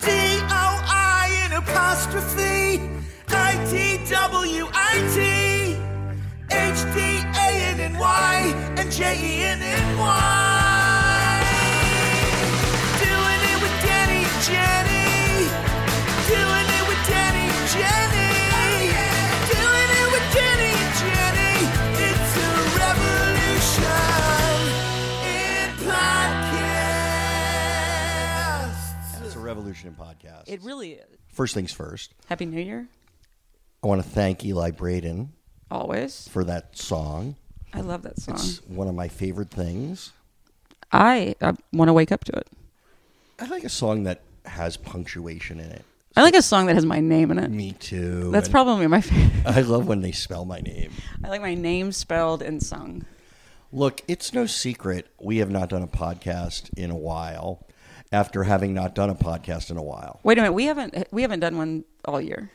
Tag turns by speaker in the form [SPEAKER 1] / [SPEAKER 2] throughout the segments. [SPEAKER 1] D O I in apostrophe I T W I T H D A N N Y and J E N N Y. Doing it with Danny and Jenny. Doing it with Danny and Jenny. Doing it with Danny and Jenny. It's a revolution in podcasts.
[SPEAKER 2] It's a revolution in podcast.
[SPEAKER 3] It really is.
[SPEAKER 2] first things first,
[SPEAKER 3] Happy New Year.
[SPEAKER 2] I want to thank Eli Braden
[SPEAKER 3] Always.
[SPEAKER 2] for that song.
[SPEAKER 3] I love that song.
[SPEAKER 2] It's one of my favorite things.
[SPEAKER 3] I, I want to wake up to it.
[SPEAKER 2] I like a song that has punctuation in it.
[SPEAKER 3] I like a song that has my name in it.
[SPEAKER 2] Me too.
[SPEAKER 3] That's
[SPEAKER 2] And
[SPEAKER 3] probably my favorite.
[SPEAKER 2] I love when they spell my name.
[SPEAKER 3] I like my name spelled and sung.
[SPEAKER 2] Look, it's no secret we have not done a podcast in a while. After having not done a podcast in a while,
[SPEAKER 3] Wait a minute. We haven't we haven't done one all year.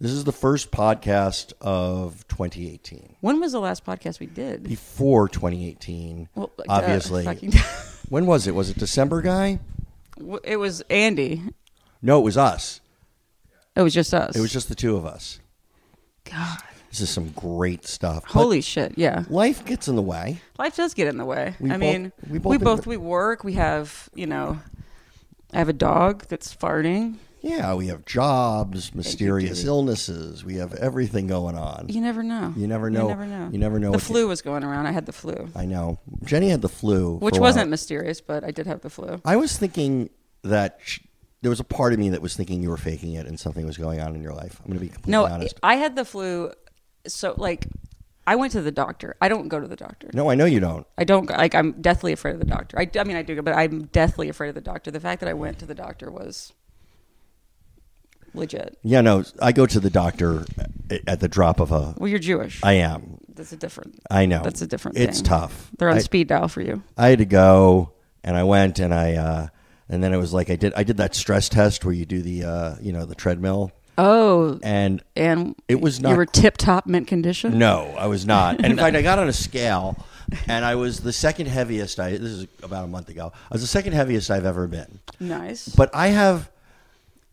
[SPEAKER 2] this is the first podcast of 2018.
[SPEAKER 3] When was the last podcast we did?
[SPEAKER 2] Before 2018,
[SPEAKER 3] Well, like, uh,
[SPEAKER 2] obviously.
[SPEAKER 3] fucking-
[SPEAKER 2] when was it? Was it December, guy?
[SPEAKER 3] W- it was Andy.
[SPEAKER 2] No, it was us.
[SPEAKER 3] It was just us.
[SPEAKER 2] It was just the two of us.
[SPEAKER 3] God.
[SPEAKER 2] This is some great stuff. But
[SPEAKER 3] Holy shit. Yeah.
[SPEAKER 2] life gets in the way.
[SPEAKER 3] Life does get in the way.
[SPEAKER 2] We
[SPEAKER 3] I
[SPEAKER 2] both-
[SPEAKER 3] mean,
[SPEAKER 2] we
[SPEAKER 3] we
[SPEAKER 2] both
[SPEAKER 3] both,
[SPEAKER 2] been
[SPEAKER 3] we,
[SPEAKER 2] wor-
[SPEAKER 3] work. We have, you know, I have a dog that's farting.
[SPEAKER 2] Yeah, we have jobs, mysterious illnesses. We have everything going on.
[SPEAKER 3] You never know.
[SPEAKER 2] You never know.
[SPEAKER 3] You never know.
[SPEAKER 2] You never know
[SPEAKER 3] The
[SPEAKER 2] what you-
[SPEAKER 3] flu was going around. I had the flu.
[SPEAKER 2] I know. Jenny had the flu, for
[SPEAKER 3] which
[SPEAKER 2] a while.
[SPEAKER 3] wasn't mysterious, but I did have the flu.
[SPEAKER 2] I was thinking that sh- there was a part of me that was thinking you were faking it and something was going on in your life. I'm going to be completely
[SPEAKER 3] No, uh,
[SPEAKER 2] honest.
[SPEAKER 3] I had the flu. So like, I went to the doctor. I don't go to the doctor.
[SPEAKER 2] no, I know you don't.
[SPEAKER 3] I don't go- like. I'm deathly afraid of the doctor. I, I mean, I do, go, but I'm deathly afraid of the doctor. The fact that I went to the doctor was legit.
[SPEAKER 2] Yeah, no. I go to the doctor a- at the drop of a.
[SPEAKER 3] Well, you're Jewish.
[SPEAKER 2] I am.
[SPEAKER 3] That's a different.
[SPEAKER 2] I know.
[SPEAKER 3] That's a different.
[SPEAKER 2] It's
[SPEAKER 3] thing.
[SPEAKER 2] tough.
[SPEAKER 3] They're on
[SPEAKER 2] I-
[SPEAKER 3] speed dial for you.
[SPEAKER 2] I had to go, and I went, and I, uh, and then it was like I did. I did that stress test where you do the, uh, you know, the treadmill,
[SPEAKER 3] Oh,
[SPEAKER 2] and
[SPEAKER 3] and
[SPEAKER 2] it was not-
[SPEAKER 3] You were tip top mint condition.
[SPEAKER 2] no, I was not. And in fact, I got on a scale, and I was the second heaviest. I this is about a month ago. I was the second heaviest I've ever been.
[SPEAKER 3] Nice.
[SPEAKER 2] But I have,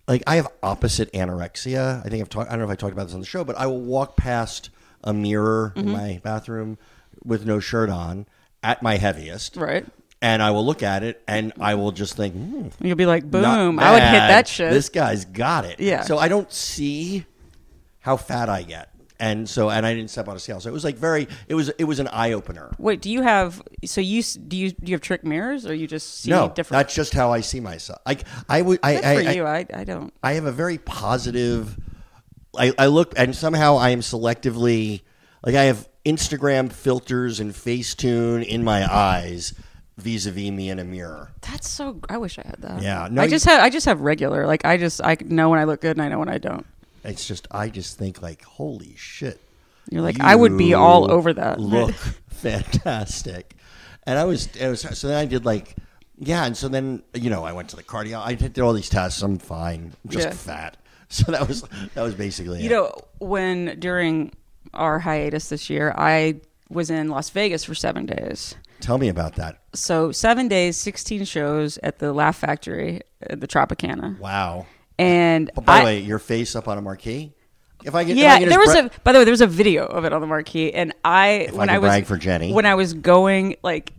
[SPEAKER 2] like, I have opposite anorexia. I think I've talked. I don't know if I talked about this on the show, but I will walk past a mirror in my bathroom with no shirt on at my heaviest.
[SPEAKER 3] right.
[SPEAKER 2] and I will look at it and I will just think, hmm,
[SPEAKER 3] You'll be like, boom!
[SPEAKER 2] not
[SPEAKER 3] I would hit
[SPEAKER 2] bad.
[SPEAKER 3] that shit.
[SPEAKER 2] This guy's got it.
[SPEAKER 3] Yeah.
[SPEAKER 2] So I don't see how fat I get, and so and I didn't step on a scale. So it was like very. It was it was an eye opener.
[SPEAKER 3] Wait, do you have so you s- do you do you have trick mirrors or you just see
[SPEAKER 2] No,
[SPEAKER 3] different?
[SPEAKER 2] that's just how I see myself. Like I would. I,
[SPEAKER 3] Good
[SPEAKER 2] I,
[SPEAKER 3] for
[SPEAKER 2] I-
[SPEAKER 3] you. I, I don't.
[SPEAKER 2] I have a very positive. I, I look and somehow I am selectively like I have Instagram filters and Facetune in my eyes vis-a-vis me in a mirror.
[SPEAKER 3] That's so. I wish I had that.
[SPEAKER 2] Yeah, no,
[SPEAKER 3] I
[SPEAKER 2] you-
[SPEAKER 3] just have. I just have regular. Like I just. I know when I look good and I know when I don't.
[SPEAKER 2] It's just I just think like holy shit.
[SPEAKER 3] You're like, I would be all
[SPEAKER 2] you
[SPEAKER 3] over that.
[SPEAKER 2] Look fantastic. And I was, I was so then I did like yeah, and so then you know I went to the cardio. I did all these tests. I'm fine. I'm just
[SPEAKER 3] Yeah.
[SPEAKER 2] fat. So that was that was basically
[SPEAKER 3] You
[SPEAKER 2] it.
[SPEAKER 3] know, when during our hiatus this year, I was in Las Vegas for seven days.
[SPEAKER 2] Tell me about that.
[SPEAKER 3] So seven days, sixteen shows at the Laugh Factory at the Tropicana,
[SPEAKER 2] Wow.
[SPEAKER 3] and
[SPEAKER 2] But by
[SPEAKER 3] I-
[SPEAKER 2] the way, your face up on a marquee. If I get if I
[SPEAKER 3] Yeah,
[SPEAKER 2] could
[SPEAKER 3] there
[SPEAKER 2] just
[SPEAKER 3] was
[SPEAKER 2] bra-
[SPEAKER 3] a. By the way, there was a video of it on the marquee, and I
[SPEAKER 2] I
[SPEAKER 3] when
[SPEAKER 2] could
[SPEAKER 3] I, was
[SPEAKER 2] brag for Jenny.
[SPEAKER 3] when I was going like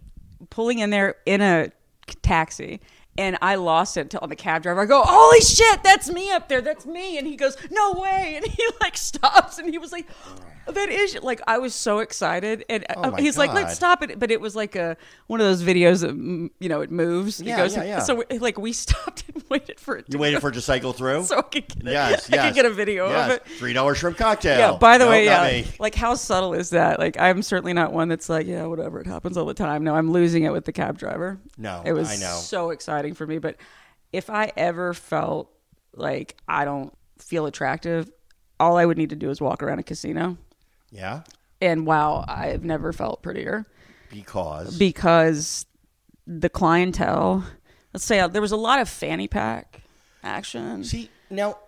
[SPEAKER 3] pulling in there in a taxi, And I lost it until I'm a cab driver. I go, holy shit, that's me up there. That's me. And he goes, no way. And he like stops and he was like, that is you." like I was so excited. And uh,
[SPEAKER 2] Oh my
[SPEAKER 3] he's like, let's
[SPEAKER 2] God.
[SPEAKER 3] stop it. But it was like a one of those videos that mm, you know it moves.
[SPEAKER 2] Yeah,
[SPEAKER 3] it goes,
[SPEAKER 2] yeah, yeah.
[SPEAKER 3] So we, like we stopped and waited for it. To
[SPEAKER 2] You waited for it to cycle through?
[SPEAKER 3] so I could get a,
[SPEAKER 2] yes,
[SPEAKER 3] I
[SPEAKER 2] yes.
[SPEAKER 3] could get a video of
[SPEAKER 2] Yes.
[SPEAKER 3] it.
[SPEAKER 2] $3 shrimp cocktail.
[SPEAKER 3] Yeah. By the
[SPEAKER 2] No,
[SPEAKER 3] way,
[SPEAKER 2] not
[SPEAKER 3] yeah.
[SPEAKER 2] me.
[SPEAKER 3] Like, how subtle is that? Like, I'm certainly not one that's like, yeah, whatever. It happens all the time. No, I'm losing it with the cab driver.
[SPEAKER 2] No,
[SPEAKER 3] it was
[SPEAKER 2] I know.
[SPEAKER 3] so exciting for me. But if I ever felt like I don't feel attractive, all I would need to do is walk around a casino.
[SPEAKER 2] Yeah.
[SPEAKER 3] And wow, I've never felt prettier
[SPEAKER 2] Because.
[SPEAKER 3] because the clientele. Let's say uh, there was a lot of fanny pack action.
[SPEAKER 2] See, now,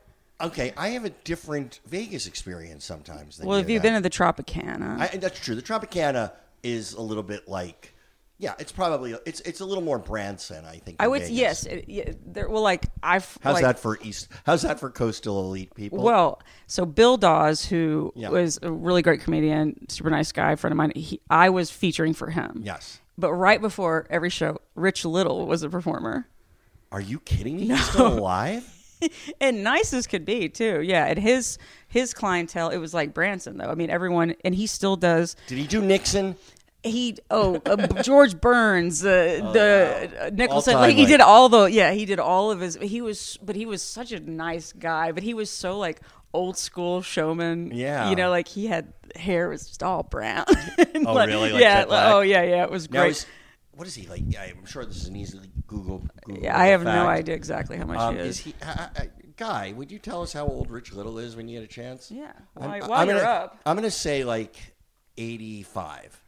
[SPEAKER 2] okay, I have a different Vegas experience sometimes. Than
[SPEAKER 3] well, have you
[SPEAKER 2] guys.
[SPEAKER 3] been to the Tropicana?
[SPEAKER 2] I, and that's true. The Tropicana is a little bit like, yeah, it's probably it's it's a little more Branson, I think.
[SPEAKER 3] I
[SPEAKER 2] than
[SPEAKER 3] would
[SPEAKER 2] Vegas.
[SPEAKER 3] yes. It, yeah, there, well, like I've
[SPEAKER 2] How's
[SPEAKER 3] like,
[SPEAKER 2] that for East? How's that for coastal elite people?
[SPEAKER 3] Well, so Bill Dawes, who
[SPEAKER 2] Yeah.
[SPEAKER 3] was a really great comedian, super nice guy, friend of mine, he, I was featuring for him.
[SPEAKER 2] yes.
[SPEAKER 3] But right before every show, Rich Little was a performer.
[SPEAKER 2] Are you kidding me? He's still alive?
[SPEAKER 3] and nice as could be too. Yeah, and his his clientele it was like Branson though. I mean, everyone and he still does.
[SPEAKER 2] Did he do Nixon?
[SPEAKER 3] He oh uh, George Burns, uh, the uh, Nicholson.
[SPEAKER 2] Oh, All-time,
[SPEAKER 3] Like, he
[SPEAKER 2] like-
[SPEAKER 3] did all the yeah. He did all of his. He was but he was such a nice guy. But he was so like old school showman.
[SPEAKER 2] Yeah.
[SPEAKER 3] you know, like he had hair was just all brown.
[SPEAKER 2] Oh, really? Like
[SPEAKER 3] yeah.
[SPEAKER 2] jet black?
[SPEAKER 3] oh yeah. Yeah. It was
[SPEAKER 2] Now
[SPEAKER 3] great.
[SPEAKER 2] is- what is he like? Yeah, I'm sure this is an easily Google. Google
[SPEAKER 3] Yeah, I have no
[SPEAKER 2] fact.
[SPEAKER 3] idea exactly how much
[SPEAKER 2] Um,
[SPEAKER 3] he
[SPEAKER 2] is
[SPEAKER 3] is.
[SPEAKER 2] he, uh, uh, guy? Would you tell us how old Rich Little is when you get a chance?
[SPEAKER 3] Yeah.
[SPEAKER 2] I'm-
[SPEAKER 3] Why- while you're
[SPEAKER 2] gonna,
[SPEAKER 3] up.
[SPEAKER 2] I'm gonna say like 85.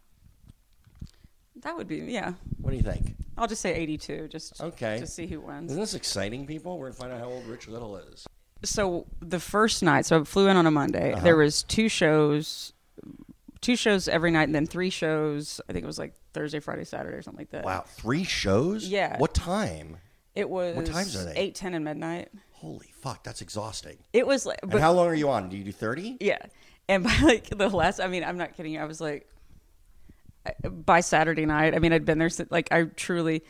[SPEAKER 3] that would be yeah.
[SPEAKER 2] What do you think?
[SPEAKER 3] I'll just say eighty-two. Just
[SPEAKER 2] Okay.
[SPEAKER 3] to see who wins.
[SPEAKER 2] Isn't this exciting, people? We're gonna find out how old Rich Little is.
[SPEAKER 3] so the first night so i flew in on a monday
[SPEAKER 2] Uh-huh.
[SPEAKER 3] there was two shows two shows every night and then three shows i think it was like thursday friday saturday or something like that
[SPEAKER 2] Wow, three shows?
[SPEAKER 3] Yeah.
[SPEAKER 2] What time?
[SPEAKER 3] it was
[SPEAKER 2] What times are they?
[SPEAKER 3] 8 10 and midnight
[SPEAKER 2] Holy fuck, that's exhausting.
[SPEAKER 3] it was like
[SPEAKER 2] and
[SPEAKER 3] but
[SPEAKER 2] how long are you on? Do you do 30?
[SPEAKER 3] yeah and by like the last i mean i'm not kidding you i was like I- by saturday night i mean i'd been there since like i truly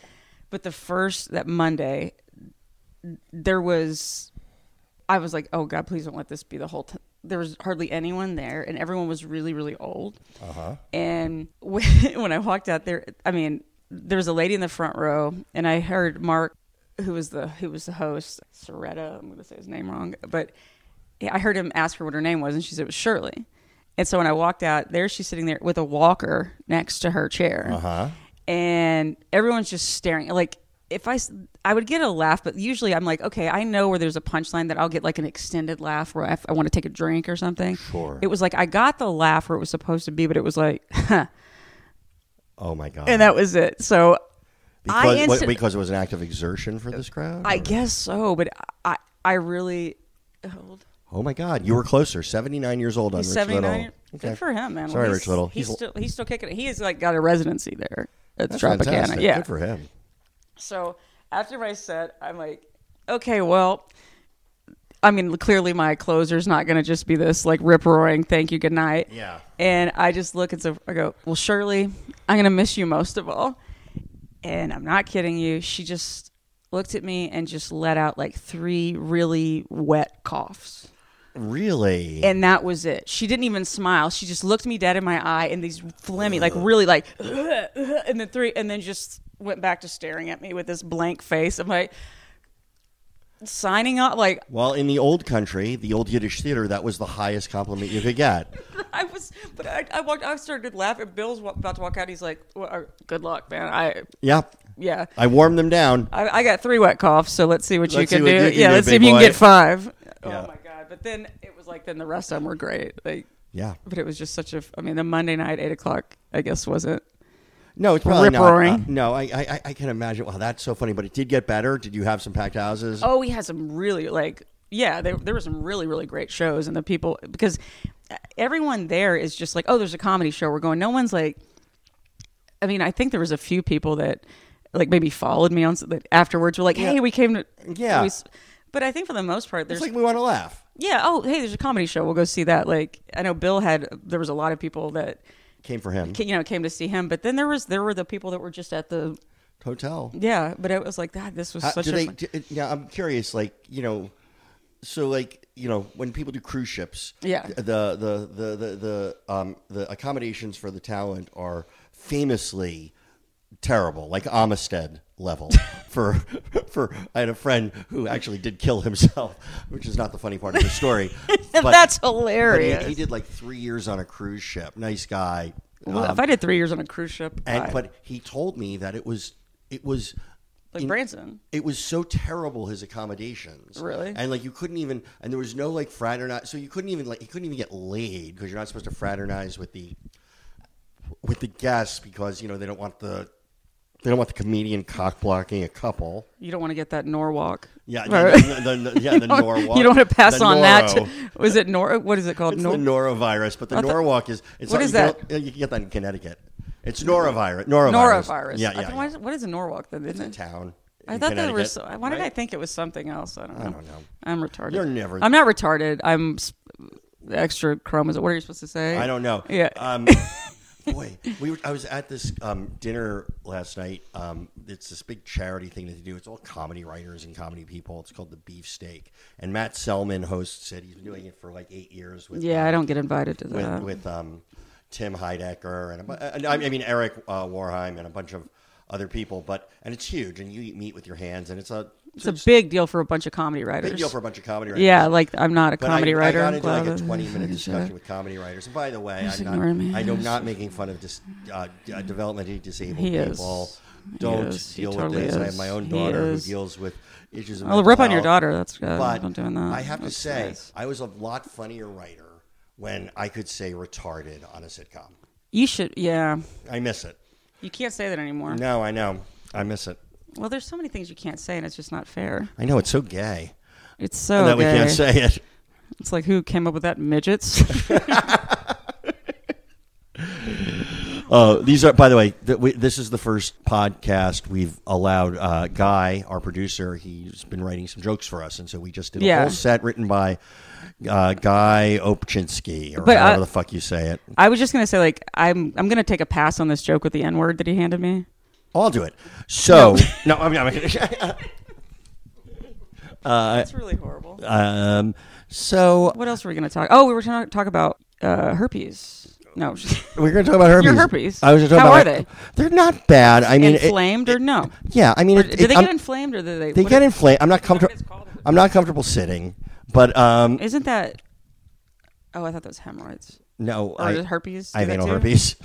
[SPEAKER 3] but the first that monday there was I was like, oh God, please don't let this be the whole. T-. There was hardly anyone there, and everyone was really, really old. Uh-huh. And when, when I walked out there, I mean, there was a lady in the front row, and I heard Mark, who was the who was the host, Soretta. I'm going to say his name wrong, but I heard him ask her what her name was, and she said it was Shirley. And so when I walked out, there she's sitting there with a walker next to her chair. Uh-huh. And everyone's just staring. Like if I s- I would get a laugh, but usually I'm like, okay, I know where there's a punchline that I'll get like an extended laugh where I, if I want to take a drink or something. Sure. It was like I got the laugh where it was supposed to be, but it was like, huh,
[SPEAKER 2] Oh my god.
[SPEAKER 3] and that was it. So
[SPEAKER 2] because,
[SPEAKER 3] I
[SPEAKER 2] what-
[SPEAKER 3] instant-
[SPEAKER 2] because it was an act of exertion for this crowd?
[SPEAKER 3] I guess so, but I I really hold.
[SPEAKER 2] oh my god, you were closer. 79 years old on
[SPEAKER 3] He's
[SPEAKER 2] Rich
[SPEAKER 3] seventy
[SPEAKER 2] Little.
[SPEAKER 3] nine. Good for him, man.
[SPEAKER 2] Sorry,
[SPEAKER 3] He's-
[SPEAKER 2] Rich Little.
[SPEAKER 3] He's,
[SPEAKER 2] He's-
[SPEAKER 3] still he's still kicking it. He has like got a residency there at the
[SPEAKER 2] That's
[SPEAKER 3] Tropicana.
[SPEAKER 2] fantastic.
[SPEAKER 3] Yeah,
[SPEAKER 2] Good for him.
[SPEAKER 3] So after my set, I'm like, okay, well, I mean, clearly my closer's not going to just be this like rip roaring, thank you, good night.
[SPEAKER 2] Yeah.
[SPEAKER 3] And I just look and so I go, well, Shirley, I'm going to miss you most of all. And I'm not kidding you. She just looked at me and just let out like three really wet coughs.
[SPEAKER 2] Really?
[SPEAKER 3] And that was it. She didn't even smile. She just looked me dead in my eye and these phlegmy, like really like, and then three, and then just went back to staring at me with this blank face. I'm like, signing off. Like,
[SPEAKER 2] well, in the old country, the old Yiddish theater, that was the highest compliment you could get.
[SPEAKER 3] I was, but I, I walked, I started laughing. Bill's wa- about to walk out. He's like, well, uh, good luck, man. I,
[SPEAKER 2] yep.
[SPEAKER 3] yeah.
[SPEAKER 2] I warmed them down.
[SPEAKER 3] I, I got three wet coughs, so let's see what you
[SPEAKER 2] Let's
[SPEAKER 3] can
[SPEAKER 2] see
[SPEAKER 3] do.
[SPEAKER 2] what you can
[SPEAKER 3] yeah,
[SPEAKER 2] do,
[SPEAKER 3] let's see
[SPEAKER 2] big
[SPEAKER 3] if you can
[SPEAKER 2] boy.
[SPEAKER 3] get five.
[SPEAKER 2] Yeah.
[SPEAKER 3] Oh my god! But then it was like, then the rest of them were great. Like,
[SPEAKER 2] Yeah.
[SPEAKER 3] But it was just such a. I mean, the Monday night eight o'clock. I guess was it.
[SPEAKER 2] No, it's probably not.
[SPEAKER 3] Rip-roaring.
[SPEAKER 2] uh, no, I, I I- I can imagine. Wow, that's so funny. But it did get better. Did you have some packed houses?
[SPEAKER 3] Oh, we had some really like yeah. There there were some really really great shows, and the people because everyone there is just like, oh, there's a comedy show. We're going. No one's like. I mean, I think there was a few people that like maybe followed me on s- that afterwards. Were like, hey, we came to
[SPEAKER 2] Yeah.
[SPEAKER 3] we s- but I think for the most part, there's
[SPEAKER 2] It's like we want to laugh.
[SPEAKER 3] yeah. Oh, hey, there's a comedy show. We'll go see that. Like I know Bill had there was a lot of people that
[SPEAKER 2] Came for him.
[SPEAKER 3] ca- you know came to see him, but then there was there were the people that were just at the
[SPEAKER 2] hotel.
[SPEAKER 3] Yeah, but it was like that. This was
[SPEAKER 2] How-
[SPEAKER 3] such
[SPEAKER 2] do
[SPEAKER 3] a
[SPEAKER 2] they?
[SPEAKER 3] fun-
[SPEAKER 2] do- yeah, I'm curious. Like you know, so like you know, when people do cruise ships,
[SPEAKER 3] Yeah.
[SPEAKER 2] the the the the the um the accommodations for the talent are famously terrible, like Amistad level. for for I had a friend who actually did kill himself, which is not the funny part of the story. but,
[SPEAKER 3] that's
[SPEAKER 2] but he-
[SPEAKER 3] hilarious.
[SPEAKER 2] he, did like three years on a cruise ship. Nice guy.
[SPEAKER 3] Well, if I did three years on a cruise ship, I-
[SPEAKER 2] Um, And but he told me that it was it was
[SPEAKER 3] like
[SPEAKER 2] in-
[SPEAKER 3] Branson,
[SPEAKER 2] it was so terrible his accommodations.
[SPEAKER 3] Really?
[SPEAKER 2] And like you couldn't even and there was no like fraternize so you couldn't even like you couldn't even get laid because you're not supposed to fraternize with the with the guests because you know they don't want the they don't want the comedian cock blocking a couple.
[SPEAKER 3] you don't want to get that Norwalk.
[SPEAKER 2] Yeah,
[SPEAKER 3] Right.
[SPEAKER 2] the, the, the- yeah, the Norwalk.
[SPEAKER 3] You don't want to pass
[SPEAKER 2] the
[SPEAKER 3] on that.
[SPEAKER 2] Noro.
[SPEAKER 3] to- was it Nor? What is it called?
[SPEAKER 2] It's
[SPEAKER 3] Nor-
[SPEAKER 2] the norovirus, but the
[SPEAKER 3] thought-
[SPEAKER 2] Norwalk is it's
[SPEAKER 3] What
[SPEAKER 2] not-
[SPEAKER 3] is
[SPEAKER 2] you
[SPEAKER 3] that?
[SPEAKER 2] don't- You can get that in Connecticut. It's norovirus. Norovirus.
[SPEAKER 3] Norovirus.
[SPEAKER 2] Yeah, yeah.
[SPEAKER 3] I thought,
[SPEAKER 2] yeah.
[SPEAKER 3] why is- what is a Norwalk then? Isn't it?
[SPEAKER 2] town.
[SPEAKER 3] I
[SPEAKER 2] in
[SPEAKER 3] thought there
[SPEAKER 2] Connecticut,
[SPEAKER 3] was. Why did I
[SPEAKER 2] right?
[SPEAKER 3] think it was something else? I don't know. I
[SPEAKER 2] don't know.
[SPEAKER 3] am retarded.
[SPEAKER 2] You're never-
[SPEAKER 3] I'm not retarded. I'm s- extra chromosome. What are you supposed to say?
[SPEAKER 2] I don't know.
[SPEAKER 3] Yeah.
[SPEAKER 2] Um, boy, we were, I was at this um, dinner last night. Um, it's this big charity thing that they do. It's all comedy writers and comedy people. It's called the Beefsteak. And Matt Selman hosts it. He's been doing it for like eight years. With,
[SPEAKER 3] yeah, I don't get invited to
[SPEAKER 2] with,
[SPEAKER 3] that.
[SPEAKER 2] with um, Tim Heidecker and, a, bu- and I mean Eric uh, Warheim and a bunch of other people. But and it's huge. And you eat meat with your hands. And it's a
[SPEAKER 3] it's a big deal for a bunch of comedy writers.
[SPEAKER 2] big deal for a bunch of comedy writers.
[SPEAKER 3] yeah, like I'm not a
[SPEAKER 2] But
[SPEAKER 3] comedy
[SPEAKER 2] I,
[SPEAKER 3] writer.
[SPEAKER 2] I got
[SPEAKER 3] I'm
[SPEAKER 2] into like
[SPEAKER 3] glad
[SPEAKER 2] a
[SPEAKER 3] that-
[SPEAKER 2] 20 minute discussion
[SPEAKER 3] Yeah.
[SPEAKER 2] with comedy writers. And by the way,
[SPEAKER 3] Just
[SPEAKER 2] I'm
[SPEAKER 3] ignore me.
[SPEAKER 2] not, I know not making fun of dis, uh, d- uh, developmentally disabled
[SPEAKER 3] He is.
[SPEAKER 2] people.
[SPEAKER 3] He
[SPEAKER 2] Don't
[SPEAKER 3] is. He
[SPEAKER 2] deal with
[SPEAKER 3] totally
[SPEAKER 2] this. I
[SPEAKER 3] is.
[SPEAKER 2] have my own
[SPEAKER 3] He
[SPEAKER 2] daughter who
[SPEAKER 3] is.
[SPEAKER 2] deals with issues of
[SPEAKER 3] I'll
[SPEAKER 2] mental
[SPEAKER 3] rip on your
[SPEAKER 2] health.
[SPEAKER 3] daughter. That's good.
[SPEAKER 2] But
[SPEAKER 3] Don't doing that.
[SPEAKER 2] I have to
[SPEAKER 3] That's
[SPEAKER 2] say,
[SPEAKER 3] nice.
[SPEAKER 2] I was a lot funnier writer when I could say retarded on a sitcom.
[SPEAKER 3] you should. Yeah,
[SPEAKER 2] I miss it.
[SPEAKER 3] you can't say that anymore.
[SPEAKER 2] No, I know. I miss it.
[SPEAKER 3] Well, there's so many things you can't say, and it's just not fair.
[SPEAKER 2] I know. It's so gay
[SPEAKER 3] It's so
[SPEAKER 2] that we
[SPEAKER 3] gay.
[SPEAKER 2] can't say it.
[SPEAKER 3] It's like who came up with that midgets?
[SPEAKER 2] Oh, these are. By the way, th- we, this is the first podcast we've allowed uh, Guy, our producer. He's been writing some jokes for us, and so we just did a
[SPEAKER 3] Yeah.
[SPEAKER 2] whole set written by uh, Guy Opchinski, or
[SPEAKER 3] But, uh,
[SPEAKER 2] however the fuck you say it.
[SPEAKER 3] I was just gonna say like I'm I'm gonna take a pass on this joke with the N word that he handed me.
[SPEAKER 2] Oh, I'll do it. So no, I'm not.
[SPEAKER 3] That's really horrible.
[SPEAKER 2] um, so
[SPEAKER 3] what else were we gonna talk? Oh, we were gonna talk about uh, herpes. No,
[SPEAKER 2] we're going to talk about herpes.
[SPEAKER 3] herpes.
[SPEAKER 2] I was going to talk
[SPEAKER 3] How
[SPEAKER 2] about
[SPEAKER 3] are they?
[SPEAKER 2] They're not bad. I mean, it-
[SPEAKER 3] inflamed or no?
[SPEAKER 2] yeah, I mean,
[SPEAKER 3] Or
[SPEAKER 2] it-
[SPEAKER 3] do
[SPEAKER 2] it-
[SPEAKER 3] they get
[SPEAKER 2] I'm-
[SPEAKER 3] inflamed or do they?
[SPEAKER 2] They
[SPEAKER 3] what
[SPEAKER 2] get
[SPEAKER 3] is-
[SPEAKER 2] inflamed. I'm not comfortable.
[SPEAKER 3] it's called.
[SPEAKER 2] I'm not comfortable sitting, but um,
[SPEAKER 3] Isn't that? Oh, I thought that was hemorrhoids.
[SPEAKER 2] no,
[SPEAKER 3] Or
[SPEAKER 2] I,
[SPEAKER 3] is herpes?
[SPEAKER 2] I have
[SPEAKER 3] Do that
[SPEAKER 2] anal
[SPEAKER 3] too?
[SPEAKER 2] herpes.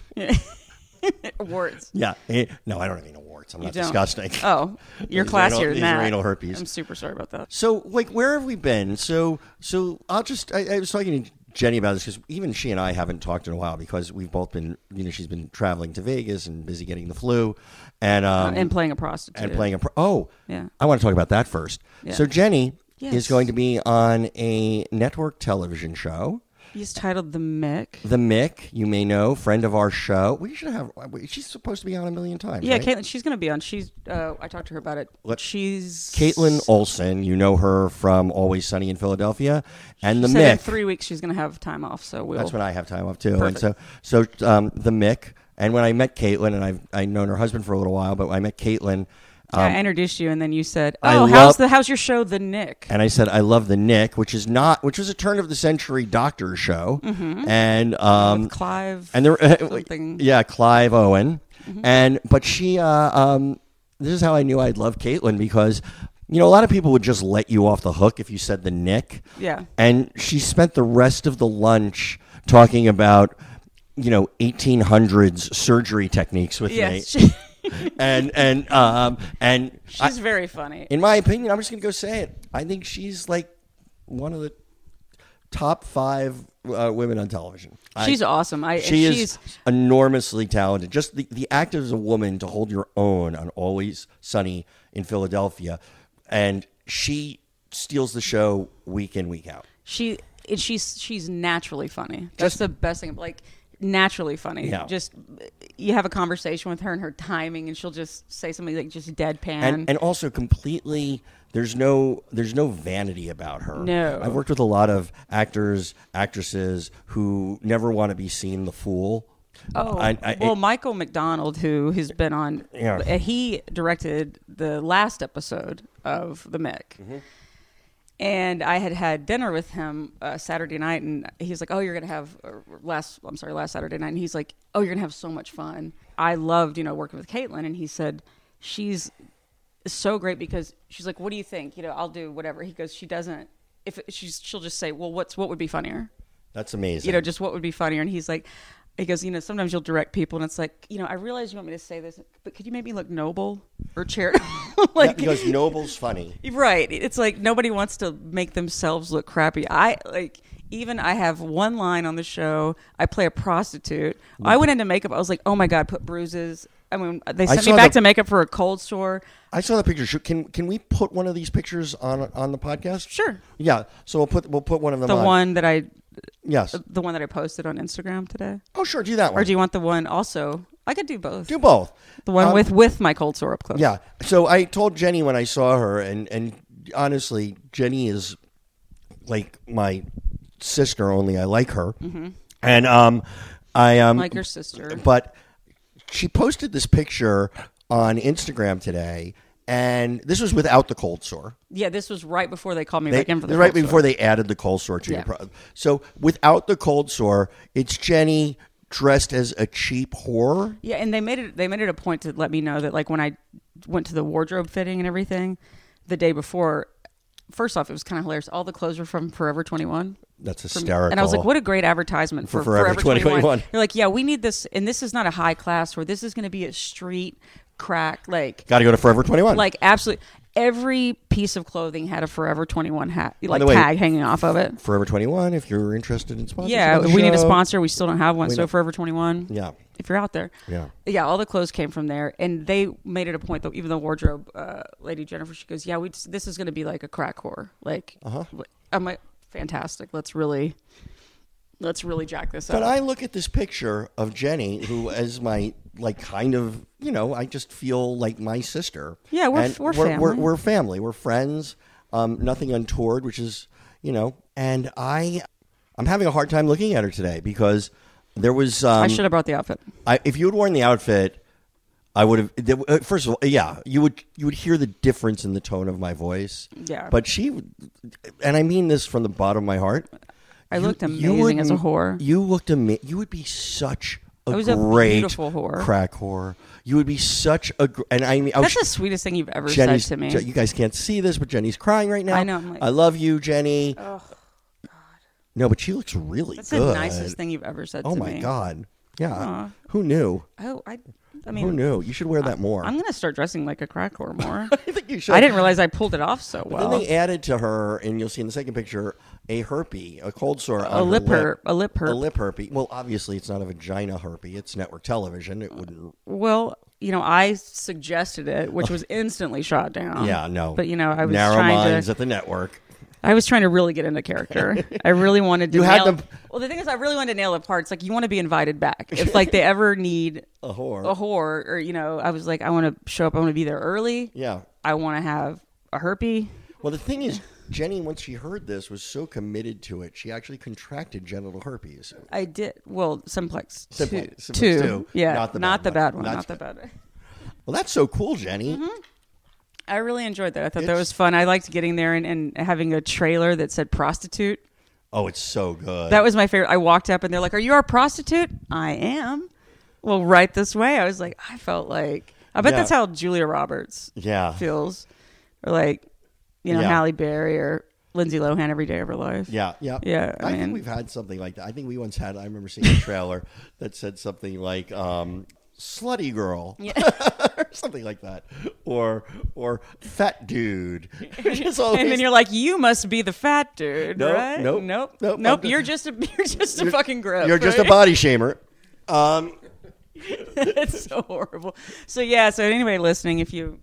[SPEAKER 3] Warts.
[SPEAKER 2] Yeah. eh, no, I don't have anal warts. I'm not
[SPEAKER 3] don't.
[SPEAKER 2] disgusting.
[SPEAKER 3] Oh, you're
[SPEAKER 2] These are
[SPEAKER 3] classier
[SPEAKER 2] anal-
[SPEAKER 3] than
[SPEAKER 2] these
[SPEAKER 3] that.
[SPEAKER 2] are anal herpes.
[SPEAKER 3] I'm super sorry about that.
[SPEAKER 2] So, like, where have we been? So, so I'll just, I, I was talking to Jenny about this because even she and I haven't talked in a while because we've both been, you know, she's been traveling to Vegas and busy getting the flu and, um,
[SPEAKER 3] Uh, and playing a prostitute.
[SPEAKER 2] and playing a pro. Oh,
[SPEAKER 3] Yeah.
[SPEAKER 2] I want to talk about that first. So, Jenny
[SPEAKER 3] Yes.
[SPEAKER 2] is going to be on a network television show.
[SPEAKER 3] He's titled the Mick.
[SPEAKER 2] The Mick, you may know, friend of our show. We should have. uh, She's supposed to be on a million times.
[SPEAKER 3] Yeah,
[SPEAKER 2] right?
[SPEAKER 3] Caitlin, she's going to be on. She's. Uh, I talked to her about it.
[SPEAKER 2] Let-
[SPEAKER 3] she's
[SPEAKER 2] Caitlin Olson, you know her from Always Sunny in Philadelphia, and the
[SPEAKER 3] said in
[SPEAKER 2] Mick.
[SPEAKER 3] three weeks she's going to have time off. So we'll.
[SPEAKER 2] That's when I have time off too. And so, so um, the Mick, and when I met Caitlin, and I've I known her husband for a little while, but when I met Caitlin,
[SPEAKER 3] Yeah, I introduced you, and then you said,
[SPEAKER 2] Um, I
[SPEAKER 3] "Oh,
[SPEAKER 2] love-
[SPEAKER 3] how's the how's your show, The Nick?"
[SPEAKER 2] and I said I love the Nick, which is not, which was a turn of the century doctor show, and um,
[SPEAKER 3] Mm-hmm. With Clive
[SPEAKER 2] and there,
[SPEAKER 3] something. Mm-hmm.
[SPEAKER 2] yeah, Clive Owen, and but she, uh, um, this is how I knew I'd love Caitlin because. You know, a lot of people would just let you off the hook if you said the Nick.
[SPEAKER 3] Yeah.
[SPEAKER 2] And she spent the rest of the lunch talking about, you know, 1800s surgery techniques with
[SPEAKER 3] Yes,
[SPEAKER 2] me.
[SPEAKER 3] she-
[SPEAKER 2] and and um and I,
[SPEAKER 3] she's very funny.
[SPEAKER 2] in my opinion, I'm just gonna go say it. I think she's like one of the top five uh, women on television. I-
[SPEAKER 3] she's awesome. I and
[SPEAKER 2] she is
[SPEAKER 3] she's
[SPEAKER 2] enormously talented. Just the, the act as a woman to hold your own on Always Sunny in Philadelphia, and she steals the show week in week out.
[SPEAKER 3] she and she's she's naturally funny. That's
[SPEAKER 2] Just-
[SPEAKER 3] the best thing. Like naturally funny.
[SPEAKER 2] Yeah.
[SPEAKER 3] Just you have a conversation with her and her timing, and she'll just say something like just deadpan.
[SPEAKER 2] and and also completely there's no there's no vanity about her.
[SPEAKER 3] No.
[SPEAKER 2] I've worked with a lot of actors, actresses who never want to be seen the fool.
[SPEAKER 3] Oh,
[SPEAKER 2] I, I,
[SPEAKER 3] well, Michael McDonald, who has been on,
[SPEAKER 2] Yeah.
[SPEAKER 3] uh, he directed the last episode of The Mick.
[SPEAKER 2] Mm-hmm.
[SPEAKER 3] And I had had dinner with him uh, Saturday night, and he's like, "Oh, you're gonna have or last. I'm sorry, last Saturday night." And he's like, "Oh, you're gonna have so much fun." I loved, you know, working with Caitlin, and he said, "She's so great because she's like, what do you think? You know, I'll do whatever." He goes, "She doesn't. If it- she's, she'll just say, well, what's what would be funnier?'"
[SPEAKER 2] that's amazing.
[SPEAKER 3] you know, just what would be funnier. And he's like, he goes, you know, sometimes you'll direct people, and it's like, you know, I realize you want me to say this, but could you make me look noble or charitable?
[SPEAKER 2] Yeah,
[SPEAKER 3] like,
[SPEAKER 2] because Noble's funny.
[SPEAKER 3] right? It's like nobody wants to make themselves look crappy. I like. Even I have one line on the show. I play a prostitute. I went into makeup. I was like, "Oh my god, put bruises." I mean, they sent me
[SPEAKER 2] saw
[SPEAKER 3] back
[SPEAKER 2] the-
[SPEAKER 3] to makeup for a cold sore.
[SPEAKER 2] I saw the picture. Should, can can we put one of these pictures on on the podcast?
[SPEAKER 3] Sure.
[SPEAKER 2] Yeah. So we'll put we'll put one of them.
[SPEAKER 3] The
[SPEAKER 2] on.
[SPEAKER 3] one that I,
[SPEAKER 2] Yes.
[SPEAKER 3] the one that I posted on Instagram today.
[SPEAKER 2] Oh, sure. Do that one.
[SPEAKER 3] Or do you want the one also? I could do both.
[SPEAKER 2] do both?
[SPEAKER 3] the one
[SPEAKER 2] Um,
[SPEAKER 3] with with my cold sore up close.
[SPEAKER 2] Yeah. So I told Jenny when I saw her, and and honestly, Jenny is like my sister. Only I like her, and um, I um
[SPEAKER 3] Mm-hmm. like your sister.
[SPEAKER 2] but she posted this picture on Instagram today, and this was without the cold sore.
[SPEAKER 3] Yeah, this was right before they called me
[SPEAKER 2] They-
[SPEAKER 3] back in for the
[SPEAKER 2] right
[SPEAKER 3] cold
[SPEAKER 2] before they added the cold sore to
[SPEAKER 3] Yeah.
[SPEAKER 2] your pro- so without the cold sore it's jenny dressed as a cheap whore
[SPEAKER 3] Yeah, and they made it. They made it a point to let me know that, like, when I went to the wardrobe fitting and everything the day before. First off, it was kind of hilarious. All the clothes were from Forever Twenty One.
[SPEAKER 2] that's hysterical
[SPEAKER 3] And I was like, what a great advertisement for,
[SPEAKER 2] For Forever 21.
[SPEAKER 3] You're like, yeah, we need this, and this is not a high class, or this is going to be a street crack, like,
[SPEAKER 2] gotta go to forever 21
[SPEAKER 3] like absolutely every piece of clothing had a Forever Twenty One hat, like
[SPEAKER 2] the way-
[SPEAKER 3] tag hanging off of it.
[SPEAKER 2] forever 21 if you're interested in sponsoring
[SPEAKER 3] Yeah,
[SPEAKER 2] the
[SPEAKER 3] we need a
[SPEAKER 2] show.
[SPEAKER 3] sponsor. We still don't have one. So
[SPEAKER 2] don't-
[SPEAKER 3] Forever 21.
[SPEAKER 2] Yeah.
[SPEAKER 3] If you're out there.
[SPEAKER 2] Yeah.
[SPEAKER 3] Yeah, all the clothes came from there. And they made it a point, though, even the wardrobe uh, lady, Jennifer, she goes, Yeah, we just, this is going to be like a crack whore. Like,
[SPEAKER 2] Uh-huh.
[SPEAKER 3] I'm like, fantastic. Let's really, let's really jack this
[SPEAKER 2] but
[SPEAKER 3] up.
[SPEAKER 2] i look at this picture of jenny who is my like kind of you know i just feel like my sister
[SPEAKER 3] Yeah, we're-
[SPEAKER 2] And
[SPEAKER 3] we're
[SPEAKER 2] we're, we're,
[SPEAKER 3] family.
[SPEAKER 2] we're family we're friends um, nothing untoward which is you know and i i'm having a hard time looking at her today because there was um,
[SPEAKER 3] I should have brought the outfit.
[SPEAKER 2] I, if you had worn the outfit, I would have. there- uh, First of all, yeah, you would you would hear the difference in the tone of my voice.
[SPEAKER 3] Yeah.
[SPEAKER 2] but she, and I mean this from the bottom of my heart.
[SPEAKER 3] I
[SPEAKER 2] you-
[SPEAKER 3] looked
[SPEAKER 2] you
[SPEAKER 3] amazing as a
[SPEAKER 2] wouldn't-
[SPEAKER 3] whore.
[SPEAKER 2] You looked amazing. You would be such a
[SPEAKER 3] I was a
[SPEAKER 2] great
[SPEAKER 3] beautiful whore.
[SPEAKER 2] crack whore. You would be such a gr- and I mean I was
[SPEAKER 3] That's the sweetest thing you've ever
[SPEAKER 2] Jenny's.
[SPEAKER 3] said to me.
[SPEAKER 2] Je- You guys can't see this, but Jenny's crying right now.
[SPEAKER 3] I know, I'm like-
[SPEAKER 2] I love you, Jenny. No, but she looks really
[SPEAKER 3] That's
[SPEAKER 2] good.
[SPEAKER 3] the nicest thing you've ever said
[SPEAKER 2] Oh
[SPEAKER 3] to
[SPEAKER 2] my
[SPEAKER 3] me.
[SPEAKER 2] god. Yeah. Who knew?
[SPEAKER 3] Oh, I, I
[SPEAKER 2] Who
[SPEAKER 3] mean,
[SPEAKER 2] knew? You should wear that more.
[SPEAKER 3] I'm going to start dressing like a crack whore more.
[SPEAKER 2] I think you should.
[SPEAKER 3] I didn't realize I pulled it off so well.
[SPEAKER 2] Then they added to her, and you'll see in the second picture, a herpy, a cold sore, on
[SPEAKER 3] a
[SPEAKER 2] her
[SPEAKER 3] lip herp, a lip
[SPEAKER 2] a
[SPEAKER 3] herp.
[SPEAKER 2] lip herpy. Well, obviously, it's not a vagina herpy. It's network television. It wouldn't.
[SPEAKER 3] Well, you know, I suggested it, which was instantly shot down.
[SPEAKER 2] Yeah, no.
[SPEAKER 3] But you know, I was
[SPEAKER 2] narrow
[SPEAKER 3] trying
[SPEAKER 2] minds
[SPEAKER 3] to.
[SPEAKER 2] at the network.
[SPEAKER 3] I was trying to really get into character. I really wanted to.
[SPEAKER 2] You had
[SPEAKER 3] nail-
[SPEAKER 2] them-
[SPEAKER 3] Well, the thing is, I really wanted to nail it apart. It's like you want to be invited back. If like they ever need
[SPEAKER 2] A whore.
[SPEAKER 3] a whore, or you know, I was like, I want to show up. I want to be there early.
[SPEAKER 2] Yeah.
[SPEAKER 3] I want to have a herpy.
[SPEAKER 2] Well, the thing is, Jenny, once she heard this, was so committed to it, she actually contracted genital herpes.
[SPEAKER 3] I did well. Simplex, two-
[SPEAKER 2] Simplex-
[SPEAKER 3] two,
[SPEAKER 2] simplex two.
[SPEAKER 3] yeah,
[SPEAKER 2] Not the bad one.
[SPEAKER 3] one,
[SPEAKER 2] Not
[SPEAKER 3] not
[SPEAKER 2] the
[SPEAKER 3] the bad one.
[SPEAKER 2] Well, that's so cool, Jenny.
[SPEAKER 3] Mm-hmm. I really enjoyed that. I thought that
[SPEAKER 2] It's-
[SPEAKER 3] was fun. I liked getting there and, and having a trailer that said prostitute.
[SPEAKER 2] Oh, it's so good.
[SPEAKER 3] That was my favorite. I walked up and they're like, "Are you our prostitute?" I am. Well, right this way. I was like, I felt like I bet
[SPEAKER 2] Yeah.
[SPEAKER 3] that's how Julia Roberts
[SPEAKER 2] Yeah.
[SPEAKER 3] feels, or like you know
[SPEAKER 2] Yeah.
[SPEAKER 3] Halle Berry or Lindsay Lohan every day of her life.
[SPEAKER 2] Yeah, yeah,
[SPEAKER 3] Yeah, I
[SPEAKER 2] I,
[SPEAKER 3] mean-
[SPEAKER 2] think we've had something like that. I think we once had. I remember seeing a trailer that said something like um, "slutty girl" or something like that, or or "fat dude." Which is always-
[SPEAKER 3] And then you're like, you must be the fat dude,
[SPEAKER 2] Nope,
[SPEAKER 3] right?
[SPEAKER 2] nope,
[SPEAKER 3] nope,
[SPEAKER 2] nope, I'm
[SPEAKER 3] nope.
[SPEAKER 2] just-
[SPEAKER 3] You're just a you're just a fucking grip.
[SPEAKER 2] you're just a
[SPEAKER 3] right?
[SPEAKER 2] body shamer. Um,
[SPEAKER 3] it's so horrible. So yeah. So anybody listening, if you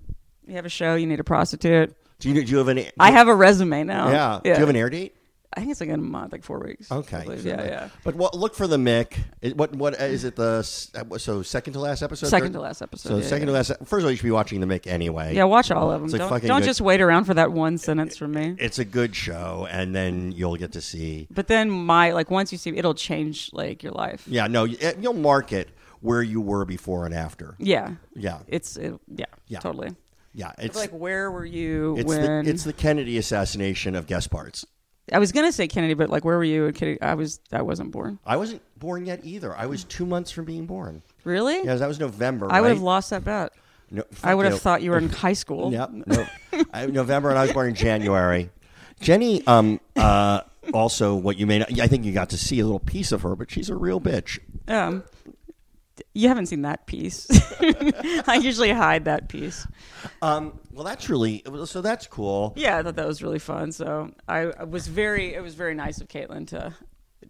[SPEAKER 3] you have a show, you need a prostitute.
[SPEAKER 2] do you do you have any?
[SPEAKER 3] I have a resume now.
[SPEAKER 2] Yeah. Do you have an air date?
[SPEAKER 3] I think it's like in a month, like four weeks. I
[SPEAKER 2] Okay.
[SPEAKER 3] believe.
[SPEAKER 2] so
[SPEAKER 3] yeah,
[SPEAKER 2] that-
[SPEAKER 3] yeah.
[SPEAKER 2] But what, look for the Mick. It- What what is it? The s- so second to last episode.
[SPEAKER 3] Second
[SPEAKER 2] Third-
[SPEAKER 3] to last episode,
[SPEAKER 2] So
[SPEAKER 3] yeah,
[SPEAKER 2] second to last. First of all, you should be watching the Mick anyway.
[SPEAKER 3] Yeah, watch all of them.
[SPEAKER 2] It's like
[SPEAKER 3] don't
[SPEAKER 2] fucking
[SPEAKER 3] don't
[SPEAKER 2] good.
[SPEAKER 3] just wait around for that one sentence from me.
[SPEAKER 2] It's a good show, and then you'll get to see.
[SPEAKER 3] But then my like once you see it'll change like your life.
[SPEAKER 2] Yeah, no, y- eh, you'll mark it where you were before and after.
[SPEAKER 3] Yeah.
[SPEAKER 2] Yeah.
[SPEAKER 3] It's it, yeah,
[SPEAKER 2] Yeah.
[SPEAKER 3] Totally.
[SPEAKER 2] Yeah, it's
[SPEAKER 3] Like where were you
[SPEAKER 2] it's the,
[SPEAKER 3] when
[SPEAKER 2] it's the Kennedy assassination of guest parts.
[SPEAKER 3] I was gonna say Kennedy, but like where were you when Kennedy I was I wasn't born.
[SPEAKER 2] I wasn't born yet either. I was two months from being born.
[SPEAKER 3] Really?
[SPEAKER 2] Yeah, that was November.
[SPEAKER 3] I would have
[SPEAKER 2] right?
[SPEAKER 3] lost that bet.
[SPEAKER 2] No,
[SPEAKER 3] I
[SPEAKER 2] fuck
[SPEAKER 3] would have
[SPEAKER 2] you.
[SPEAKER 3] thought you were in high school.
[SPEAKER 2] Yep. No, I, November, and I was born in January. Jenny, um, uh, also, what you may not, I think you got to see a little piece of her, but she's a real bitch.
[SPEAKER 3] Um, you haven't seen that piece. I usually hide that piece.
[SPEAKER 2] Um, well, that's really, so that's cool.
[SPEAKER 3] Yeah, I thought that was really fun. So I, I was very, it was very nice of Caitlin to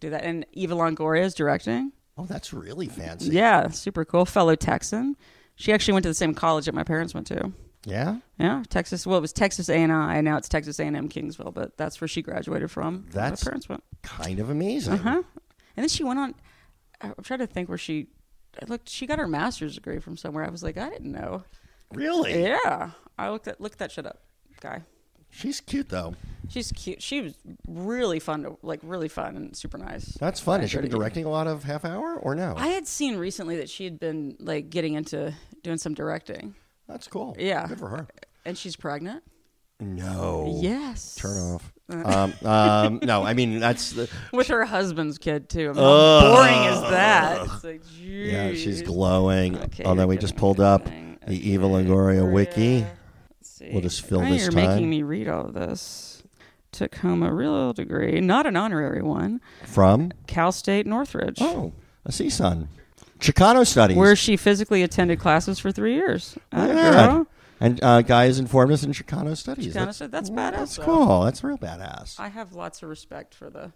[SPEAKER 3] do that. And Eva Longoria is directing.
[SPEAKER 2] Oh, that's really fancy.
[SPEAKER 3] Yeah, super cool. Fellow Texan. She actually went to the same college that my parents went to.
[SPEAKER 2] Yeah?
[SPEAKER 3] Yeah, Texas. Well, it was Texas A&I. and Now it's Texas A&M Kingsville, but that's where she graduated from. where
[SPEAKER 2] That's-
[SPEAKER 3] my parents went.
[SPEAKER 2] Kind of amazing.
[SPEAKER 3] Huh? And then she went on. I'm trying to think where she. I looked. She got her master's degree from somewhere. I was like, I didn't know.
[SPEAKER 2] Really?
[SPEAKER 3] Yeah, I looked at looked that shit up, guy.
[SPEAKER 2] She's cute, though.
[SPEAKER 3] She's cute. She was really fun to like, really fun and super nice.
[SPEAKER 2] That's fun.
[SPEAKER 3] I
[SPEAKER 2] Is she been
[SPEAKER 3] gotta-
[SPEAKER 2] directing a lot of half hour or no?
[SPEAKER 3] I had seen recently that she had been like getting into doing some directing,
[SPEAKER 2] that's cool.
[SPEAKER 3] Yeah.
[SPEAKER 2] Good for her.
[SPEAKER 3] and she's pregnant.
[SPEAKER 2] No.
[SPEAKER 3] Yes.
[SPEAKER 2] Oh.
[SPEAKER 3] Uh.
[SPEAKER 2] Turn off. Um, um, no, I mean, that's the,
[SPEAKER 3] With her husband's kid too. I mean, how boring is that? It's like,
[SPEAKER 2] Oh. Yeah, she's
[SPEAKER 3] jeez.
[SPEAKER 2] glowing.
[SPEAKER 3] Okay,
[SPEAKER 2] Although
[SPEAKER 3] you're
[SPEAKER 2] we just
[SPEAKER 3] doing
[SPEAKER 2] pulled
[SPEAKER 3] good
[SPEAKER 2] up
[SPEAKER 3] thing.
[SPEAKER 2] the Eva Longoria wiki.
[SPEAKER 3] Let's see.
[SPEAKER 2] We'll just fill
[SPEAKER 3] Oh,
[SPEAKER 2] this
[SPEAKER 3] You're
[SPEAKER 2] time.
[SPEAKER 3] making me read all of this. Took home a real degree, not an honorary one.
[SPEAKER 2] From
[SPEAKER 3] Cal State Northridge.
[SPEAKER 2] oh, a CSUN, Chicano Studies.
[SPEAKER 3] Where she physically attended classes for three years.
[SPEAKER 2] Look
[SPEAKER 3] Uh,
[SPEAKER 2] at that.
[SPEAKER 3] girl.
[SPEAKER 2] And uh, guy has informed us in Chicano Studies.
[SPEAKER 3] Chicano Stud- that's
[SPEAKER 2] yeah,
[SPEAKER 3] badass,
[SPEAKER 2] That's
[SPEAKER 3] though.
[SPEAKER 2] cool. That's real badass.
[SPEAKER 3] I have lots of respect for the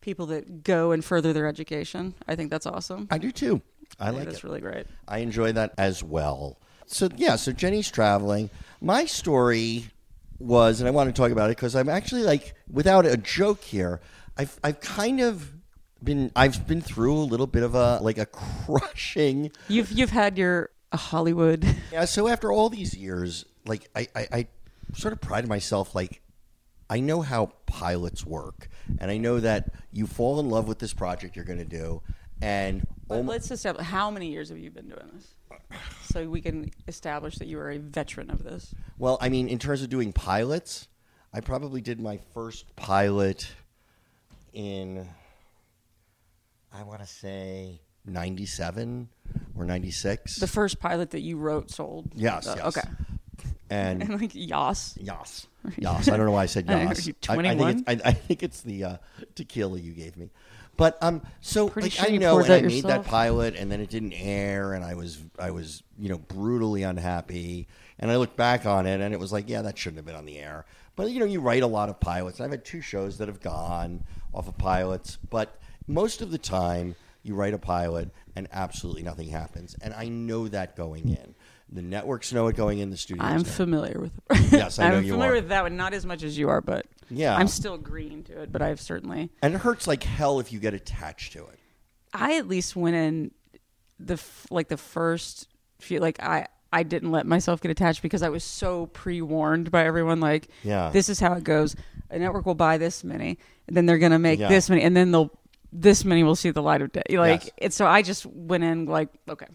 [SPEAKER 3] people that go and further their education. I think that's awesome.
[SPEAKER 2] I do too. I
[SPEAKER 3] think
[SPEAKER 2] like
[SPEAKER 3] that's
[SPEAKER 2] it.
[SPEAKER 3] really great.
[SPEAKER 2] I enjoy that as well. So yeah, so Jenny's traveling. My story was, and I want to talk about it because I'm actually like, without a joke here, I've I've kind of been I've been through a little bit of a like a crushing.
[SPEAKER 3] You've you've had your uh, Hollywood.
[SPEAKER 2] Yeah. So after all these years, like I I, I sort of pride myself like. I know how pilots work, and I know that you fall in love with this project you're going to do, and
[SPEAKER 3] But let's establish how many years have you been doing this, so we can establish that you are a veteran of this.
[SPEAKER 2] Well, I mean, in terms of doing pilots, I probably did my first pilot in, I want to say, 97 or 96.
[SPEAKER 3] The first pilot that you wrote sold.
[SPEAKER 2] yes,
[SPEAKER 3] Uh,
[SPEAKER 2] yes.
[SPEAKER 3] Okay.
[SPEAKER 2] And
[SPEAKER 3] And like Yas.
[SPEAKER 2] Yas. Yas. I don't know why I said
[SPEAKER 3] I don't know,
[SPEAKER 2] Yas.
[SPEAKER 3] are you
[SPEAKER 2] I, I, think
[SPEAKER 3] 21?
[SPEAKER 2] it's, I, I think it's the uh, tequila you gave me. But um, so
[SPEAKER 3] Pretty
[SPEAKER 2] like,
[SPEAKER 3] sure
[SPEAKER 2] I
[SPEAKER 3] you
[SPEAKER 2] know,
[SPEAKER 3] poured
[SPEAKER 2] and I
[SPEAKER 3] that
[SPEAKER 2] made that
[SPEAKER 3] yourself.
[SPEAKER 2] pilot, and then it didn't air, and I was I was you know brutally unhappy, and I looked back on it, and it was like, yeah, that shouldn't have been on the air. But you know, you write a lot of pilots. I've had two shows that have gone off of pilots, but most of the time, you write a pilot, and absolutely nothing happens. And I know that going in, the networks know it going in, the studios.
[SPEAKER 3] I'm
[SPEAKER 2] know.
[SPEAKER 3] familiar with.
[SPEAKER 2] Yes, I know
[SPEAKER 3] am
[SPEAKER 2] you
[SPEAKER 3] familiar
[SPEAKER 2] are.
[SPEAKER 3] with that one, not as much as you are, but
[SPEAKER 2] Yeah.
[SPEAKER 3] I'm still green to it. But I've certainly,
[SPEAKER 2] And it hurts like hell if you get attached to it.
[SPEAKER 3] I at least went in the f- like the first few, like I. I didn't let myself get attached because I was so pre-warned by everyone. Like,
[SPEAKER 2] Yeah.
[SPEAKER 3] this is how it goes. A network will buy this many, and then they're gonna make
[SPEAKER 2] Yeah.
[SPEAKER 3] this many, and then they'll this many will see the light of day. Like,
[SPEAKER 2] Yes.
[SPEAKER 3] it's so I just went in like, okay,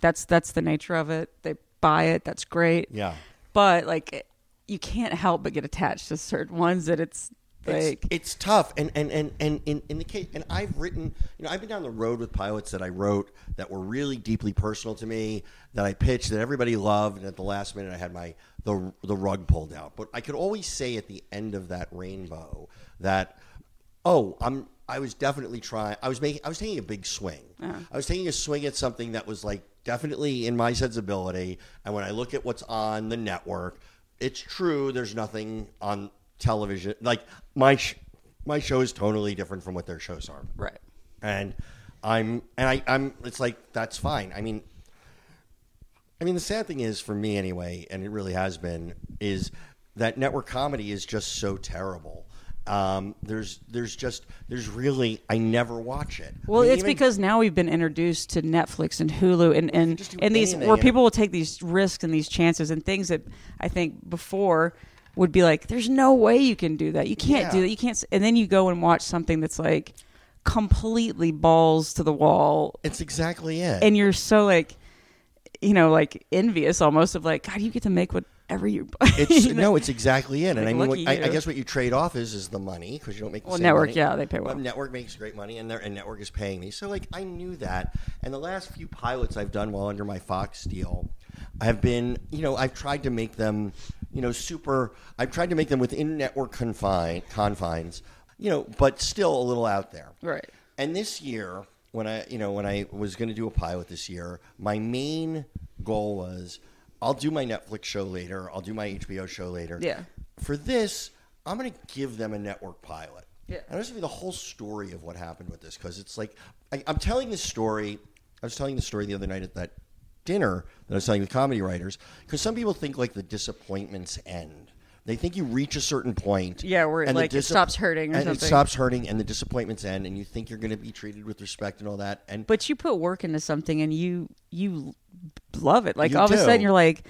[SPEAKER 3] that's that's the nature of it. They buy it. That's great.
[SPEAKER 2] Yeah.
[SPEAKER 3] but like it- you can't help but get attached to certain ones that it's like
[SPEAKER 2] it's, it's tough and and and and in, in the case and i've written you know i've been down the road with pilots that i wrote that were really deeply personal to me that i pitched that everybody loved and at the last minute i had my the the rug pulled out but i could always say at the end of that rainbow that oh i'm i was definitely trying i was making i was taking a big swing i was taking a swing at something that was like definitely in my sensibility and when i look at what's on the network it's true there's nothing on television like my sh- my show is totally different from what their shows are
[SPEAKER 3] right
[SPEAKER 2] and i'm and I, i'm it's like that's fine i mean I mean, the sad thing is for me anyway, and it really has been, is that network comedy is just so terrible. Um, there's there's just there's really I never watch it.
[SPEAKER 3] Well,
[SPEAKER 2] I mean,
[SPEAKER 3] it's
[SPEAKER 2] even-
[SPEAKER 3] because now we've been introduced to Netflix and Hulu and and,
[SPEAKER 2] Just do
[SPEAKER 3] and these
[SPEAKER 2] anything,
[SPEAKER 3] where
[SPEAKER 2] yeah.
[SPEAKER 3] people will take these risks and these chances and things that I think before would be like, there's no way you can do that. You can't do
[SPEAKER 2] Yeah.
[SPEAKER 3] that. You can't. s-" And then you go and watch something that's like completely balls to the wall,
[SPEAKER 2] it's exactly it.
[SPEAKER 3] and you're so like, you know, like envious almost of like, God, you get to make whatever you.
[SPEAKER 2] It's
[SPEAKER 3] you know?
[SPEAKER 2] no, it's exactly it. And
[SPEAKER 3] Like,
[SPEAKER 2] I mean, what,
[SPEAKER 3] lucky
[SPEAKER 2] I, I
[SPEAKER 3] you.
[SPEAKER 2] guess what you trade off is is the money because you don't make the
[SPEAKER 3] Well,
[SPEAKER 2] same
[SPEAKER 3] network,
[SPEAKER 2] money.
[SPEAKER 3] yeah, they pay well.
[SPEAKER 2] network makes great money, and they're- and network is paying me. So like I knew that. And the last few pilots I've done while under my Fox deal, I've been you know I've tried to make them you know super. I've tried to make them within network confine confines, you know, but still a little out there.
[SPEAKER 3] Right.
[SPEAKER 2] And this year, when I you know when I was going to do a pilot this year, my main goal was I'll do my Netflix show later. I'll do my HBO show later.
[SPEAKER 3] Yeah.
[SPEAKER 2] For this, I'm going to give them a network pilot.
[SPEAKER 3] Yeah.
[SPEAKER 2] And I'm just going to the whole story of what happened with this because it's like I, I'm telling this story. I was telling this story the other night at that dinner that I was telling the comedy writers because some people think like the disappointments end. They think you reach a certain point.
[SPEAKER 3] Yeah, where it,
[SPEAKER 2] and the
[SPEAKER 3] like, it stops hurting or
[SPEAKER 2] and
[SPEAKER 3] something.
[SPEAKER 2] It stops hurting, and the disappointments end, and you think you're going to be treated with respect and all that. And
[SPEAKER 3] but you put work into something and you you love it like
[SPEAKER 2] You
[SPEAKER 3] all of a
[SPEAKER 2] do.
[SPEAKER 3] sudden you're like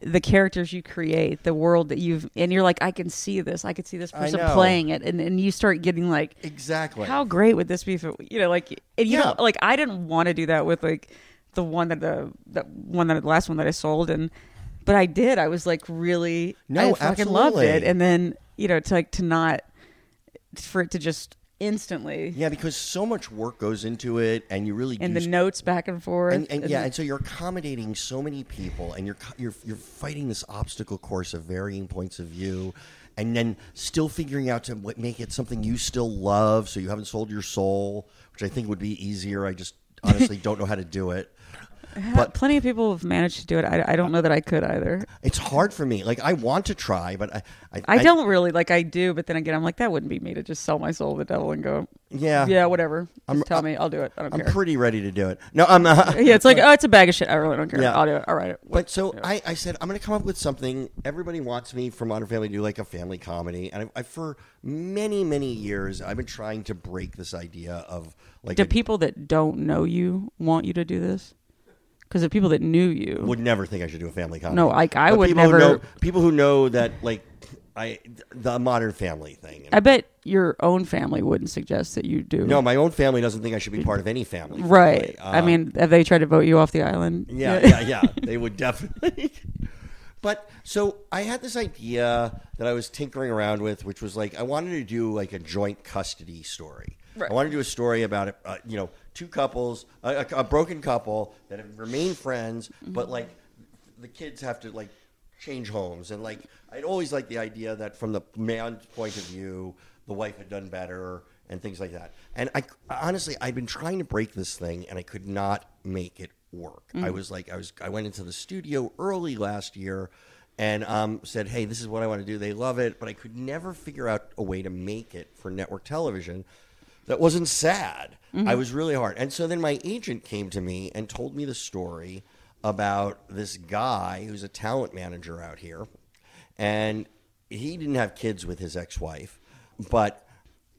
[SPEAKER 3] the characters you create the world that you've and you're like i can see this i can see this
[SPEAKER 2] I
[SPEAKER 3] person
[SPEAKER 2] know.
[SPEAKER 3] playing it and, and you start getting like
[SPEAKER 2] Exactly.
[SPEAKER 3] how great would this be if it, you know like and you
[SPEAKER 2] Yeah.
[SPEAKER 3] know like i didn't want to do that with like the one that the that one that the last one that i sold and but i did i was like really
[SPEAKER 2] No,
[SPEAKER 3] i fucking loved it
[SPEAKER 2] absolutely.
[SPEAKER 3] and then you know to like to not for it to just instantly
[SPEAKER 2] yeah, because so much work goes into it, and you really
[SPEAKER 3] and
[SPEAKER 2] do
[SPEAKER 3] the notes back and forth
[SPEAKER 2] and, and yeah,
[SPEAKER 3] the-
[SPEAKER 2] and so you're accommodating so many people, and you're co- you're you're fighting this obstacle course of varying points of view, and then still figuring out to what make it something you still love. So you haven't sold your soul, which I think would be easier. I just honestly don't know how to do it. But
[SPEAKER 3] plenty of people have managed to do it. I, I don't know that I could either.
[SPEAKER 2] it's hard for me. Like I want to try, but I I,
[SPEAKER 3] I don't really like. I do, but then again, I'm like that wouldn't be me to just sell my soul to the devil and go.
[SPEAKER 2] Yeah.
[SPEAKER 3] yeah, whatever. Just tell me, I'll do it. I don't
[SPEAKER 2] Uh, I'm
[SPEAKER 3] care.
[SPEAKER 2] pretty ready to do it. No, I'm not.
[SPEAKER 3] yeah, it's like oh, it's a bag of shit. I really don't care.
[SPEAKER 2] Yeah.
[SPEAKER 3] I'll do it. All right.
[SPEAKER 2] But so I, I said I'm going to come up with something. Everybody wants me from Modern Family to do like a family comedy, and I, I for many many years I've been trying to break this idea of like
[SPEAKER 3] do
[SPEAKER 2] a-
[SPEAKER 3] people that don't know you want you to do this? Because the people that knew you,
[SPEAKER 2] would never think I should do a family comedy.
[SPEAKER 3] No, I- I would
[SPEAKER 2] people who
[SPEAKER 3] never-
[SPEAKER 2] know- people who know that like I the Modern Family thing.
[SPEAKER 3] I bet your own family wouldn't suggest that you do.
[SPEAKER 2] no, my own family doesn't think I should be part of any family.
[SPEAKER 3] right.
[SPEAKER 2] frankly.
[SPEAKER 3] I
[SPEAKER 2] Um,
[SPEAKER 3] mean, have they tried to vote you off the island?
[SPEAKER 2] Yeah, yeah, yeah. they would definitely. but so I had this idea that I was tinkering around with, which was like I wanted to do like a joint custody story.
[SPEAKER 3] Right.
[SPEAKER 2] I wanted to do a story about uh, you know two couples, a, a, a broken couple that have remained friends, but like the kids have to like change homes, and like I'd always like the idea that from the man's point of view, the wife had done better. And things like that, and I honestly, I'd been trying to break this thing, and I could not make it work. I was like, I was, I went into the studio early last year, and um, said, "Hey, this is what I want to do." They love it, but I could never figure out a way to make it for network television that wasn't sad. I was really hard, and so then my agent came to me and told me the story about this guy who's a talent manager out here, and he didn't have kids with his ex-wife, but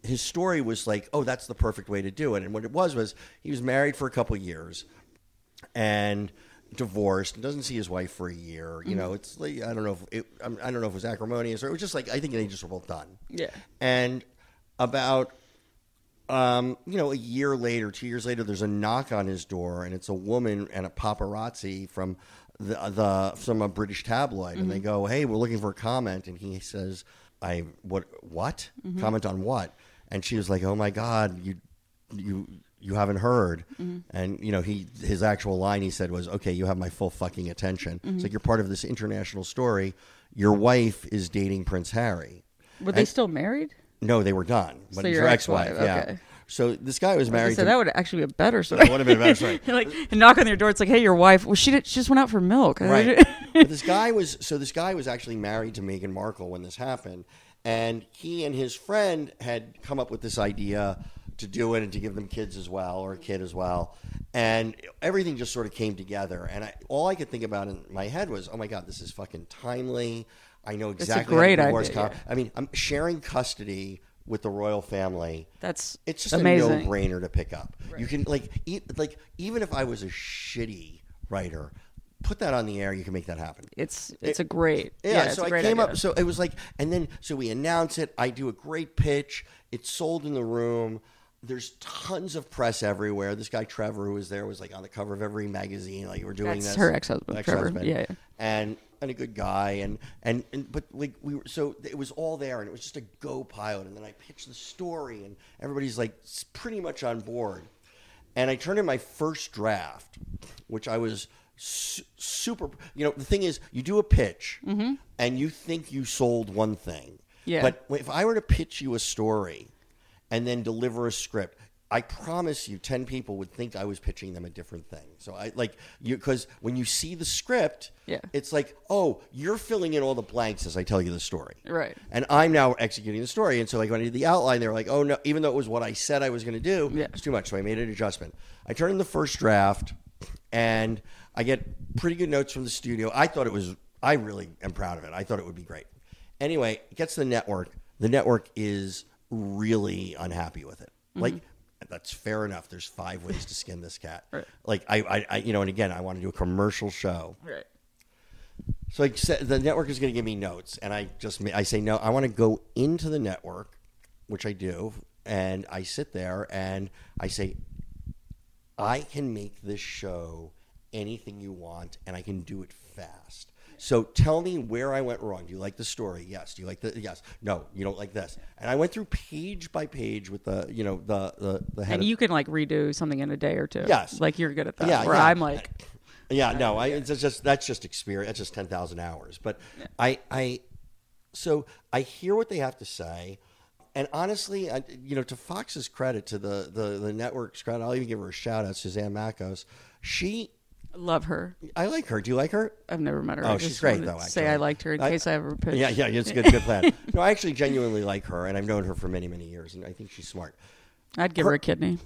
[SPEAKER 2] his story was like, "Oh, that's the perfect way to do it." And what it was was he was married for a couple years, and divorced and doesn't see his wife for a year. You know, it's like I don't know if it, I'm- I don't know if it was acrimonious or it was just like I think they just were both done.
[SPEAKER 3] Yeah.
[SPEAKER 2] And about um, you know, a year later, two years later, there's a knock on his door, and it's a woman and a paparazzi from the the from a British tabloid, and they go, "Hey, we're looking for a comment," and he says, "I what what comment on what?" And she was like, "Oh my God, you you." You haven't heard, and you know he his actual line he said was, "Okay, you have my full fucking attention." It's like you're part of this international story. Your wife is dating Prince Harry.
[SPEAKER 3] Were they still married?
[SPEAKER 2] No, they were done. But
[SPEAKER 3] So
[SPEAKER 2] it was
[SPEAKER 3] your
[SPEAKER 2] her ex-wife,
[SPEAKER 3] ex-wife,
[SPEAKER 2] yeah.
[SPEAKER 3] okay.
[SPEAKER 2] So this guy was married.
[SPEAKER 3] So
[SPEAKER 2] to,
[SPEAKER 3] that would actually be a better story.
[SPEAKER 2] would have been a better story.
[SPEAKER 3] like knock on their door. It's like, hey, your wife. Well, she did, she just went out for milk.
[SPEAKER 2] right. but this guy was so this guy was actually married to Meghan Markle when this happened, and he and his friend had come up with this idea to do it and to give them kids as well or a kid as well, and everything just sort of came together. And I, all I could think about in my head was, oh my god, this is fucking timely. I know exactly. how the
[SPEAKER 3] great
[SPEAKER 2] divorce
[SPEAKER 3] idea,
[SPEAKER 2] con- I mean, I'm sharing custody with the royal family.
[SPEAKER 3] That's
[SPEAKER 2] it's just a
[SPEAKER 3] amazing.
[SPEAKER 2] no-brainer to pick up. You can like e- like even if I was a shitty writer, put that on the air. You can make that happen.
[SPEAKER 3] It's it's a great
[SPEAKER 2] Yeah,
[SPEAKER 3] it's
[SPEAKER 2] so
[SPEAKER 3] a
[SPEAKER 2] I
[SPEAKER 3] great
[SPEAKER 2] came
[SPEAKER 3] idea.
[SPEAKER 2] up. So it was like, and then so we announce it. I do a great pitch. It's sold in the room. There's tons of press everywhere. This guy Trevor, who was there, was like on the cover of every magazine. Like we're doing
[SPEAKER 3] That's
[SPEAKER 2] this.
[SPEAKER 3] her ex-husband,
[SPEAKER 2] Ex-husband.
[SPEAKER 3] Trevor. Yeah, yeah.
[SPEAKER 2] and and a good guy, and and and but like we were so it was all there, and it was just a go pilot. And then I pitched the story, and everybody's like s- pretty much on board. And I turned in my first draft, which I was su- super. You know, the thing is, you do a pitch, and you think you sold one thing.
[SPEAKER 3] Yeah.
[SPEAKER 2] But if I were to pitch you a story, and then deliver a script. I promise you, ten people would think I was pitching them a different thing. So I like you because when you see the script,
[SPEAKER 3] Yeah.
[SPEAKER 2] it's like, oh, you're filling in all the blanks as I tell you the story,
[SPEAKER 3] Right.
[SPEAKER 2] And I'm now executing the story, and so like when I did the outline, they were like, oh no, even though it was what I said I was going to do,
[SPEAKER 3] Yeah.
[SPEAKER 2] it's too much. So I made an adjustment. I turned in the first draft, and I get pretty good notes from the studio. I thought it was, I really am proud of it. I thought it would be great. Anyway, it gets to the network. The network is really unhappy with it. Like, that's fair enough. There's five ways to skin this cat. Like, I, I, I, you know, and again, I want to do a commercial show.
[SPEAKER 3] Right.
[SPEAKER 2] So I said, the network is going to give me notes, and I just ma- I say no. I want to go into the network, which I do, and I sit there and I say, I can make this show anything you want, and I can do it fast. So tell me where I went wrong. Do you like the story? Yes. Do you like the yes? No. You don't like this. And I went through page by page with the you know the the, the head
[SPEAKER 3] And
[SPEAKER 2] of-
[SPEAKER 3] you can like redo something in a day or two.
[SPEAKER 2] Yes.
[SPEAKER 3] Like you're good at that.
[SPEAKER 2] Yeah,
[SPEAKER 3] Where
[SPEAKER 2] yeah.
[SPEAKER 3] I'm like
[SPEAKER 2] Yeah, no, I, it's just that's just experience. That's just ten thousand hours. But I, I, so I hear what they have to say, and honestly, I, you know, to Fox's credit, to the the the network's credit, I'll even give her a shout out, Suzanne Makos. She,
[SPEAKER 3] love her.
[SPEAKER 2] I like her. Do you like her?
[SPEAKER 3] I've never met her.
[SPEAKER 2] Oh,
[SPEAKER 3] I
[SPEAKER 2] she's
[SPEAKER 3] just
[SPEAKER 2] great,
[SPEAKER 3] wanted
[SPEAKER 2] though,
[SPEAKER 3] to
[SPEAKER 2] actually.
[SPEAKER 3] Say I liked her in
[SPEAKER 2] I-
[SPEAKER 3] case I ever pitched.
[SPEAKER 2] Yeah, yeah, it's a good, good plan. no, I actually genuinely like her, and I've known her for many, many years, and I think she's smart.
[SPEAKER 3] I'd give her a kidney.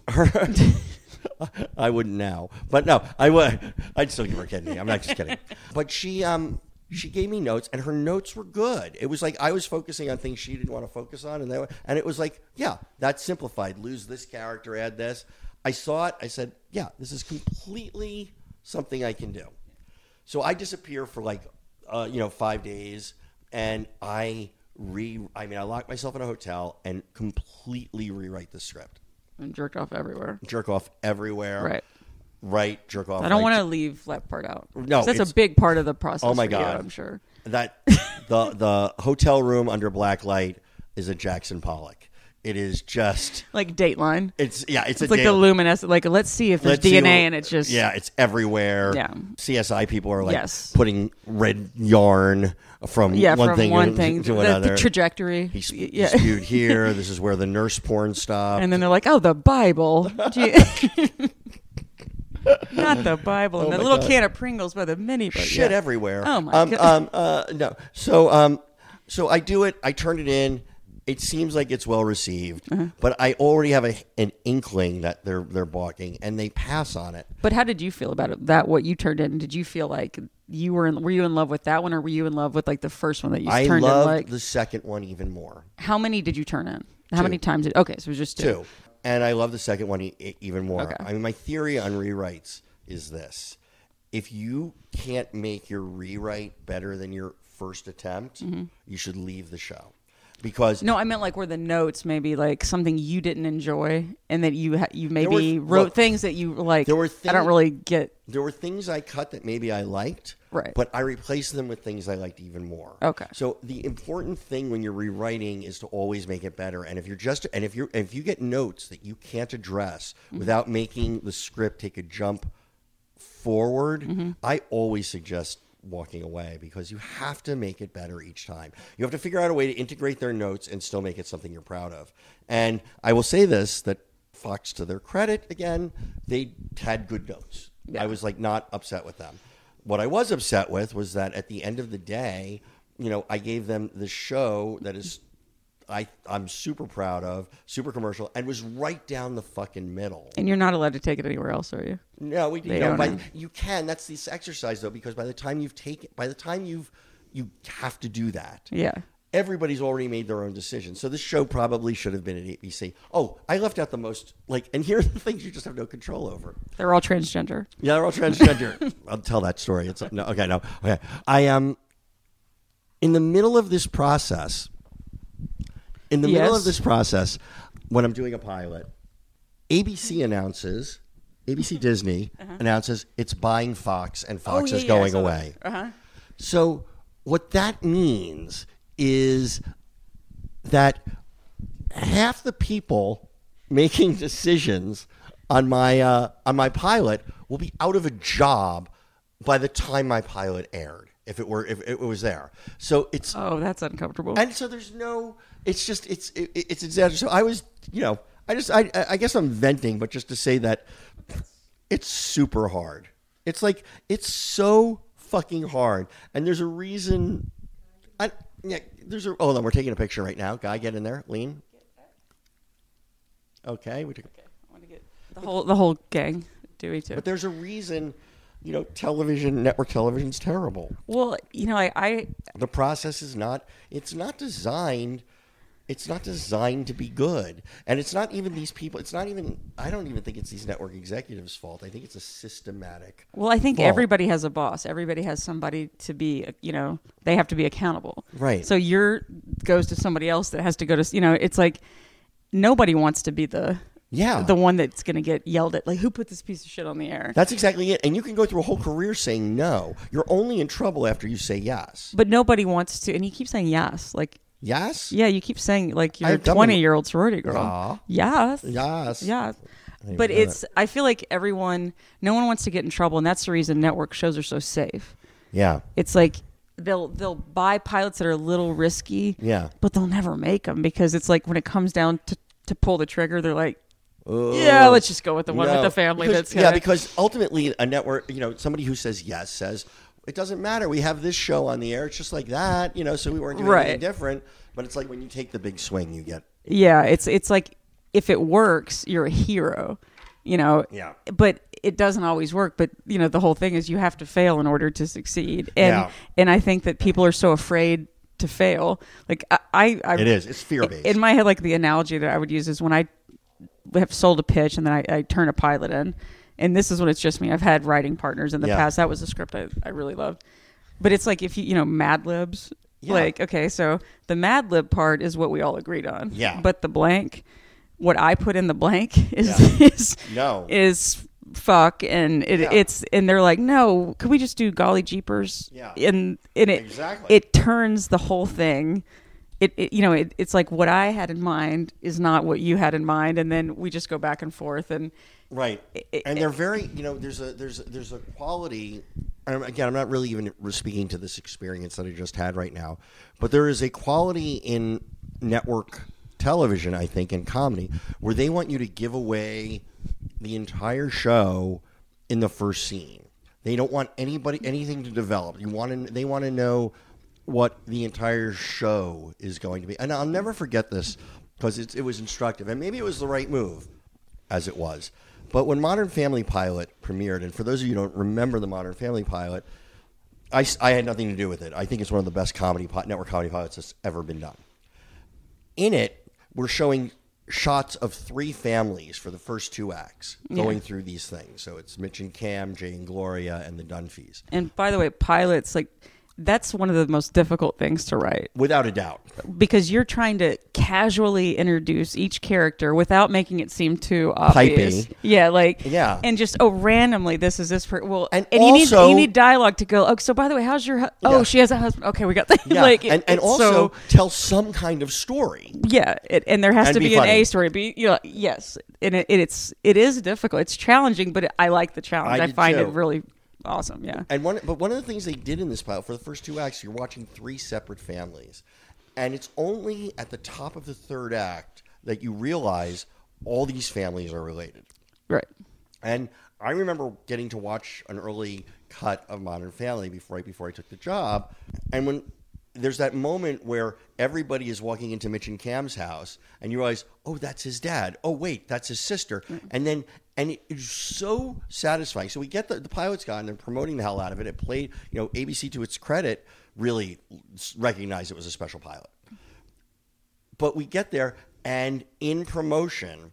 [SPEAKER 2] I wouldn't now, but no, I would. I'd still give her a kidney. I'm not just kidding. But she, um, she gave me notes, and her notes were good. It was like I was focusing on things she didn't want to focus on, and they were, and it was like, yeah, that's simplified. Lose this character, add this. I saw it. I said, yeah, this is completely something I can do. So I disappear for like, uh, you know, five days, and I re. I mean, I lock myself in a hotel and completely rewrite the script.
[SPEAKER 3] and jerked off everywhere.
[SPEAKER 2] Jerk off everywhere
[SPEAKER 3] Right.
[SPEAKER 2] right jerk off.
[SPEAKER 3] I don't
[SPEAKER 2] right,
[SPEAKER 3] want to leave that part out.
[SPEAKER 2] Oh, No,
[SPEAKER 3] 'Cause that's
[SPEAKER 2] it's-
[SPEAKER 3] a big part of the process.
[SPEAKER 2] Oh my
[SPEAKER 3] for you,
[SPEAKER 2] god!
[SPEAKER 3] I'm sure.
[SPEAKER 2] that the the hotel room under black light is a Jackson Pollock. It is just
[SPEAKER 3] Like Dateline.
[SPEAKER 2] it's yeah it's,
[SPEAKER 3] It's
[SPEAKER 2] a
[SPEAKER 3] like the
[SPEAKER 2] damn-
[SPEAKER 3] luminescent. Like let's see if there's
[SPEAKER 2] Let's see
[SPEAKER 3] DNA,
[SPEAKER 2] what-
[SPEAKER 3] and it's just
[SPEAKER 2] yeah it's everywhere.
[SPEAKER 3] Yeah.
[SPEAKER 2] CSI people are like
[SPEAKER 3] Yes.
[SPEAKER 2] putting red yarn from
[SPEAKER 3] yeah
[SPEAKER 2] one
[SPEAKER 3] from
[SPEAKER 2] thing
[SPEAKER 3] one
[SPEAKER 2] to,
[SPEAKER 3] thing
[SPEAKER 2] to
[SPEAKER 3] the,
[SPEAKER 2] another.
[SPEAKER 3] the trajectory.
[SPEAKER 2] He sp- he
[SPEAKER 3] yeah.
[SPEAKER 2] spewed here. this is where the nurse porn stopped.
[SPEAKER 3] And then they're like, "Oh, the Bible, Gee- not the
[SPEAKER 2] Oh
[SPEAKER 3] Bible, and the little can of Pringles, but the mini but
[SPEAKER 2] shit
[SPEAKER 3] yeah.
[SPEAKER 2] everywhere.
[SPEAKER 3] Oh my
[SPEAKER 2] um,
[SPEAKER 3] God.
[SPEAKER 2] Um, uh, no, so um, so I do it. I turn it in. It seems like it's well received,
[SPEAKER 3] Uh-huh.
[SPEAKER 2] but I already have a, an inkling that they're they're balking and they pass on it.
[SPEAKER 3] But how did you feel about it? That what you turned in? Did you feel like you were in? Were you in love with that one, or were you in love with like the first one that you
[SPEAKER 2] I
[SPEAKER 3] turned
[SPEAKER 2] love
[SPEAKER 3] in? Like
[SPEAKER 2] the second one even more
[SPEAKER 3] how many did you turn in? How many times did? Okay, so it was just two.
[SPEAKER 2] too, and I love the second one e- e- even more.
[SPEAKER 3] Okay.
[SPEAKER 2] I mean, my theory on rewrites is this: if you can't make your rewrite better than your first attempt,
[SPEAKER 3] Mm-hmm.
[SPEAKER 2] you should leave the show because
[SPEAKER 3] No, I meant like were the notes maybe like something you didn't enjoy, and that you ha- you maybe
[SPEAKER 2] were-
[SPEAKER 3] wrote
[SPEAKER 2] look,
[SPEAKER 3] things that you like.
[SPEAKER 2] there were
[SPEAKER 3] I don't
[SPEAKER 2] thing-
[SPEAKER 3] really get.
[SPEAKER 2] there were things I cut that maybe I liked,
[SPEAKER 3] Right.
[SPEAKER 2] But I replaced them with things I liked even more.
[SPEAKER 3] Okay.
[SPEAKER 2] So the important thing when you're rewriting is to always make it better. And if you're just and if you if you get notes that you can't address
[SPEAKER 3] Mm-hmm.
[SPEAKER 2] without making the script take a jump forward, I always suggest walking away because you have to make it better each time. You have to figure out a way to integrate their notes and still make it something you're proud of. And I will say this that Fox to their credit again, they had good notes. I was like not upset with them. What I was upset with was that at the end of the day, you know, I gave them the show that is I I'm super proud of, super commercial and was right down the fucking middle.
[SPEAKER 3] And you're not allowed to take it anywhere else, are you?
[SPEAKER 2] No, we you
[SPEAKER 3] They
[SPEAKER 2] know,
[SPEAKER 3] don't
[SPEAKER 2] by,
[SPEAKER 3] know.
[SPEAKER 2] you can. That's this exercise though, because by the time you've taken, by the time you've, you have to do that.
[SPEAKER 3] Yeah.
[SPEAKER 2] everybody's already made their own decision. So this show probably should have been at ABC. Oh, I left out the most like, and here are the things you just have no control over.
[SPEAKER 3] They're all transgender.
[SPEAKER 2] Yeah, they're all transgender. I'll tell that story. It's no, okay, no, okay. I am um, in the middle of this process. In the middle
[SPEAKER 3] Yes.
[SPEAKER 2] of this process, when I'm doing a pilot, ABC announces,
[SPEAKER 3] Mm-hmm.
[SPEAKER 2] ABC Disney announces it's buying Fox and Fox
[SPEAKER 3] Uh-huh. Oh, yeah,
[SPEAKER 2] is
[SPEAKER 3] yeah, I
[SPEAKER 2] going
[SPEAKER 3] saw that. Uh-huh.
[SPEAKER 2] away. So what that means is that half the people making decisions on my uh, on my pilot will be out of a job by the time my pilot aired if it were if it was there. So it's
[SPEAKER 3] Oh, that's uncomfortable.
[SPEAKER 2] and so there's no it's just it's it, it's exaggerated. So I was you know I just I I guess I'm venting, but just to say that it's super hard. It's like it's so fucking hard, and there's a reason. I yeah, there's a hold on. We're taking a picture right now. Guy, get in there. Lean. Okay, we took.
[SPEAKER 3] the whole the whole gang do we too.
[SPEAKER 2] But there's a reason, you know, television network television's terrible.
[SPEAKER 3] Well, you know, I, I
[SPEAKER 2] the process is not it's not designed it's not designed to be good and it's not even these people it's not even i don't even think it's these network executives fault i think it's a systematic
[SPEAKER 3] well, I think
[SPEAKER 2] Well-
[SPEAKER 3] everybody has a boss. Everybody has somebody to be, you know, they have to be accountable.
[SPEAKER 2] Right.
[SPEAKER 3] So your goes to somebody else that has to go to, you know, it's like nobody wants to be the
[SPEAKER 2] Yeah.
[SPEAKER 3] the one that's going to get yelled at like who put this piece of shit on the air.
[SPEAKER 2] that's exactly it and you can go through a whole career saying no you're only in trouble after you say yes
[SPEAKER 3] but nobody wants to and you keep saying yes. Like
[SPEAKER 2] yes
[SPEAKER 3] yeah, you keep saying like you're a
[SPEAKER 2] I've done-
[SPEAKER 3] 20-year-old sorority girl. Yes.
[SPEAKER 2] yes
[SPEAKER 3] Yeah. But it's I feel like everyone no one wants to get in trouble and that's the reason network shows are so safe.
[SPEAKER 2] yeah
[SPEAKER 3] It's like they'll they'll buy pilots that are a little risky.
[SPEAKER 2] Yeah.
[SPEAKER 3] But they'll never make them because it's like when it comes down to to pull the trigger they're like yeah, let's just go with the one with
[SPEAKER 2] No.
[SPEAKER 3] the family
[SPEAKER 2] Because-
[SPEAKER 3] that's
[SPEAKER 2] yeah
[SPEAKER 3] gonna-
[SPEAKER 2] because ultimately a network you know somebody who says yes says it doesn't matter we have this show on the air it's just like that you know so we weren't doing
[SPEAKER 3] Right.
[SPEAKER 2] anything different but it's like when you take the big swing you get
[SPEAKER 3] Yeah, it's it's like if it works, you're a hero, you know.
[SPEAKER 2] Yeah.
[SPEAKER 3] But it doesn't always work. But you know, the whole thing is you have to fail in order to succeed. And
[SPEAKER 2] Yeah.
[SPEAKER 3] and I think that people are so afraid to fail. Like I, I, I
[SPEAKER 2] It is. It's fear-based.
[SPEAKER 3] In my head, like the analogy that I would use is when I have sold a pitch and then I, I turn a pilot in, and this is when it's just me. I've had writing partners in the
[SPEAKER 2] Yeah.
[SPEAKER 3] past. That was a script I, I really loved. But it's like if you you know Mad Libs. Like okay, so the Mad Lib part is what we all agreed on.
[SPEAKER 2] Yeah.
[SPEAKER 3] But the blank, what I put in the blank is is
[SPEAKER 2] No.
[SPEAKER 3] is fuck and it,
[SPEAKER 2] Yeah.
[SPEAKER 3] it's and they're like no can we just do golly jeepers
[SPEAKER 2] Yeah.
[SPEAKER 3] and and it
[SPEAKER 2] Exactly.
[SPEAKER 3] it turns the whole thing it, it you know it, it's like what i had in mind is not what you had in mind and then we just go back and forth and
[SPEAKER 2] right and they're very you know there's a there's there's a quality and again i'm not really even speaking to this experience that i just had right now but there is a quality in network television i think and comedy where they want you to give away the entire show in the first scene they don't want anybody anything to develop you want to they want to know what the entire show is going to be and i'll never forget this because it was instructive and maybe it was the right move as it was. But when Modern Family Pilot premiered, and for those of you who don't remember the Modern Family Pilot, I, s- I had nothing to do with it. I think it's one of the best comedy pi- network comedy pilots that's ever been done. In it, we're showing shots of three families for the first two acts going through these things. So it's Mitch and Cam, Jay and Gloria, and the Dunphys,
[SPEAKER 3] and by the way pilots like that's one of the most difficult things to write
[SPEAKER 2] without a doubt.
[SPEAKER 3] because you're trying to casually introduce each character without making it seem too obvious.
[SPEAKER 2] Pipey.
[SPEAKER 3] Yeah, like
[SPEAKER 2] Yeah.
[SPEAKER 3] and just oh, randomly this is this per well, and,
[SPEAKER 2] And
[SPEAKER 3] you need
[SPEAKER 2] also-
[SPEAKER 3] you need dialogue to go. Oh, so by the way, how's your hu- oh
[SPEAKER 2] Yeah.
[SPEAKER 3] she has a husband? Okay, we got that.
[SPEAKER 2] Yeah,
[SPEAKER 3] like it-
[SPEAKER 2] and, and
[SPEAKER 3] it's
[SPEAKER 2] also
[SPEAKER 3] so,
[SPEAKER 2] tell some kind of story.
[SPEAKER 3] yeah, it, and there has
[SPEAKER 2] And
[SPEAKER 3] to
[SPEAKER 2] be
[SPEAKER 3] be, an
[SPEAKER 2] funny.
[SPEAKER 3] A story. Be you know, yes, and it, it, it's it is difficult. It's challenging, but I like the challenge.
[SPEAKER 2] I
[SPEAKER 3] I,
[SPEAKER 2] did
[SPEAKER 3] find
[SPEAKER 2] too.
[SPEAKER 3] it really awesome. Yeah,
[SPEAKER 2] And one, but one of the things they did in this pilot for the first two acts, you're watching three separate families, and it's only at the top of the third act that you realize all these families are related.
[SPEAKER 3] right.
[SPEAKER 2] And I remember getting to watch an early cut of Modern Family before right before I took the job, and when there's that moment where everybody is walking into Mitch and Cam's house, and you realize, oh, that's his dad. Oh, wait, that's his sister. And then, and it is so satisfying. So we get the, the pilot's gone. They're promoting the hell out of it. It played, you know, ABC to its credit really recognized it was a special pilot But we get there, and in promotion,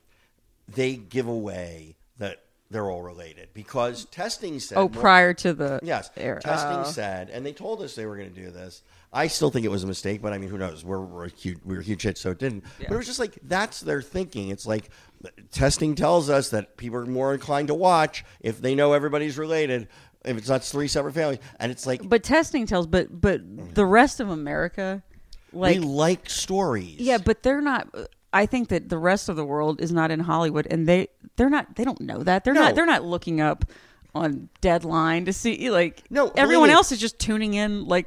[SPEAKER 2] they give away that they're all related because testing said.
[SPEAKER 3] Oh,
[SPEAKER 2] more-
[SPEAKER 3] prior to the
[SPEAKER 2] Yes,
[SPEAKER 3] era.
[SPEAKER 2] testing
[SPEAKER 3] Oh.
[SPEAKER 2] said, and they told us they were going to do this. I still think it was a mistake, but I mean, who knows? We're, we're a huge, we were huge hits, so it didn't. But it was just like that's their thinking. It's like testing tells us that people are more inclined to watch if they know everybody's related, if it's not three separate families, and it's like
[SPEAKER 3] But testing tells, but but the rest of America, like
[SPEAKER 2] Mm-hmm. we like stories.
[SPEAKER 3] yeah, but they're not. I think that the rest of the world is not in Hollywood, and they they're not. They don't know that. They're
[SPEAKER 2] No.
[SPEAKER 3] not. They're not looking up on deadline to see like
[SPEAKER 2] No, believe
[SPEAKER 3] Everyone
[SPEAKER 2] me.
[SPEAKER 3] else is just tuning in like.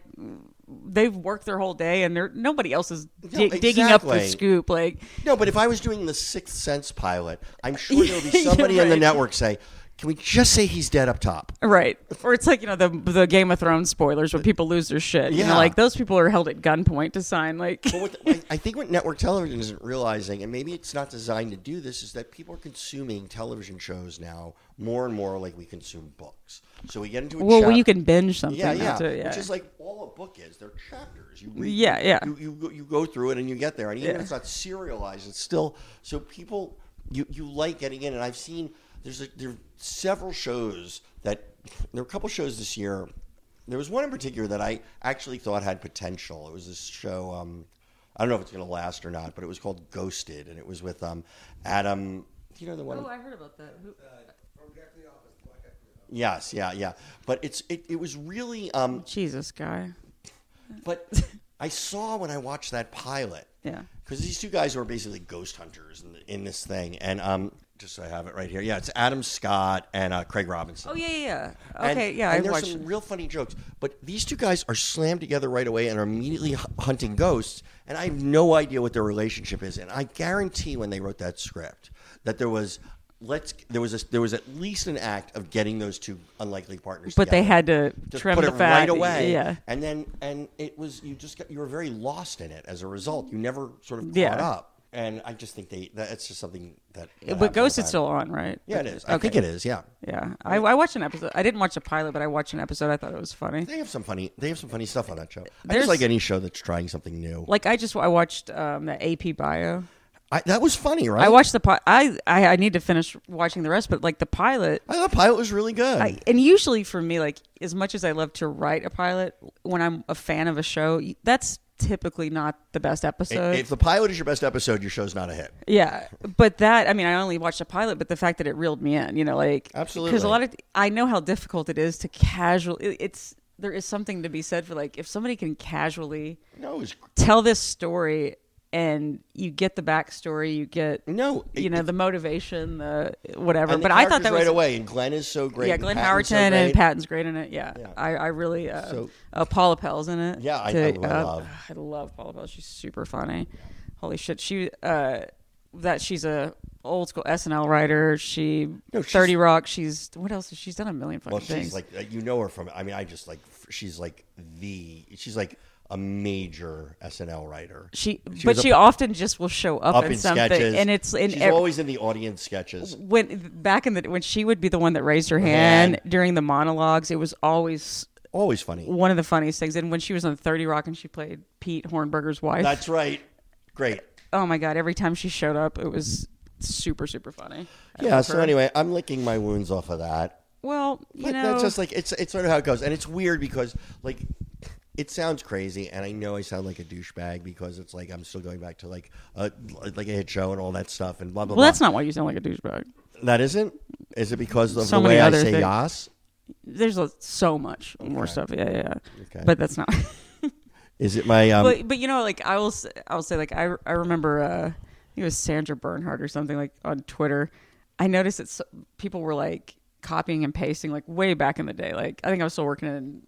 [SPEAKER 3] They've worked their whole day, and they're nobody else is dig- digging up the
[SPEAKER 2] exactly.
[SPEAKER 3] scoop. Like,
[SPEAKER 2] No, but if I was doing the Sixth Sense pilot, I'm sure there'll be somebody on the
[SPEAKER 3] right.
[SPEAKER 2] network say, "Can we just say he's dead up top?"
[SPEAKER 3] Right. Or it's like, you know, the the Game of Thrones spoilers when people lose their shit. You
[SPEAKER 2] Yeah.
[SPEAKER 3] know, like those people are held at gunpoint to sign like
[SPEAKER 2] But what the, I I think what network television isn't realizing, and maybe it's not designed to do this, is that people are consuming television shows now more and more like we consume books. So we get into a
[SPEAKER 3] Well,
[SPEAKER 2] chap-
[SPEAKER 3] you can binge something.
[SPEAKER 2] yeah,
[SPEAKER 3] now,
[SPEAKER 2] yeah,
[SPEAKER 3] too, yeah.
[SPEAKER 2] which is like all a book is. They're chapters. You read,
[SPEAKER 3] Yeah, yeah.
[SPEAKER 2] You, you go- you go through it and you get there, and even
[SPEAKER 3] Yeah.
[SPEAKER 2] if it's not serialized, it's still so people you you like getting in. And I've seen there's a, there are several shows that there were a couple shows this year. There was one in particular that I actually thought had potential. It was this show. Um, I don't know if it's going to last or not, but it was called Ghosted, and it was with um, Adam. Do you know the one? uh,
[SPEAKER 3] I heard about that.
[SPEAKER 2] Yes, yeah, yeah. But it's it, it was really um,
[SPEAKER 3] Jesus guy.
[SPEAKER 2] But I saw when I watched that pilot.
[SPEAKER 3] Yeah.
[SPEAKER 2] Because these two guys were basically ghost hunters in, in this thing, and um, just so I have it right here. Yeah, it's Adam Scott and uh, Craig Robinson.
[SPEAKER 3] Oh yeah, yeah, yeah.
[SPEAKER 2] And-
[SPEAKER 3] Okay, yeah,
[SPEAKER 2] and
[SPEAKER 3] I
[SPEAKER 2] there's
[SPEAKER 3] watched
[SPEAKER 2] some
[SPEAKER 3] it.
[SPEAKER 2] real funny jokes, but these two guys are slammed together right away and are immediately hu- hunting ghosts, and I have no idea what their relationship is. And I guarantee when they wrote that script that there was let's there was a, there was at least an act of getting those two unlikely partners.
[SPEAKER 3] But they
[SPEAKER 2] together.
[SPEAKER 3] had to
[SPEAKER 2] Just
[SPEAKER 3] trim
[SPEAKER 2] put
[SPEAKER 3] the
[SPEAKER 2] it
[SPEAKER 3] fat.
[SPEAKER 2] right away.
[SPEAKER 3] Yeah.
[SPEAKER 2] and then and it was you just got you were very lost in it as a result. You never sort of caught
[SPEAKER 3] Yeah.
[SPEAKER 2] up. And I just think they that's just something that. that happens
[SPEAKER 3] But Ghost
[SPEAKER 2] all the time.
[SPEAKER 3] is still on, right?
[SPEAKER 2] Yeah, it is. I think it is. Yeah.
[SPEAKER 3] Yeah. I, I watched an episode. I didn't watch the pilot, but I watched an episode. I thought it was funny.
[SPEAKER 2] They have some funny. They have some funny stuff on that show. I just
[SPEAKER 3] There's-
[SPEAKER 2] like any show that's trying something new.
[SPEAKER 3] Like I just I watched um, the AP Bio.
[SPEAKER 2] I, that was funny, right?
[SPEAKER 3] I watched the pi- I, I I need to finish watching the rest, but like the pilot,
[SPEAKER 2] I thought pilot was really good.
[SPEAKER 3] I, and usually for me, like as much as I love to write a pilot, when I'm a fan of a show, y- that's typically not the best episode.
[SPEAKER 2] if the pilot is your best episode, your show's not a hit.
[SPEAKER 3] yeah, but that I mean, I only watched a pilot, but the fact that it reeled me in, you know, like because
[SPEAKER 2] Absolutely.
[SPEAKER 3] a lot of I know how difficult it is to casual. It, it's there is something to be said for like if somebody can casually
[SPEAKER 2] No, it was,
[SPEAKER 3] tell this story and you get the backstory, you get
[SPEAKER 2] No,
[SPEAKER 3] you
[SPEAKER 2] it-
[SPEAKER 3] know the motivation, the whatever.
[SPEAKER 2] and the
[SPEAKER 3] But I thought
[SPEAKER 2] characters
[SPEAKER 3] that
[SPEAKER 2] right
[SPEAKER 3] was
[SPEAKER 2] away. And Glenn is so great.
[SPEAKER 3] Yeah,
[SPEAKER 2] and
[SPEAKER 3] Glenn
[SPEAKER 2] Patton's so
[SPEAKER 3] Howerton and
[SPEAKER 2] great.
[SPEAKER 3] Patton's great in it. Yeah, I, I really uh,
[SPEAKER 2] So-
[SPEAKER 3] uh, Paula Pell's in it. uh,
[SPEAKER 2] Yeah, I- I love-
[SPEAKER 3] I love Paula Pell. She's super funny. Holy shit, she uh, that she's a old school SNL writer. She
[SPEAKER 2] she's-
[SPEAKER 3] Thirty Rock. She's what else? She's done a million fucking
[SPEAKER 2] Well, she's
[SPEAKER 3] things.
[SPEAKER 2] like uh, you know her from. I mean, I just like f- she's like the she's like a major SNL writer.
[SPEAKER 3] she,
[SPEAKER 2] she
[SPEAKER 3] but
[SPEAKER 2] was
[SPEAKER 3] she often just will show up,
[SPEAKER 2] Up
[SPEAKER 3] in,
[SPEAKER 2] in
[SPEAKER 3] something,
[SPEAKER 2] sketches,
[SPEAKER 3] and it's in
[SPEAKER 2] she's
[SPEAKER 3] ev-
[SPEAKER 2] always in the audience sketches.
[SPEAKER 3] when back in the when she would be the one that raised her hand
[SPEAKER 2] hand.
[SPEAKER 3] during the monologues. It was always
[SPEAKER 2] Always funny.
[SPEAKER 3] one of the funniest things. And when she was on Thirty Rock and she played Pete Hornberger's wife,
[SPEAKER 2] That's right. Great.
[SPEAKER 3] oh my god every time she showed up it was super super funny I
[SPEAKER 2] Yeah.
[SPEAKER 3] love
[SPEAKER 2] So
[SPEAKER 3] her.
[SPEAKER 2] anyway, I'm licking my wounds off of that.
[SPEAKER 3] well you
[SPEAKER 2] But
[SPEAKER 3] know
[SPEAKER 2] that's just like it's it's sort of how it goes, and it's weird because like it sounds crazy, and I know I sound like a douchebag because it's like I'm still going back to like a like a hit show and all that stuff and blah blah.
[SPEAKER 3] well that's
[SPEAKER 2] blah.
[SPEAKER 3] not why you sound like a douchebag
[SPEAKER 2] that isn't. Is it because of
[SPEAKER 3] So
[SPEAKER 2] the
[SPEAKER 3] many
[SPEAKER 2] way I
[SPEAKER 3] other
[SPEAKER 2] say
[SPEAKER 3] things.
[SPEAKER 2] yas?
[SPEAKER 3] there's a, so much more stuff yeah yeah, yeah.
[SPEAKER 2] Okay.
[SPEAKER 3] but that's not
[SPEAKER 2] Is it my um?
[SPEAKER 3] but but you know like i will s- i will say like i i remember uh I think it was sandra bernhardt or something like on twitter i noticed that s people were like copying and pasting like way back in the day like i think i was still working in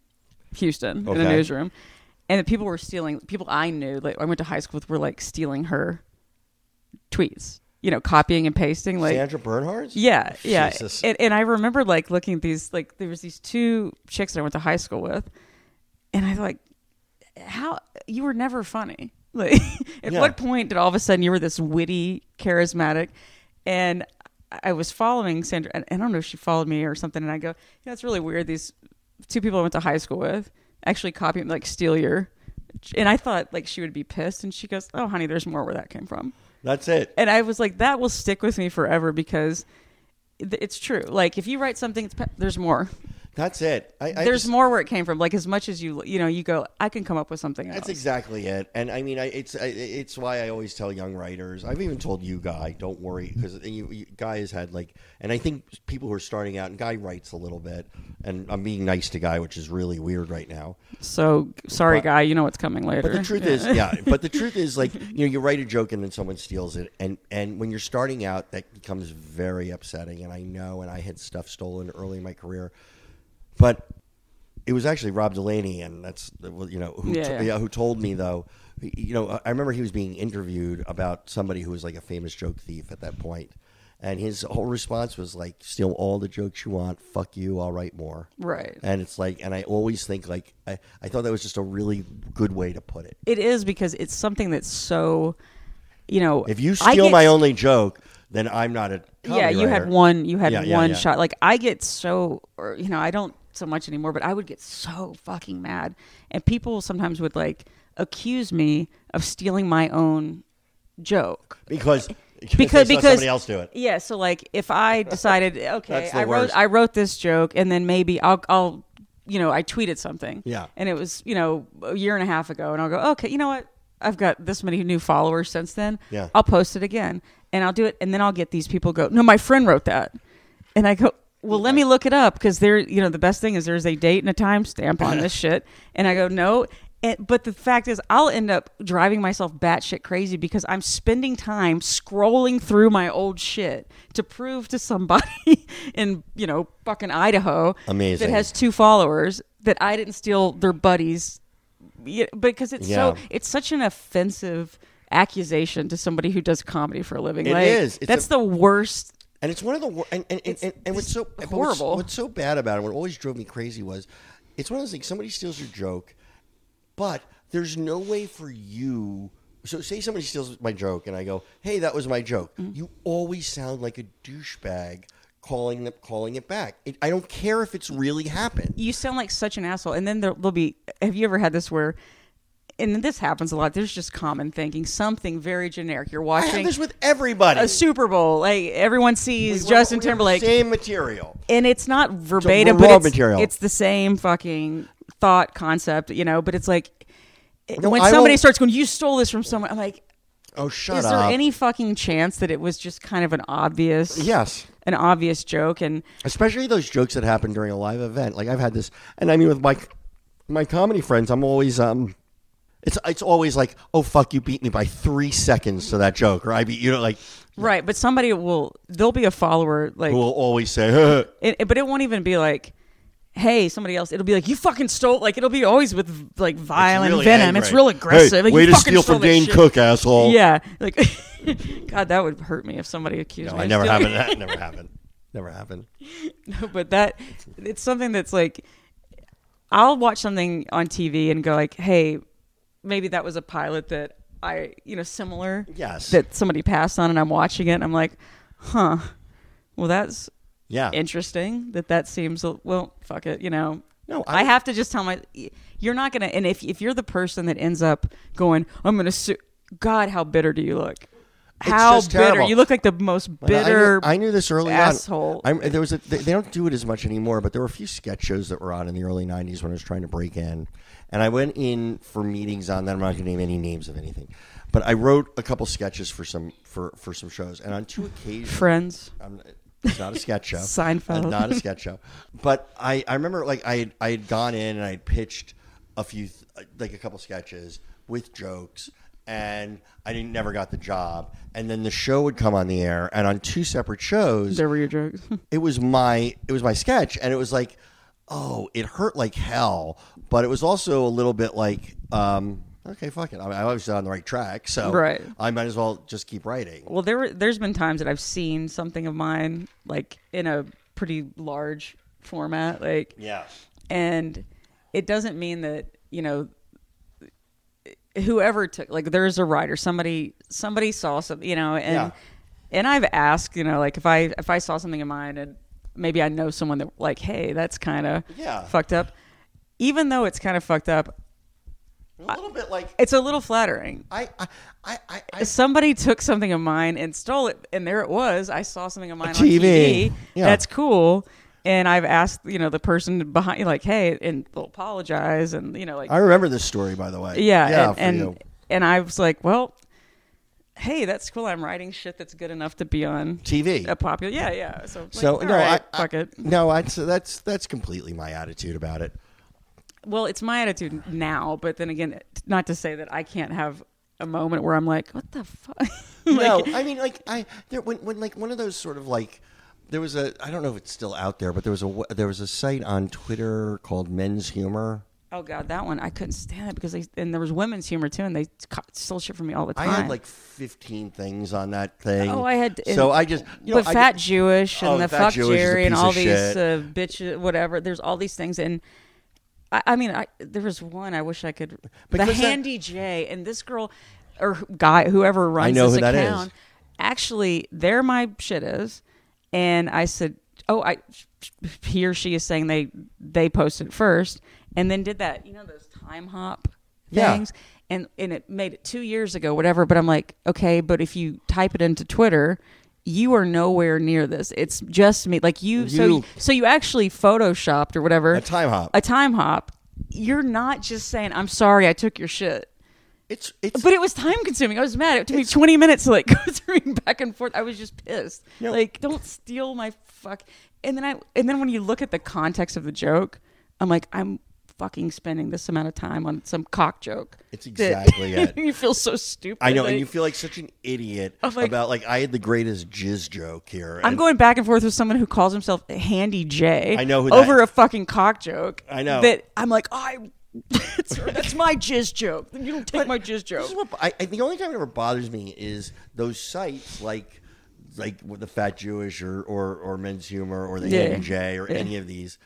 [SPEAKER 3] houston in
[SPEAKER 2] Okay.
[SPEAKER 3] a newsroom and the people were stealing people i knew like i went to high school with were like stealing her tweets you know copying and pasting like
[SPEAKER 2] Sandra Bernhard's?
[SPEAKER 3] yeah, yeah.
[SPEAKER 2] Jesus.
[SPEAKER 3] And, and I remember like looking at these like there was these two chicks that I went to high school with, and I like, how you were never funny. Like, at
[SPEAKER 2] Yeah.
[SPEAKER 3] what point did all of a sudden you were this witty, charismatic, and I was following Sandra, and I don't know if she followed me or something, and I go, you know, it's really weird. These two people I went to high school with actually copy like steal your And I thought like she would be pissed, and she goes, "Oh, honey, there's more where that came from."
[SPEAKER 2] That's it.
[SPEAKER 3] And I was like, "That will stick with me forever because th- it's true. Like if you write something, it's, pe- there's more.
[SPEAKER 2] That's it. I, I
[SPEAKER 3] there's
[SPEAKER 2] just-
[SPEAKER 3] more where it came from. Like as much as you, you know, you go, I can come up with something else.
[SPEAKER 2] That's exactly it, and I mean, I, it's I, it's why I always tell young writers. I've even told you, guy, don't worry, because you, you, guy has had like, and I think people who are starting out, and guy writes a little bit, and I'm being nice to guy, which is really weird right now.
[SPEAKER 3] so sorry,
[SPEAKER 2] But-
[SPEAKER 3] guy. You know what's coming later.
[SPEAKER 2] But the truth is, yeah. But the truth is, like you know, you write a joke and then someone steals it, and and when you're starting out, that becomes very upsetting. And I know, and I had stuff stolen early in my career, but it was actually Rob Delaney, and that's you know who
[SPEAKER 3] Yeah,
[SPEAKER 2] to-
[SPEAKER 3] yeah.
[SPEAKER 2] yeah, who told me though. You know, I- I remember he was being interviewed about somebody who was like a famous joke thief at that point, and his whole response was like, "Steal all the jokes you want. Fuck you. I'll write more."
[SPEAKER 3] Right.
[SPEAKER 2] And it's like, and I always think like I, I thought that was just a really good way to put it.
[SPEAKER 3] it is because it's something that's so, you know,
[SPEAKER 2] If you
[SPEAKER 3] I
[SPEAKER 2] steal
[SPEAKER 3] get
[SPEAKER 2] my only joke, then I'm not a comedy
[SPEAKER 3] yeah you
[SPEAKER 2] writer.
[SPEAKER 3] had one you had
[SPEAKER 2] Yeah, yeah,
[SPEAKER 3] one
[SPEAKER 2] yeah.
[SPEAKER 3] shot like i get so or you know i don't so much anymore but i would get so fucking mad and people sometimes would like accuse me of stealing my own joke
[SPEAKER 2] because
[SPEAKER 3] because
[SPEAKER 2] they saw
[SPEAKER 3] because
[SPEAKER 2] somebody else do it.
[SPEAKER 3] yeah so like if i decided okay
[SPEAKER 2] That's the
[SPEAKER 3] i wrote
[SPEAKER 2] worst.
[SPEAKER 3] i wrote this joke and then maybe i'll i'll you know i tweeted something
[SPEAKER 2] Yeah.
[SPEAKER 3] and it was you know a year and a half ago and i'll go okay you know what i've got this many new followers since then
[SPEAKER 2] Yeah.
[SPEAKER 3] i'll post it again and i'll do it and then i'll get these people go no my friend wrote that and i go well, let me look it up because there, you know, the best thing is there's a date and a timestamp on this shit. And I go, no. And, but the fact is, I'll end up driving myself batshit crazy because I'm spending time scrolling through my old shit to prove to somebody in, you know, fucking Idaho
[SPEAKER 2] Amazing.
[SPEAKER 3] that has two followers that I didn't steal their buddies. Yeah, because it's so,
[SPEAKER 2] Yeah.
[SPEAKER 3] it's such an offensive accusation to somebody who does comedy for a living.
[SPEAKER 2] It
[SPEAKER 3] like,
[SPEAKER 2] is. It's
[SPEAKER 3] that's
[SPEAKER 2] a-
[SPEAKER 3] the worst
[SPEAKER 2] And it's one of the wor- and and, and,
[SPEAKER 3] It's
[SPEAKER 2] and, and what's so but
[SPEAKER 3] horrible.
[SPEAKER 2] What's, what's so bad about it? What always drove me crazy was, it's one of those things. Somebody steals your joke, but there's no way for you. So say somebody steals my joke, and I go, "Hey, that was my joke."
[SPEAKER 3] Mm-hmm.
[SPEAKER 2] You always sound like a douchebag calling them calling it back. It, I don't care if it's really happened.
[SPEAKER 3] you sound like such an asshole. And then there, there'll be. Have you ever had this where? And this happens a lot. There's just common thinking, something very generic. You're
[SPEAKER 2] I have
[SPEAKER 3] watching
[SPEAKER 2] this with everybody.
[SPEAKER 3] a Super Bowl, like everyone sees
[SPEAKER 2] We're- we
[SPEAKER 3] Justin
[SPEAKER 2] have the
[SPEAKER 3] Timberlake,
[SPEAKER 2] Same material.
[SPEAKER 3] and it's not verbatim,
[SPEAKER 2] raw
[SPEAKER 3] but it's,
[SPEAKER 2] material.
[SPEAKER 3] it's the same fucking thought concept, you know. But it's like it-
[SPEAKER 2] No,
[SPEAKER 3] when
[SPEAKER 2] I
[SPEAKER 3] somebody
[SPEAKER 2] won't-
[SPEAKER 3] starts going, "You stole this from someone," I'm like,
[SPEAKER 2] Oh, shut
[SPEAKER 3] is
[SPEAKER 2] up.
[SPEAKER 3] there any fucking chance that it was just kind of an obvious,
[SPEAKER 2] Yes.
[SPEAKER 3] an obvious joke? And
[SPEAKER 2] Especially those jokes that happen during a live event. Like I've had this, and I mean with my my comedy friends, I'm always um, it's it's always like, oh fuck, you beat me by three seconds to that joke, or I beat you know, like
[SPEAKER 3] right, but somebody will. There'll be a follower like
[SPEAKER 2] who will always say, "Huh."
[SPEAKER 3] it, it- but it won't even be like hey somebody else it'll be like you fucking stole like it'll be always with like violent
[SPEAKER 2] really
[SPEAKER 3] venom
[SPEAKER 2] angry.
[SPEAKER 3] it's real aggressive
[SPEAKER 2] Hey,
[SPEAKER 3] Like,
[SPEAKER 2] way
[SPEAKER 3] you
[SPEAKER 2] to
[SPEAKER 3] fucking
[SPEAKER 2] steal
[SPEAKER 3] stole
[SPEAKER 2] from
[SPEAKER 3] that
[SPEAKER 2] Dane
[SPEAKER 3] shit.
[SPEAKER 2] Cook, asshole.
[SPEAKER 3] yeah like god that would hurt me if somebody accused
[SPEAKER 2] no,
[SPEAKER 3] me
[SPEAKER 2] I
[SPEAKER 3] of
[SPEAKER 2] never
[SPEAKER 3] stealing.
[SPEAKER 2] happened. That never happened. Never happened.
[SPEAKER 3] but that it's something that's like I'll watch something on TV and go like, "Hey, maybe that was a pilot that I, you know, similar
[SPEAKER 2] Yes.
[SPEAKER 3] that somebody passed on and I'm watching it and I'm like, "Huh. Well, that's
[SPEAKER 2] Yeah.
[SPEAKER 3] interesting that that seems a- well, fuck it, you know."
[SPEAKER 2] No, I
[SPEAKER 3] I,
[SPEAKER 2] would-
[SPEAKER 3] have to just tell my you're not going to and if if you're the person that ends up going, "I'm going to sue God, how bitter do you look?" how
[SPEAKER 2] just
[SPEAKER 3] bitter.
[SPEAKER 2] terrible.
[SPEAKER 3] You look like the most
[SPEAKER 2] But I knew-
[SPEAKER 3] bitter
[SPEAKER 2] I knew, this early
[SPEAKER 3] asshole.
[SPEAKER 2] on. I'm, there was a, they, they don't do it as much anymore, but there were a few sketch shows that were on in the early '90s when I was trying to break in, and I went in for meetings on that. I'm not going to name any names of anything, but I wrote a couple sketches for some for for some shows, and on two occasions,
[SPEAKER 3] friends.
[SPEAKER 2] I'm, it's not a sketch show.
[SPEAKER 3] Seinfeld.
[SPEAKER 2] Uh, not a sketch show. But I, I remember like I had, I had gone in and I had pitched a few th- like a couple sketches with jokes and I didn't never got the job and then the show would come on the air and on two separate shows
[SPEAKER 3] There were your jokes.
[SPEAKER 2] it was my it was my sketch and it was like oh it hurt like hell but it was also a little bit like um okay fuck it I, mean, I was on the right track so
[SPEAKER 3] Right.
[SPEAKER 2] I might as well just keep writing
[SPEAKER 3] Well, there were, there's been times that I've seen something of mine like in a pretty large format, like
[SPEAKER 2] yeah
[SPEAKER 3] and it doesn't mean that you know whoever took like there's a writer somebody somebody saw some you know and
[SPEAKER 2] Yeah.
[SPEAKER 3] and I've asked you know like if I if I saw something of mine and maybe I know someone that like hey that's kind of
[SPEAKER 2] Yeah.
[SPEAKER 3] fucked up even though it's kind of fucked up
[SPEAKER 2] A little bit like
[SPEAKER 3] It's a little flattering.
[SPEAKER 2] I, I, I, I, I
[SPEAKER 3] Somebody took something of mine and stole it, and there it was. I saw something of mine
[SPEAKER 2] TV.
[SPEAKER 3] on TV.
[SPEAKER 2] Yeah.
[SPEAKER 3] That's cool. And I've asked, you know, the person behind, like, hey, and they'll apologize, and you know, like,
[SPEAKER 2] I remember this story by the way.
[SPEAKER 3] yeah,
[SPEAKER 2] yeah,
[SPEAKER 3] and
[SPEAKER 2] for
[SPEAKER 3] and,
[SPEAKER 2] you.
[SPEAKER 3] and I was like, well, hey, that's cool. I'm writing shit that's good enough to be on
[SPEAKER 2] TV.
[SPEAKER 3] a popular. Yeah, yeah. So, I'm
[SPEAKER 2] So
[SPEAKER 3] like,
[SPEAKER 2] no,
[SPEAKER 3] all right,
[SPEAKER 2] I,
[SPEAKER 3] fuck
[SPEAKER 2] I,
[SPEAKER 3] it.
[SPEAKER 2] no, I'd say that's that's completely my attitude about it.
[SPEAKER 3] Well, it's my attitude now, but then again, not to say that I can't have a moment where I'm like, what the fuck?
[SPEAKER 2] no, I mean, like I there when when like one of those sort of like there was a I don't know if it's still out there, but there was a w- there was a site on Twitter called Men's Humor.
[SPEAKER 3] Oh god, that one I couldn't stand it because they and there was women's humor too, and they co- stole shit from me all the
[SPEAKER 2] I
[SPEAKER 3] time.
[SPEAKER 2] had like fifteen things on that thing.
[SPEAKER 3] oh, I had
[SPEAKER 2] so I just you know
[SPEAKER 3] but
[SPEAKER 2] I
[SPEAKER 3] fat
[SPEAKER 2] did-
[SPEAKER 3] Jewish and
[SPEAKER 2] Oh,
[SPEAKER 3] the
[SPEAKER 2] Fat
[SPEAKER 3] fuck
[SPEAKER 2] Jewish is a
[SPEAKER 3] Jerry and
[SPEAKER 2] piece
[SPEAKER 3] all
[SPEAKER 2] of
[SPEAKER 3] these
[SPEAKER 2] shit.
[SPEAKER 3] uh, bitches, whatever. There's all these things, and I, I mean, I, there was one I wish I could
[SPEAKER 2] Because
[SPEAKER 3] the
[SPEAKER 2] that-
[SPEAKER 3] Handy J and this girl or wh- guy whoever runs
[SPEAKER 2] know
[SPEAKER 3] this
[SPEAKER 2] who that is.
[SPEAKER 3] account. Actually, there my shit is, and I said, oh, I he or she is saying they they posted first and then did that. You know those time hop
[SPEAKER 2] Yeah.
[SPEAKER 3] things. And, and it made it two years ago, whatever. But I'm like, okay, but if you type it into Twitter, you are nowhere near this. It's just me. Like you, so
[SPEAKER 2] You-
[SPEAKER 3] so you actually photoshopped or whatever
[SPEAKER 2] A time hop.
[SPEAKER 3] A time hop. You're not just saying, "I'm sorry, I took your shit,"
[SPEAKER 2] it's it's
[SPEAKER 3] but it was time consuming. I was mad. It took me 20 minutes to like go through and back and forth. I was just pissed.
[SPEAKER 2] No.
[SPEAKER 3] Like, don't steal my fuck. And then I and then when you look at the context of the joke, I'm like, I'm fucking spending this amount of time on some cock joke.
[SPEAKER 2] It's
[SPEAKER 3] that-
[SPEAKER 2] exactly it.
[SPEAKER 3] you feel so stupid.
[SPEAKER 2] I know, and
[SPEAKER 3] Like,
[SPEAKER 2] you feel like such an idiot
[SPEAKER 3] I'm like-
[SPEAKER 2] about like I had the greatest jizz joke here.
[SPEAKER 3] I'm
[SPEAKER 2] and-
[SPEAKER 3] going back and forth with someone who calls himself Handy J.
[SPEAKER 2] I know who that
[SPEAKER 3] over
[SPEAKER 2] is.
[SPEAKER 3] a fucking cock joke.
[SPEAKER 2] I know.
[SPEAKER 3] that I'm like, I. that's, that's my jizz joke. You don't take my jizz joke.
[SPEAKER 2] This is what I, I- the only time it ever bothers me is those sites like like with the Fat Jewish or or, or Men's Humor or the
[SPEAKER 3] Yeah.
[SPEAKER 2] N J or any of these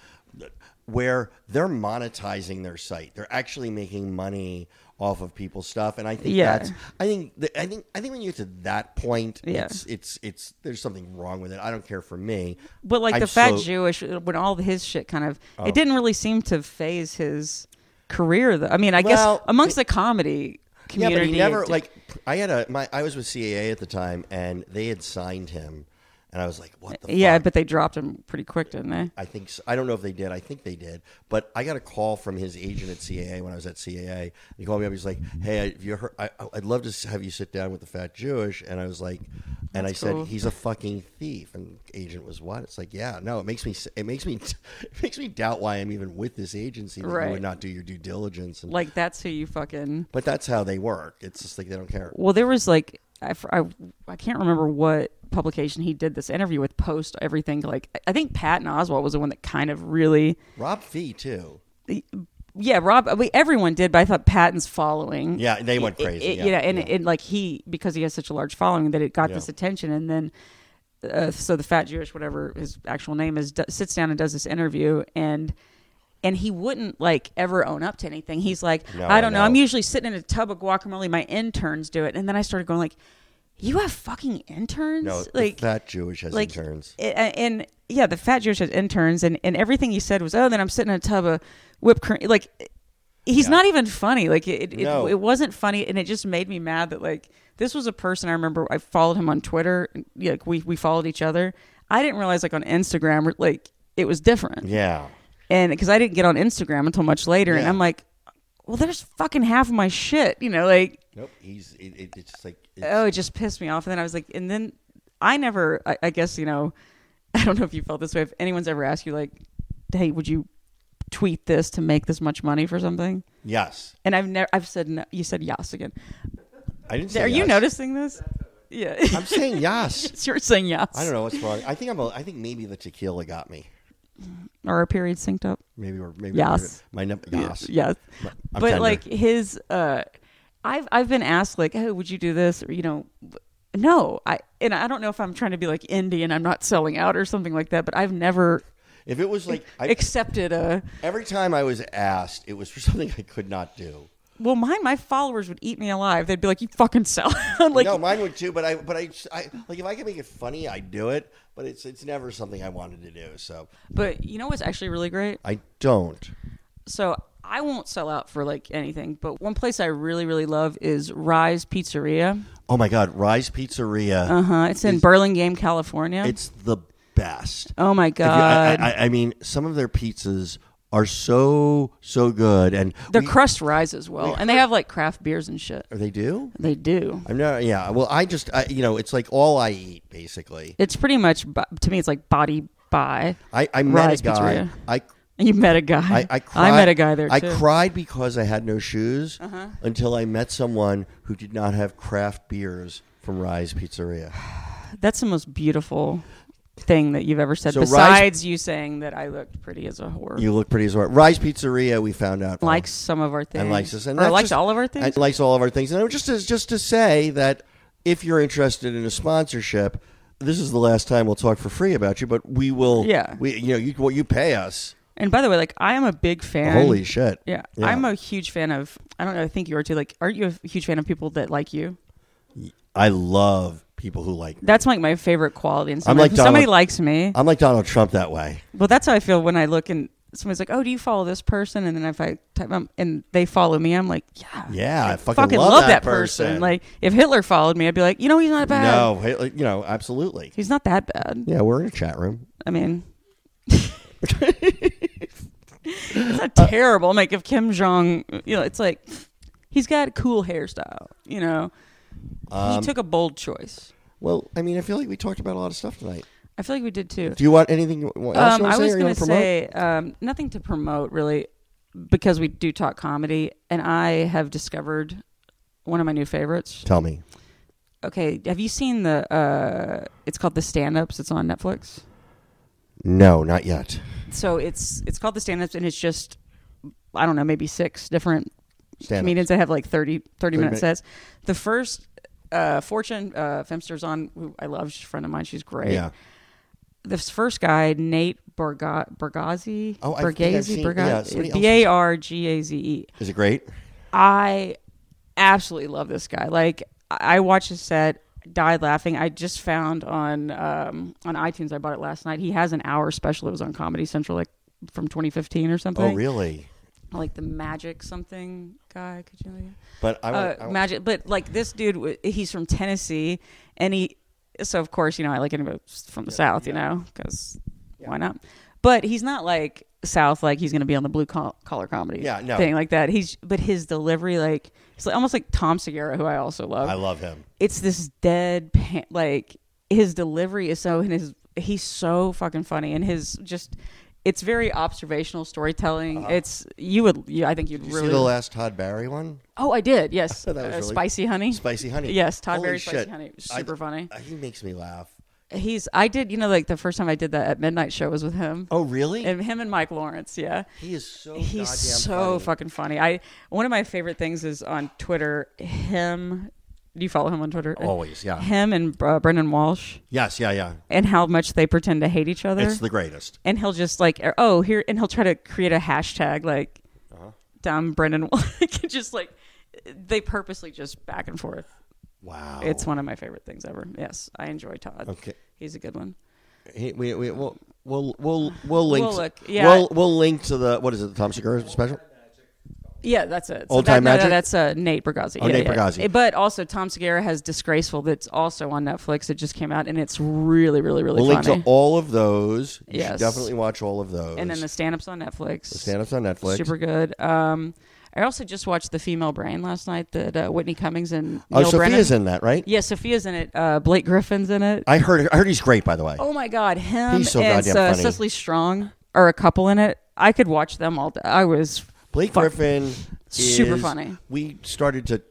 [SPEAKER 2] where they're monetizing their site. They're actually making money off of people's stuff and I think
[SPEAKER 3] Yeah.
[SPEAKER 2] that's I think the, I think I think when you get to that point
[SPEAKER 3] Yeah.
[SPEAKER 2] it's it's it's there's something wrong with it. I don't care for me.
[SPEAKER 3] But like
[SPEAKER 2] I'm
[SPEAKER 3] the fat
[SPEAKER 2] so- Oh.
[SPEAKER 3] Jewish, uh, when all his shit kind of, it didn't really seem to phase his career. Though I mean, I
[SPEAKER 2] Well,
[SPEAKER 3] guess amongst the comedy
[SPEAKER 2] Yeah,
[SPEAKER 3] community,
[SPEAKER 2] but he never
[SPEAKER 3] it-
[SPEAKER 2] like I had a my I was with CAA at the time and they had signed him and I was like what the
[SPEAKER 3] Yeah,
[SPEAKER 2] fuck?
[SPEAKER 3] but they dropped him pretty quick, didn't they?
[SPEAKER 2] I think so. I don't know if they did. I think they did. But I got a call from his agent at CAA when I was at CAA. He called me up. He's like, "Hey, have you heard? I, I'd love to s- have you sit down with the fat Jewish." And I was like, "And I
[SPEAKER 3] cool.
[SPEAKER 2] said he's a fucking thief." And the agent was what? It's like, yeah, no. It makes me. s- It makes me. It makes me doubt why I'm even with this agency. That You
[SPEAKER 3] Right.
[SPEAKER 2] would not do your due diligence. And,
[SPEAKER 3] Like that's who you fucking.
[SPEAKER 2] but that's how they work. It's just like they don't care.
[SPEAKER 3] Well, there was like I, fr- I, I can't remember what publication he did this interview with. Post everything like I- I think Patton Oswald was the one that kind of really
[SPEAKER 2] Rob Fee too.
[SPEAKER 3] yeah, Rob. We, everyone did, but I thought Patton's following.
[SPEAKER 2] Yeah, they went
[SPEAKER 3] it-
[SPEAKER 2] crazy.
[SPEAKER 3] it-
[SPEAKER 2] yeah,
[SPEAKER 3] you know, and It, and, like he because he has such a large following that it got
[SPEAKER 2] Yeah.
[SPEAKER 3] this attention, and then uh, so the fat Jewish, whatever his actual name is, d- sits down and does this interview, and and he wouldn't like ever own up to anything. He's like,
[SPEAKER 2] No,
[SPEAKER 3] I don't
[SPEAKER 2] I
[SPEAKER 3] know. I'm
[SPEAKER 2] know.
[SPEAKER 3] usually sitting in a tub of guacamole. My interns do it, and then I started going like, you have fucking interns,
[SPEAKER 2] no,
[SPEAKER 3] like
[SPEAKER 2] like fat Jewish has
[SPEAKER 3] like
[SPEAKER 2] interns.
[SPEAKER 3] a- a- and yeah, the fat Jewish has interns, and and everything he said was, oh, then I'm sitting in a tub of whipped cream. Like, he's not even funny. Like it, it,
[SPEAKER 2] No.
[SPEAKER 3] it, it wasn't funny, and it just made me mad that like this was a person I remember. I followed him on Twitter. and, yeah, Like we we followed each other. I didn't realize like on Instagram, like it was different.
[SPEAKER 2] Yeah.
[SPEAKER 3] And because I didn't get on Instagram until much later, and
[SPEAKER 2] Yeah.
[SPEAKER 3] I'm like, well, there's fucking half of my shit. You know, like
[SPEAKER 2] Nope. He's it, it, it's just like it's-
[SPEAKER 3] oh, it just pissed me off. And then I was like, and then I never, I, I guess, you know, I don't know if you felt this way. If anyone's ever asked you, like, hey, would you tweet this to make this much money for something?
[SPEAKER 2] yes.
[SPEAKER 3] And I've never, I've said, no, you said yes again.
[SPEAKER 2] I didn't. Say
[SPEAKER 3] Are you
[SPEAKER 2] yes.
[SPEAKER 3] noticing this? Yeah.
[SPEAKER 2] I'm saying yes.
[SPEAKER 3] You're saying yes.
[SPEAKER 2] I don't know what's wrong. I think I'm. A, I think maybe the tequila got me.
[SPEAKER 3] Or our period synced up.
[SPEAKER 2] Maybe or maybe
[SPEAKER 3] Yes.
[SPEAKER 2] My num- yes.
[SPEAKER 3] Yes.
[SPEAKER 2] I'm
[SPEAKER 3] but
[SPEAKER 2] tender.
[SPEAKER 3] like his uh I've I've been asked like, "Oh, would you do this?" or you know, no. I and I don't know if I'm trying to be like indie and I'm not selling out or something like that, but I've never
[SPEAKER 2] If it was like I,
[SPEAKER 3] accepted a
[SPEAKER 2] every time I was asked, it was for something I could not do.
[SPEAKER 3] well mine my followers would eat me alive they'd be like you fucking sell out." like
[SPEAKER 2] no, mine would too. But I, but I, I, like if I could make it funny, I'd do it. But it's it's never something I wanted to do. So
[SPEAKER 3] but you know what's actually really great
[SPEAKER 2] I don't.
[SPEAKER 3] so I won't sell out for like anything, but one place I really, really love is Rise Pizzeria.
[SPEAKER 2] Oh my God, Rise Pizzeria.
[SPEAKER 3] Uh huh. It's in Burlingame, California.
[SPEAKER 2] It's the best.
[SPEAKER 3] oh my
[SPEAKER 2] If you- I-
[SPEAKER 3] god,
[SPEAKER 2] I, I, I mean, some of their pizzas are so so good, and
[SPEAKER 3] their
[SPEAKER 2] we-
[SPEAKER 3] crust rises well, and they have like craft beers and shit.
[SPEAKER 2] they do.
[SPEAKER 3] They do.
[SPEAKER 2] I'm not. Yeah. Well, I just I, you know, it's like all I eat basically.
[SPEAKER 3] It's pretty much bo- to me. It's like body by.
[SPEAKER 2] I, I met
[SPEAKER 3] Rise
[SPEAKER 2] a guy.
[SPEAKER 3] Pizzeria.
[SPEAKER 2] I
[SPEAKER 3] And you met a guy.
[SPEAKER 2] I, I, cried,
[SPEAKER 3] met a guy there too. Uh-huh.
[SPEAKER 2] I cried because I had no shoes until I met someone who did not have craft beers from Rise Pizzeria.
[SPEAKER 3] That's the most beautiful thing that you've ever said.
[SPEAKER 2] So Rise-
[SPEAKER 3] besides you saying that I looked pretty as a whore.
[SPEAKER 2] You look pretty as well. Rise Pizzeria, we found out
[SPEAKER 3] likes some of our things.
[SPEAKER 2] and likes us, and
[SPEAKER 3] or
[SPEAKER 2] that's
[SPEAKER 3] likes
[SPEAKER 2] just-
[SPEAKER 3] all of our things.
[SPEAKER 2] and likes all of our things. And I was just to, just to say that if you're interested in a sponsorship, this is the last time we'll talk for free about you. But we will.
[SPEAKER 3] Yeah.
[SPEAKER 2] We you know you well, you pay us.
[SPEAKER 3] And by the way, like I am a big fan.
[SPEAKER 2] Holy shit.
[SPEAKER 3] Yeah, I'm a huge fan of. I don't know. I think you are too. Like, aren't you a huge fan of people that like you?
[SPEAKER 2] I love people who like.
[SPEAKER 3] That's like my favorite quality. And somebody,
[SPEAKER 2] like
[SPEAKER 3] if somebody
[SPEAKER 2] Donald-
[SPEAKER 3] likes me.
[SPEAKER 2] I'm like Donald Trump that way.
[SPEAKER 3] well, that's how I feel when I look and somebody's like, "Oh, do you follow this person?" And then if I type um, and they follow me, I'm like, "Yeah,
[SPEAKER 2] Yeah, I fucking,
[SPEAKER 3] fucking love, that, person. Like, if Hitler followed me, I'd be like, "You know, he's not bad.
[SPEAKER 2] no, hey, like, you know, absolutely.
[SPEAKER 3] He's not that bad."
[SPEAKER 2] Yeah, we're in a chat room.
[SPEAKER 3] I mean, it's not terrible. I'm like if Kim Jong, you know, it's like he's got cool hairstyle. You know,
[SPEAKER 2] Um,
[SPEAKER 3] he took a bold choice.
[SPEAKER 2] Well, I mean, I feel like we talked about a lot of stuff tonight.
[SPEAKER 3] I feel like we did too.
[SPEAKER 2] Do you want anything you want- else
[SPEAKER 3] Um,
[SPEAKER 2] you want to
[SPEAKER 3] I
[SPEAKER 2] say?
[SPEAKER 3] was
[SPEAKER 2] or you
[SPEAKER 3] going
[SPEAKER 2] want
[SPEAKER 3] to
[SPEAKER 2] to promote?
[SPEAKER 3] say um, nothing to promote really, because we do talk comedy, and I have discovered one of my new favorites.
[SPEAKER 2] Tell me.
[SPEAKER 3] Okay, have you seen the? Uh, it's called the Stand Ups. It's on Netflix.
[SPEAKER 2] No, not yet.
[SPEAKER 3] So it's it's called the Stand Ups, and it's just I don't know, maybe six different
[SPEAKER 2] Stand-ups.
[SPEAKER 3] comedians that have like 30, 30 minute
[SPEAKER 2] minute-
[SPEAKER 3] sets. The first. Uh, Fortune uh, Femster's on, who I love. She's a friend of mine. She's great.
[SPEAKER 2] Yeah.
[SPEAKER 3] this first guy, Nate Berga- Bergazzi,
[SPEAKER 2] Oh, I think I've
[SPEAKER 3] Bergazzi,
[SPEAKER 2] seen- yeah, somebody
[SPEAKER 3] Bergazzi,
[SPEAKER 2] else was-
[SPEAKER 3] B A R G A Z E.
[SPEAKER 2] Is it great?
[SPEAKER 3] I absolutely love this guy. Like, I I watched his set, died laughing. I just found on um, on iTunes. I bought it last night. He has an hour special. It was on Comedy Central, like from 2015 or something.
[SPEAKER 2] Oh, really?
[SPEAKER 3] Like the Magic something guy. Could you? Know?
[SPEAKER 2] But I,
[SPEAKER 3] uh,
[SPEAKER 2] want I,
[SPEAKER 3] magic. But like this dude, w- he's from Tennessee, and he. So of course, you know I like anybody from the South, you know, because why not? But he's not like South, like he's going to be on the blue col- collar comedy,
[SPEAKER 2] Yeah, no.
[SPEAKER 3] thing like that. He's but his delivery, like it's like, almost like Tom Segura, who I also love.
[SPEAKER 2] I love him.
[SPEAKER 3] It's this dead pan, like his delivery is so, and his he's so fucking funny, and his just. It's very observational storytelling. It's you would, you, I think you'd
[SPEAKER 2] Uh-huh. Did you
[SPEAKER 3] really
[SPEAKER 2] see the last Todd Barry one?
[SPEAKER 3] Oh, I did. Yes,
[SPEAKER 2] That was
[SPEAKER 3] Uh,
[SPEAKER 2] really-
[SPEAKER 3] spicy honey.
[SPEAKER 2] Spicy honey.
[SPEAKER 3] Yes, Todd
[SPEAKER 2] Holy
[SPEAKER 3] Berry spicy
[SPEAKER 2] shit.
[SPEAKER 3] honey.
[SPEAKER 2] I-
[SPEAKER 3] Super funny.
[SPEAKER 2] He makes me laugh.
[SPEAKER 3] He's. I did. You know, like the first time I did that at midnight show was with him.
[SPEAKER 2] Oh, really?
[SPEAKER 3] and him and Mike Lawrence. Yeah.
[SPEAKER 2] he is so
[SPEAKER 3] He's
[SPEAKER 2] goddamn
[SPEAKER 3] so
[SPEAKER 2] funny.
[SPEAKER 3] fucking funny. I one of my favorite things is on Twitter. Him. Do you follow him on Twitter?
[SPEAKER 2] Always, yeah.
[SPEAKER 3] Him and uh, Brendan Walsh
[SPEAKER 2] Yes, yeah, yeah.
[SPEAKER 3] and how much they pretend to hate each other.
[SPEAKER 2] It's the greatest.
[SPEAKER 3] and he'll just like er- oh here and he'll try to create a hashtag like
[SPEAKER 2] Uh-huh.
[SPEAKER 3] dumb Brendan Wa- like, just like they purposely just back and forth
[SPEAKER 2] Wow.
[SPEAKER 3] it's one of my favorite things ever yes I enjoy Todd
[SPEAKER 2] Oh. Okay.
[SPEAKER 3] he's a good one
[SPEAKER 2] He, we, we, we'll, we'll, we'll, we'll link.
[SPEAKER 3] We'll
[SPEAKER 2] to-
[SPEAKER 3] look, yeah.
[SPEAKER 2] We'll, we'll link to the, what is it, the Tom Segura special?
[SPEAKER 3] yeah that's it
[SPEAKER 2] Old Time
[SPEAKER 3] no, no,
[SPEAKER 2] Magic?
[SPEAKER 3] that's uh, Nate Bergazzi
[SPEAKER 2] Oh,
[SPEAKER 3] Yeah,
[SPEAKER 2] Nate
[SPEAKER 3] yeah.
[SPEAKER 2] Bargazzi.
[SPEAKER 3] but also Tom Segura has Disgraceful that's also on Netflix it just came out and it's really really really
[SPEAKER 2] We'll link
[SPEAKER 3] funny
[SPEAKER 2] to all of those. You
[SPEAKER 3] Yes.
[SPEAKER 2] should definitely watch all of those.
[SPEAKER 3] and then the stand-ups on Netflix
[SPEAKER 2] stand-ups on Netflix.
[SPEAKER 3] super good um I also just watched The Female Brain last night that uh, Whitney Cummings and
[SPEAKER 2] oh,
[SPEAKER 3] Neil Brennan
[SPEAKER 2] Sophia's in that, right?
[SPEAKER 3] Yeah, Sophia's in it. Uh, Blake Griffin's in it.
[SPEAKER 2] I heard. I heard he's great, by the way.
[SPEAKER 3] oh my God, him
[SPEAKER 2] He's so
[SPEAKER 3] and
[SPEAKER 2] goddamn
[SPEAKER 3] uh,
[SPEAKER 2] funny.
[SPEAKER 3] Cecily Strong are a couple in it. I could watch them all. Day. I was
[SPEAKER 2] Blake
[SPEAKER 3] fuck-
[SPEAKER 2] Griffin,
[SPEAKER 3] Super
[SPEAKER 2] is-
[SPEAKER 3] funny.
[SPEAKER 2] We started to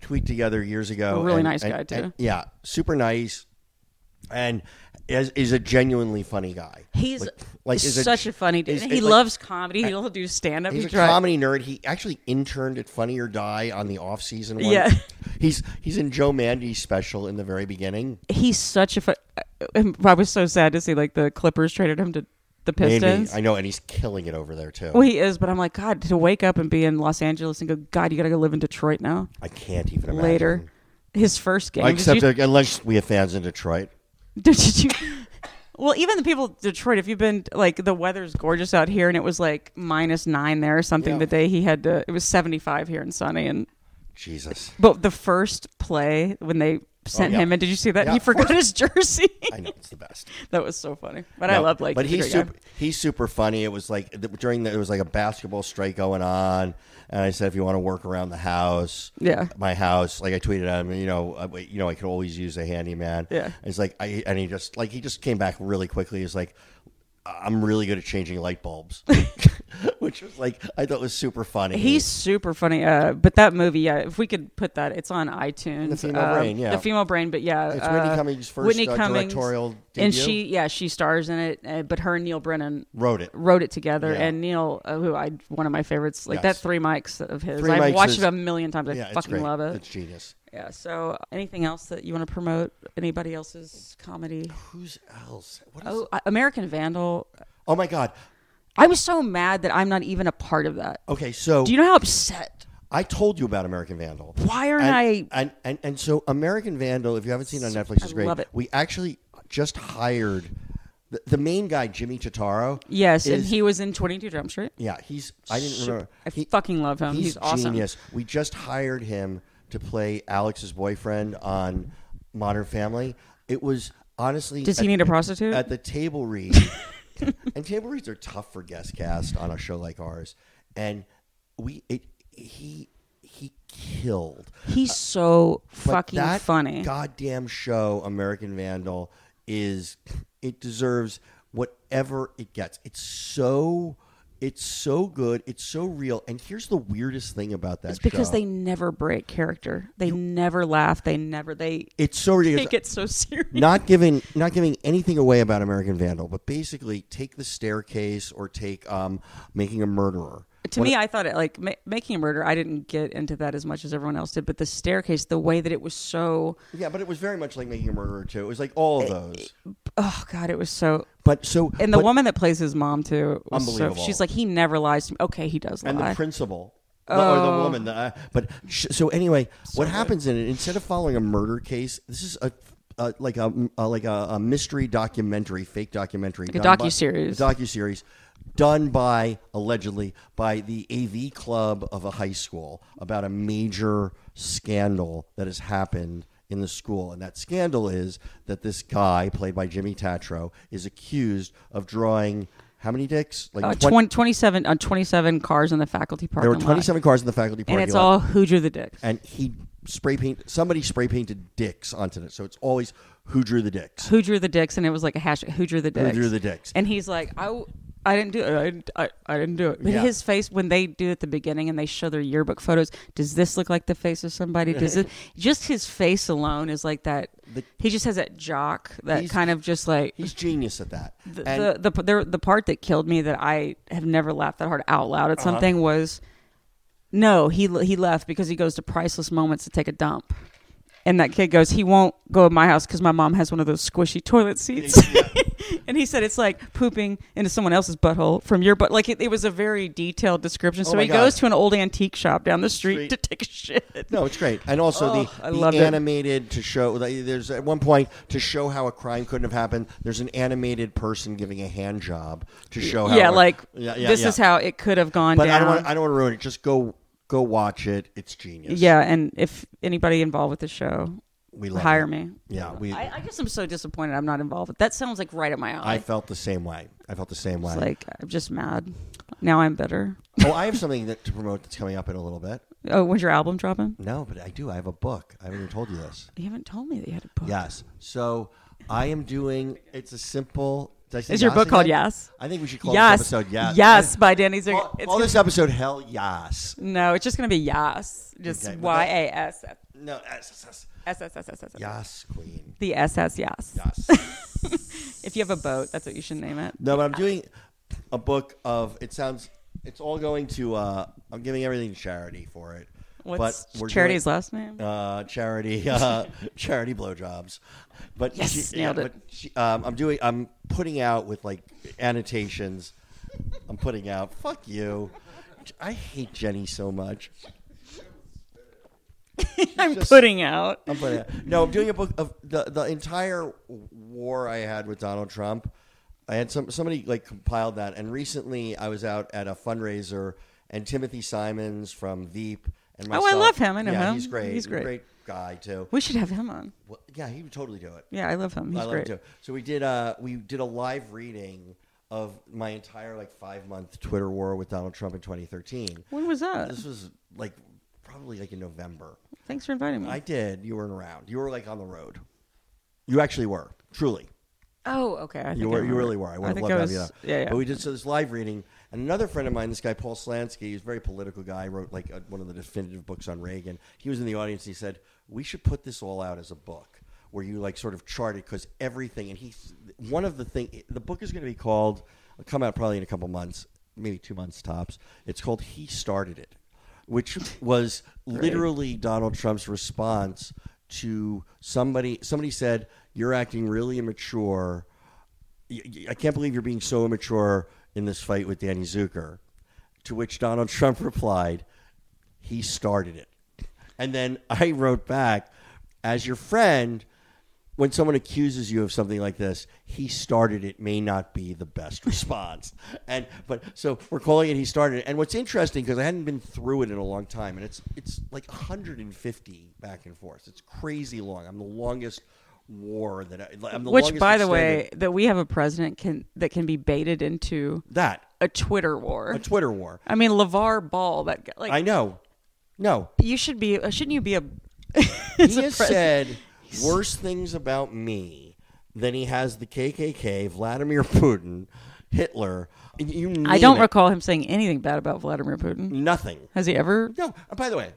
[SPEAKER 2] tweet together years ago.
[SPEAKER 3] A really nice guy, too.
[SPEAKER 2] yeah, super nice, and is, is a genuinely funny guy.
[SPEAKER 3] He's
[SPEAKER 2] is
[SPEAKER 3] such a, funny dude.
[SPEAKER 2] is-
[SPEAKER 3] he
[SPEAKER 2] is like-
[SPEAKER 3] loves comedy. He'll do stand up.
[SPEAKER 2] He's a comedy nerd. He actually interned at Funny or Die on the off season. One.
[SPEAKER 3] Yeah.
[SPEAKER 2] he's he's in Joe Mandy's special in the very beginning.
[SPEAKER 3] He's such a. Fu- I was so sad to see like the Clippers traded him to the
[SPEAKER 2] Maybe
[SPEAKER 3] Pistons.
[SPEAKER 2] I know, and he's killing it over there too.
[SPEAKER 3] well, he is, but I'm like, God, to wake up and be in Los Angeles and go, God, you got to go live in Detroit now.
[SPEAKER 2] I can't even imagine.
[SPEAKER 3] Later, his first game. Did
[SPEAKER 2] Except
[SPEAKER 3] you-
[SPEAKER 2] uh, unless we have fans in Detroit.
[SPEAKER 3] Did you? Well, even the people of Detroit, if you've been like the weather's gorgeous out here and it was like minus nine there or something
[SPEAKER 2] Yeah.
[SPEAKER 3] the day he had to it was seventy five here and sunny and
[SPEAKER 2] Jesus.
[SPEAKER 3] but the first play when they sent
[SPEAKER 2] Oh, yeah.
[SPEAKER 3] him in, did you see that?
[SPEAKER 2] Yeah,
[SPEAKER 3] he
[SPEAKER 2] of course.
[SPEAKER 3] forgot his jersey.
[SPEAKER 2] I know it's the best.
[SPEAKER 3] that was so funny. But I
[SPEAKER 2] No,
[SPEAKER 3] love like
[SPEAKER 2] but he's
[SPEAKER 3] Peter Guy.
[SPEAKER 2] super, he's super funny. It was like th- during the, it was like a basketball strike going on, and I said if you want to work around the house,
[SPEAKER 3] Yeah.
[SPEAKER 2] my house. Like I tweeted at him, you know, I, you know, I could always use a handyman.
[SPEAKER 3] Yeah.
[SPEAKER 2] And he's like, I and he just like he just came back really quickly. He's like, I'm really good at changing light bulbs, which was like I thought was super funny.
[SPEAKER 3] He's super funny. Uh, but that movie, yeah, if we could put that, it's on iTunes.
[SPEAKER 2] The Female
[SPEAKER 3] um,
[SPEAKER 2] Brain, yeah.
[SPEAKER 3] The Female Brain, but yeah.
[SPEAKER 2] It's Whitney
[SPEAKER 3] uh,
[SPEAKER 2] Cummings' first,
[SPEAKER 3] Whitney
[SPEAKER 2] uh,
[SPEAKER 3] Cummings,
[SPEAKER 2] directorial
[SPEAKER 3] And
[SPEAKER 2] debut.
[SPEAKER 3] she, yeah, she stars in it, uh, but her and Neil Brennan
[SPEAKER 2] Wrote it.
[SPEAKER 3] Wrote it together.
[SPEAKER 2] Yeah.
[SPEAKER 3] And Neil, uh, who I, one of my favorites, like
[SPEAKER 2] Yes.
[SPEAKER 3] that Three Mics of his.
[SPEAKER 2] Three
[SPEAKER 3] I've
[SPEAKER 2] Mics
[SPEAKER 3] watched
[SPEAKER 2] is-
[SPEAKER 3] it a million times. I
[SPEAKER 2] yeah, it's
[SPEAKER 3] fucking
[SPEAKER 2] great.
[SPEAKER 3] love it.
[SPEAKER 2] It's genius.
[SPEAKER 3] yeah. So anything else that you want to promote? Anybody else's comedy?
[SPEAKER 2] Who's else? What is,
[SPEAKER 3] Oh,
[SPEAKER 2] oh.
[SPEAKER 3] uh, American Vandal.
[SPEAKER 2] my god.
[SPEAKER 3] I was so mad that I'm not even a part of that.
[SPEAKER 2] Okay, so
[SPEAKER 3] Do you know how upset?
[SPEAKER 2] I told you about American Vandal.
[SPEAKER 3] Why aren't
[SPEAKER 2] and,
[SPEAKER 3] I?
[SPEAKER 2] And, and and so American Vandal, if you haven't seen it on Netflix, is
[SPEAKER 3] I
[SPEAKER 2] great.
[SPEAKER 3] love it.
[SPEAKER 2] We actually just hired the, the main guy, Jimmy Tataro.
[SPEAKER 3] Yes, and
[SPEAKER 2] is-
[SPEAKER 3] he was in 22 Jump Street.
[SPEAKER 2] Yeah, he's. I didn't remember.
[SPEAKER 3] I fucking love him. He's awesome.
[SPEAKER 2] Genius. We just hired him to play Alex's boyfriend on Modern Family. It was honestly.
[SPEAKER 3] Does he need a prostitute?
[SPEAKER 2] At the table read, and table reads are tough for guest cast on a show like ours, and we it he he killed.
[SPEAKER 3] He's so
[SPEAKER 2] uh, But
[SPEAKER 3] fucking
[SPEAKER 2] that
[SPEAKER 3] funny.
[SPEAKER 2] Goddamn show, American Vandal, is it deserves whatever it gets. It's so it's so good. It's so real. And here's the weirdest thing about that.
[SPEAKER 3] it's because
[SPEAKER 2] show.
[SPEAKER 3] they never break character. They never laugh. They never they
[SPEAKER 2] it's so
[SPEAKER 3] they
[SPEAKER 2] ridiculous.
[SPEAKER 3] get so serious.
[SPEAKER 2] not giving not giving anything away about American Vandal, but basically take the staircase or take um, making a murderer.
[SPEAKER 3] to me, I thought it like ma- making a murder. I didn't get into that as much as everyone else did, but the staircase, the way that it was so,
[SPEAKER 2] Yeah, but it was very much like making a murderer too. It was like all of those.
[SPEAKER 3] oh god, it was so.
[SPEAKER 2] But so
[SPEAKER 3] Eh, And the
[SPEAKER 2] but-
[SPEAKER 3] woman that plays his mom too, was so-
[SPEAKER 2] Unbelievable.
[SPEAKER 3] she's like, he never lies to me. Okay, he does lie.
[SPEAKER 2] and the principal the- or the woman. The, uh, but sh- so anyway, what happens in it? Instead of following a murder case, this is a. Uh, like a, uh like a, a mystery documentary, fake documentary,
[SPEAKER 3] a
[SPEAKER 2] done by-
[SPEAKER 3] docuseries.
[SPEAKER 2] a docuseries done by allegedly by the AV club of a high school about a major scandal that has happened in the school, and that scandal is that this guy, played by Jimmy Tatro, is accused of drawing how many dicks? Like
[SPEAKER 3] uh,
[SPEAKER 2] twen-
[SPEAKER 3] 20, 27 on 27 cars in the faculty park.
[SPEAKER 2] There were twenty-seven cars in the faculty parking
[SPEAKER 3] and it's
[SPEAKER 2] lot
[SPEAKER 3] all who drew the dick.
[SPEAKER 2] and he spray paint somebody spray painted dicks onto it. So it's always who drew the dicks.
[SPEAKER 3] who drew the dicks and it was like a hashtag who drew the dicks
[SPEAKER 2] drew the dicks?
[SPEAKER 3] and he's like i w- I didn't do it. I didn't, I, I didn't do it. But
[SPEAKER 2] Yeah.
[SPEAKER 3] his face, when they do at the beginning and they show their yearbook photos, does this look like the face of somebody? Does it? Just his face alone is like that. he just has that jock, that
[SPEAKER 2] He's-
[SPEAKER 3] kind of just like
[SPEAKER 2] He's genius at that. and
[SPEAKER 3] the the, the the part that killed me that I have never laughed that hard out loud
[SPEAKER 2] Uh-huh.
[SPEAKER 3] at something was no he he left because he goes to priceless moments to take a dump and that kid goes he won't go to my house because my mom has one of those squishy toilet seats and he said it's like pooping into someone else's butthole from your butt like it, it was a very detailed description so
[SPEAKER 2] Oh my
[SPEAKER 3] he goes
[SPEAKER 2] God.
[SPEAKER 3] to an old antique shop down the street,
[SPEAKER 2] Street.
[SPEAKER 3] to take a shit
[SPEAKER 2] no, it's great. And also
[SPEAKER 3] Oh, I
[SPEAKER 2] the, the
[SPEAKER 3] loved it.
[SPEAKER 2] animated to show. There's at one point to show how a crime couldn't have happened. There's an animated person giving a hand job to show. How
[SPEAKER 3] yeah like
[SPEAKER 2] Yeah, yeah,
[SPEAKER 3] this
[SPEAKER 2] yeah.
[SPEAKER 3] is how it could have gone
[SPEAKER 2] But
[SPEAKER 3] down
[SPEAKER 2] I don't want. I don't want to ruin it. Just go. Go watch it. It's genius.
[SPEAKER 3] yeah and if anybody involved with the show
[SPEAKER 2] we love
[SPEAKER 3] hire
[SPEAKER 2] it.
[SPEAKER 3] me
[SPEAKER 2] Yeah, we.
[SPEAKER 3] I,
[SPEAKER 2] I,
[SPEAKER 3] I just am so disappointed I'm not involved. That sounds like right up my alley.
[SPEAKER 2] felt the same way. I felt the same way.
[SPEAKER 3] It's like I'm just mad. Now I'm bitter.
[SPEAKER 2] oh, I have something that, to promote that's coming up in a little bit.
[SPEAKER 3] Oh, when's your album dropping?
[SPEAKER 2] No, but I do. I have a book. I haven't even told you this.
[SPEAKER 3] You haven't told me that you had a book.
[SPEAKER 2] Yes. So I am doing. It's a simple. Did I say
[SPEAKER 3] Is your
[SPEAKER 2] yes
[SPEAKER 3] book called
[SPEAKER 2] again?
[SPEAKER 3] Yes?
[SPEAKER 2] I think we should call
[SPEAKER 3] Yes.
[SPEAKER 2] this episode yes.
[SPEAKER 3] Yes, by Danny Zerg.
[SPEAKER 2] Call,
[SPEAKER 3] it's
[SPEAKER 2] call
[SPEAKER 3] gonna-
[SPEAKER 2] this episode hell yes.
[SPEAKER 3] no, it's just gonna be Yas. Just
[SPEAKER 2] Okay, well,
[SPEAKER 3] Y
[SPEAKER 2] that-
[SPEAKER 3] A S S
[SPEAKER 2] No, S, S, S.
[SPEAKER 3] S S S S S.
[SPEAKER 2] yes, queen.
[SPEAKER 3] The S S Yas.
[SPEAKER 2] Yes.
[SPEAKER 3] If you have a boat, that's what you should name it.
[SPEAKER 2] no, but I'm doing a book of. It sounds. It's all going to. uh I'm giving everything to charity for it.
[SPEAKER 3] What's
[SPEAKER 2] but we're
[SPEAKER 3] charity's
[SPEAKER 2] doing,
[SPEAKER 3] last name?
[SPEAKER 2] uh, charity uh, charity blowjobs. But
[SPEAKER 3] Yes, nailed it.
[SPEAKER 2] But she, um, I'm doing. I'm putting out with like annotations. I'm putting out. Fuck you. I hate Jenny so much.
[SPEAKER 3] I'm putting out.
[SPEAKER 2] I'm putting it- uh, No, I'm doing a book of the the entire war I had with Donald Trump. I had some somebody like compiled that, and recently I was out at a fundraiser, and Timothy Simons from Veep and
[SPEAKER 3] Oh, I
[SPEAKER 2] myself.
[SPEAKER 3] love him. I know
[SPEAKER 2] yeah,
[SPEAKER 3] him.
[SPEAKER 2] He's great.
[SPEAKER 3] He's great.
[SPEAKER 2] guy too.
[SPEAKER 3] We should have him on.
[SPEAKER 2] Well, yeah, he would totally do it.
[SPEAKER 3] Yeah, I love him. He's
[SPEAKER 2] I love
[SPEAKER 3] great.
[SPEAKER 2] it too. So we did uh we did a live reading of my entire like five month Twitter war with Donald Trump in 2013.
[SPEAKER 3] When was that?
[SPEAKER 2] This was like probably like in November.
[SPEAKER 3] Thanks for inviting me.
[SPEAKER 2] I did. You weren't around. You were like on the road. You actually were. Truly,
[SPEAKER 3] oh, okay. I think
[SPEAKER 2] you
[SPEAKER 3] I
[SPEAKER 2] were. You
[SPEAKER 3] remember.
[SPEAKER 2] really were. I would have
[SPEAKER 3] think
[SPEAKER 2] loved to have
[SPEAKER 3] was-
[SPEAKER 2] you. there.
[SPEAKER 3] Yeah, yeah.
[SPEAKER 2] But we did so this live reading, and another friend of mine, this guy Paul Slansky, he's a very political guy. Wrote like uh one of the definitive books on Reagan. He was in the audience. and He said, "We should put this all out as a book." Where you like sort of chart it because everything, and he's one of the thing. The book is going to be called, it'll come out probably in a couple months, maybe two months tops. It's called "He Started It," which was literally Donald Trump's response to somebody. Somebody said, "You're acting really immature. Y- y- I can't believe you're being so immature in this fight with Danny Zucker." To which Donald Trump replied, "He started it." And then I wrote back, "As your friend." When someone accuses you of something like this, he started it may not be the best response. And but so we're calling it he started it. And what's interesting because I hadn't been through it in a long time, and it's it's like 150 back and forth. It's crazy long. I'm the longest war that I, I'm the
[SPEAKER 3] Which,
[SPEAKER 2] longest
[SPEAKER 3] by the
[SPEAKER 2] extended-
[SPEAKER 3] way, that we have a president can that can be baited into
[SPEAKER 2] that
[SPEAKER 3] a Twitter war.
[SPEAKER 2] a Twitter war.
[SPEAKER 3] I mean, LeVar Ball. That guy, like
[SPEAKER 2] I know. No,
[SPEAKER 3] you should be. uh, Shouldn't you be a?
[SPEAKER 2] he has said worse things about me than he has the KKK, Vladimir Putin, Hitler. You
[SPEAKER 3] I
[SPEAKER 2] name
[SPEAKER 3] don't
[SPEAKER 2] it.
[SPEAKER 3] recall him saying anything bad about Vladimir Putin.
[SPEAKER 2] nothing.
[SPEAKER 3] Has he ever?
[SPEAKER 2] No. uh, By the way,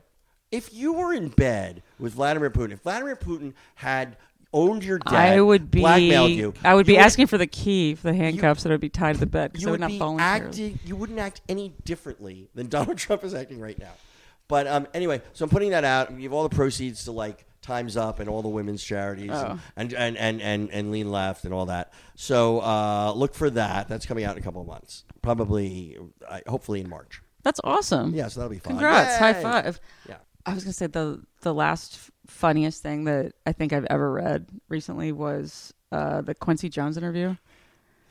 [SPEAKER 2] if you were in bed with Vladimir Putin, if Vladimir Putin had owned your debt,
[SPEAKER 3] I would be.
[SPEAKER 2] blackmailed you.
[SPEAKER 3] I would be
[SPEAKER 2] you
[SPEAKER 3] asking for the key for the handcuffs that would be tied to the bed because
[SPEAKER 2] you
[SPEAKER 3] I
[SPEAKER 2] would
[SPEAKER 3] would not
[SPEAKER 2] be
[SPEAKER 3] fall into.
[SPEAKER 2] acting. You wouldn't act any differently than Donald Trump is acting right now. But um, anyway, so I'm putting that out. We give all the proceeds to like Times Up and all the women's charities
[SPEAKER 3] Oh.
[SPEAKER 2] and, and, and, and, and Lean Left and all that. So uh, look for that. That's coming out in a couple of months, probably, I hopefully in March.
[SPEAKER 3] That's awesome.
[SPEAKER 2] Yeah, so that'll be fun.
[SPEAKER 3] Congrats.
[SPEAKER 2] Yay!
[SPEAKER 3] High five.
[SPEAKER 2] Yeah.
[SPEAKER 3] I was gonna say the the last f- funniest thing that I think I've ever read recently was uh, the Quincy Jones interview.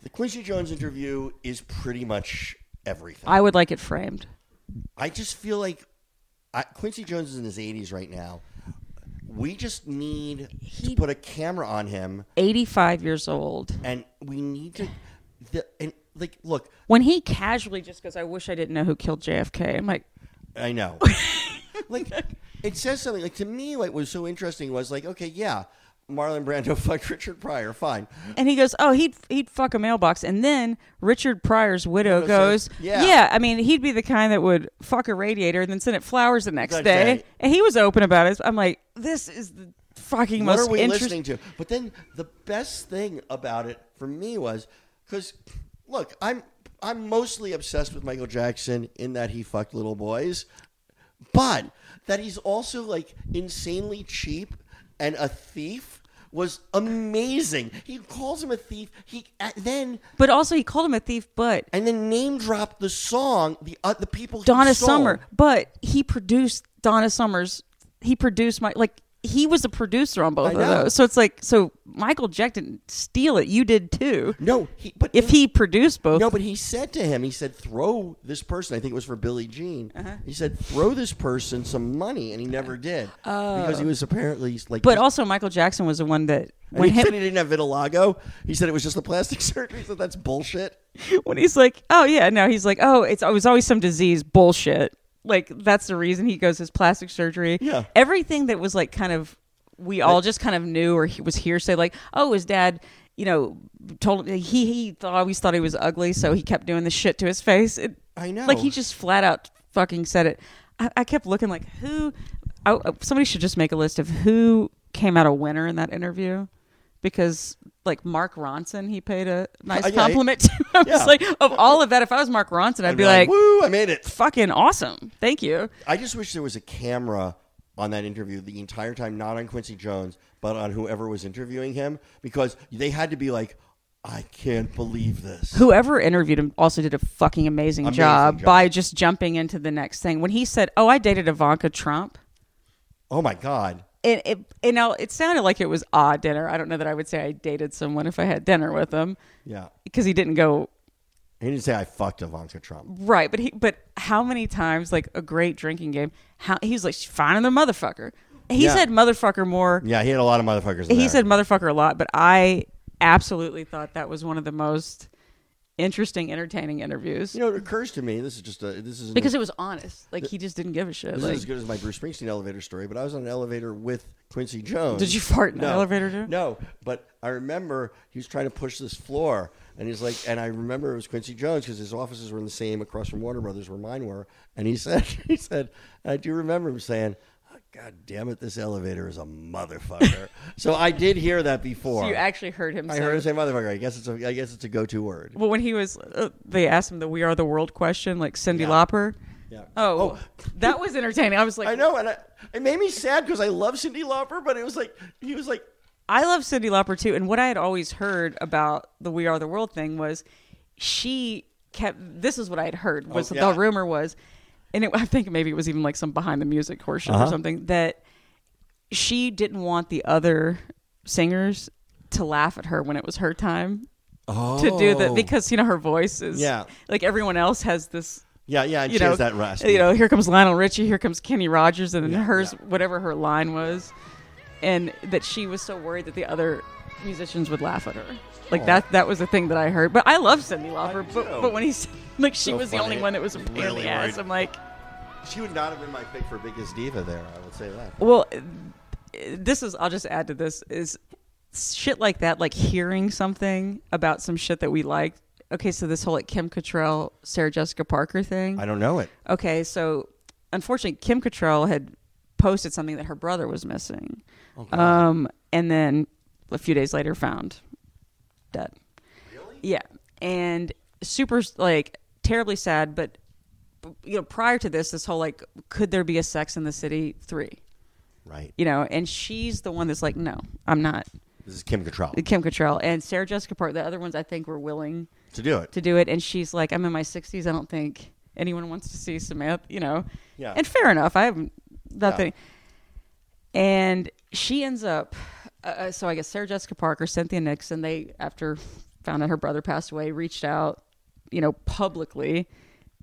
[SPEAKER 2] The Quincy Jones interview is pretty much everything.
[SPEAKER 3] I would like it framed.
[SPEAKER 2] I just feel like I, Quincy Jones is in his 80s right now. We just need to put a camera on him,
[SPEAKER 3] Eighty five years old.
[SPEAKER 2] and we need to. The, and like, look,
[SPEAKER 3] When he casually just goes, "I wish I didn't know who killed JFK." I'm like,
[SPEAKER 2] I know. like, it says something. Like to me, what was so interesting was like, okay, yeah, Marlon Brando fucked Richard Pryor, fine.
[SPEAKER 3] and he goes, "Oh, he'd he'd fuck a mailbox." And then Richard Pryor's widow goes,
[SPEAKER 2] says, "Yeah."
[SPEAKER 3] I mean, he'd be the kind that would fuck a radiator and then send it flowers the next
[SPEAKER 2] That's
[SPEAKER 3] day."
[SPEAKER 2] right.
[SPEAKER 3] And he was open about it. I'm like, "This is the fucking
[SPEAKER 2] what
[SPEAKER 3] most
[SPEAKER 2] are we
[SPEAKER 3] interesting."
[SPEAKER 2] listening to? But then the best thing about it for me was because look, I'm I'm mostly obsessed with Michael Jackson in that he fucked little boys, but that he's also like insanely cheap and a thief was amazing. He calls him a thief. He and then
[SPEAKER 3] But also, he called him a thief, but
[SPEAKER 2] and then name dropped the song the uh, the people he
[SPEAKER 3] Donna
[SPEAKER 2] stole.
[SPEAKER 3] Summer, but he produced Donna Summer's. He produced my like he was a producer on both
[SPEAKER 2] I
[SPEAKER 3] of
[SPEAKER 2] know.
[SPEAKER 3] those. So it's like so Michael Jack didn't steal it. You did too.
[SPEAKER 2] No, he, but
[SPEAKER 3] If he produced both,
[SPEAKER 2] No, but he said to him, he said, throw this person. I think it was for Billie Jean.
[SPEAKER 3] Uh-huh.
[SPEAKER 2] He said, throw this person some money, and he never did because he was apparently like.
[SPEAKER 3] Oh. but also Michael Jackson was the one that
[SPEAKER 2] and
[SPEAKER 3] when
[SPEAKER 2] he said
[SPEAKER 3] him,
[SPEAKER 2] he didn't have vitiligo. He said it was just the plastic surgery. So that's bullshit.
[SPEAKER 3] when he's like, oh yeah, no, he's like, oh, it's it was always some disease bullshit. Like that's the reason he goes his plastic surgery.
[SPEAKER 2] Yeah.
[SPEAKER 3] everything that was like kind of we all just kind of knew or he was hearsay. Like, oh, his dad, you know, told he he thought, always thought he was ugly, so he kept doing the shit to his face. It,
[SPEAKER 2] I know.
[SPEAKER 3] like he just flat out fucking said it. I, I kept looking like who. I, somebody should just make a list of who came out a winner in that interview. Because like Mark Ronson, he paid a nice
[SPEAKER 2] Uh, yeah, he-
[SPEAKER 3] compliment to. I was
[SPEAKER 2] Yeah.
[SPEAKER 3] like, of all of that, if I was Mark Ronson, I'd,
[SPEAKER 2] I'd
[SPEAKER 3] be like,
[SPEAKER 2] woo, I made it.
[SPEAKER 3] fucking awesome. Thank you.
[SPEAKER 2] I just wish there was a camera on that interview the entire time, not on Quincy Jones, but on whoever was interviewing him, because they had to be like, I can't believe this.
[SPEAKER 3] Whoever interviewed him also did a fucking amazing,
[SPEAKER 2] Amazing
[SPEAKER 3] job,
[SPEAKER 2] job.
[SPEAKER 3] by just jumping into the next thing. When he said, Oh, I dated Ivanka Trump,
[SPEAKER 2] Oh my god.
[SPEAKER 3] it, it you know it sounded like it was odd dinner. I don't know that I would say I dated someone if I had dinner with him
[SPEAKER 2] Yeah.
[SPEAKER 3] because he didn't go
[SPEAKER 2] He didn't say I fucked Ivanka Trump.
[SPEAKER 3] right. But he but how many times like a great drinking game? How he was like "She's fine and the motherfucker. He
[SPEAKER 2] Yeah.
[SPEAKER 3] said motherfucker more.
[SPEAKER 2] Yeah, he had a lot of motherfuckers. in
[SPEAKER 3] He
[SPEAKER 2] there.
[SPEAKER 3] said motherfucker a lot, but I absolutely thought that was one of the most interesting, entertaining interviews
[SPEAKER 2] You know, it occurs to me. This is just a. This is
[SPEAKER 3] because it was honest. Like he just didn't give a shit.
[SPEAKER 2] This
[SPEAKER 3] Like,
[SPEAKER 2] is as good as my Bruce Springsteen elevator story, but I was on an elevator with Quincy Jones.
[SPEAKER 3] Did you fart in the
[SPEAKER 2] no,
[SPEAKER 3] elevator, dude?
[SPEAKER 2] No, but I remember he was trying to push this floor, and he's like, and I remember it was Quincy Jones because his offices were in the same across from Warner Brothers where mine were, and he said, he said, I do remember him saying. "Oh, God damn it! This elevator is a motherfucker. so I did hear that before.
[SPEAKER 3] you actually heard him.
[SPEAKER 2] I
[SPEAKER 3] say
[SPEAKER 2] heard him
[SPEAKER 3] it.
[SPEAKER 2] say motherfucker. I guess it's a. I guess it's a go-to word.
[SPEAKER 3] Well, when he was, uh, they asked him the "We Are the World" question, like Cindy Lauper.
[SPEAKER 2] Yeah.
[SPEAKER 3] Oh, that was entertaining. I was like,
[SPEAKER 2] I
[SPEAKER 3] I,
[SPEAKER 2] know, and I, it made me sad because I love Cindy Lauper, but it was like he was like
[SPEAKER 3] love Cindy Lauper too. And what I had always heard about the "We Are the World" thing was, she kept. This is what I had heard was
[SPEAKER 2] Oh,
[SPEAKER 3] the
[SPEAKER 2] yeah.
[SPEAKER 3] rumor was, and it, I think maybe it was even like some behind the music horseshit
[SPEAKER 2] Uh-huh.
[SPEAKER 3] or something that she didn't want the other singers to laugh at her when it was her time. To do that because you know her voice is
[SPEAKER 2] Oh. Yeah.
[SPEAKER 3] like everyone else has this
[SPEAKER 2] Yeah, yeah, and
[SPEAKER 3] you
[SPEAKER 2] she
[SPEAKER 3] know,
[SPEAKER 2] has that rest.
[SPEAKER 3] You know, here comes Lionel Richie, here comes Kenny Rogers, and then hers, whatever her line was, and that she was so worried that the other musicians would laugh at her. Like that, that was the thing that I heard. But I love Cindy Lauper, but,
[SPEAKER 2] too.
[SPEAKER 3] but when he's like, she
[SPEAKER 2] So
[SPEAKER 3] was the
[SPEAKER 2] funny.
[SPEAKER 3] only one that was a pain in
[SPEAKER 2] Really
[SPEAKER 3] the ass.
[SPEAKER 2] worried.
[SPEAKER 3] I'm like,
[SPEAKER 2] she would not have been my pick for biggest diva there. I would say that.
[SPEAKER 3] well, uh, this is. I'll just add to this is shit like that, like hearing something about some shit that we like. Okay, so this whole like Kim Cattrall, Sarah Jessica Parker thing.
[SPEAKER 2] I don't know it.
[SPEAKER 3] Okay, so unfortunately, Kim Cattrall had posted something that her brother was missing, um, and then a few days later found dead. Really? Yeah, and super like terribly sad. But you know, prior to this, this whole like, could there be a Sex in the City three?
[SPEAKER 2] Right.
[SPEAKER 3] You know, and she's the one that's like, no, I'm not.
[SPEAKER 2] This is Kim Cattrall
[SPEAKER 3] Kim Cattrall and Sarah Jessica Parker. The other ones I think were willing
[SPEAKER 2] to do it.
[SPEAKER 3] to do it and she's like i'm in my 60s i don't think anyone wants to see samantha you know
[SPEAKER 2] Yeah.
[SPEAKER 3] and fair enough i have nothing and she ends up uh, uh, so i guess sarah jessica parker cynthia nixon they after found out her brother passed away reached out you know publicly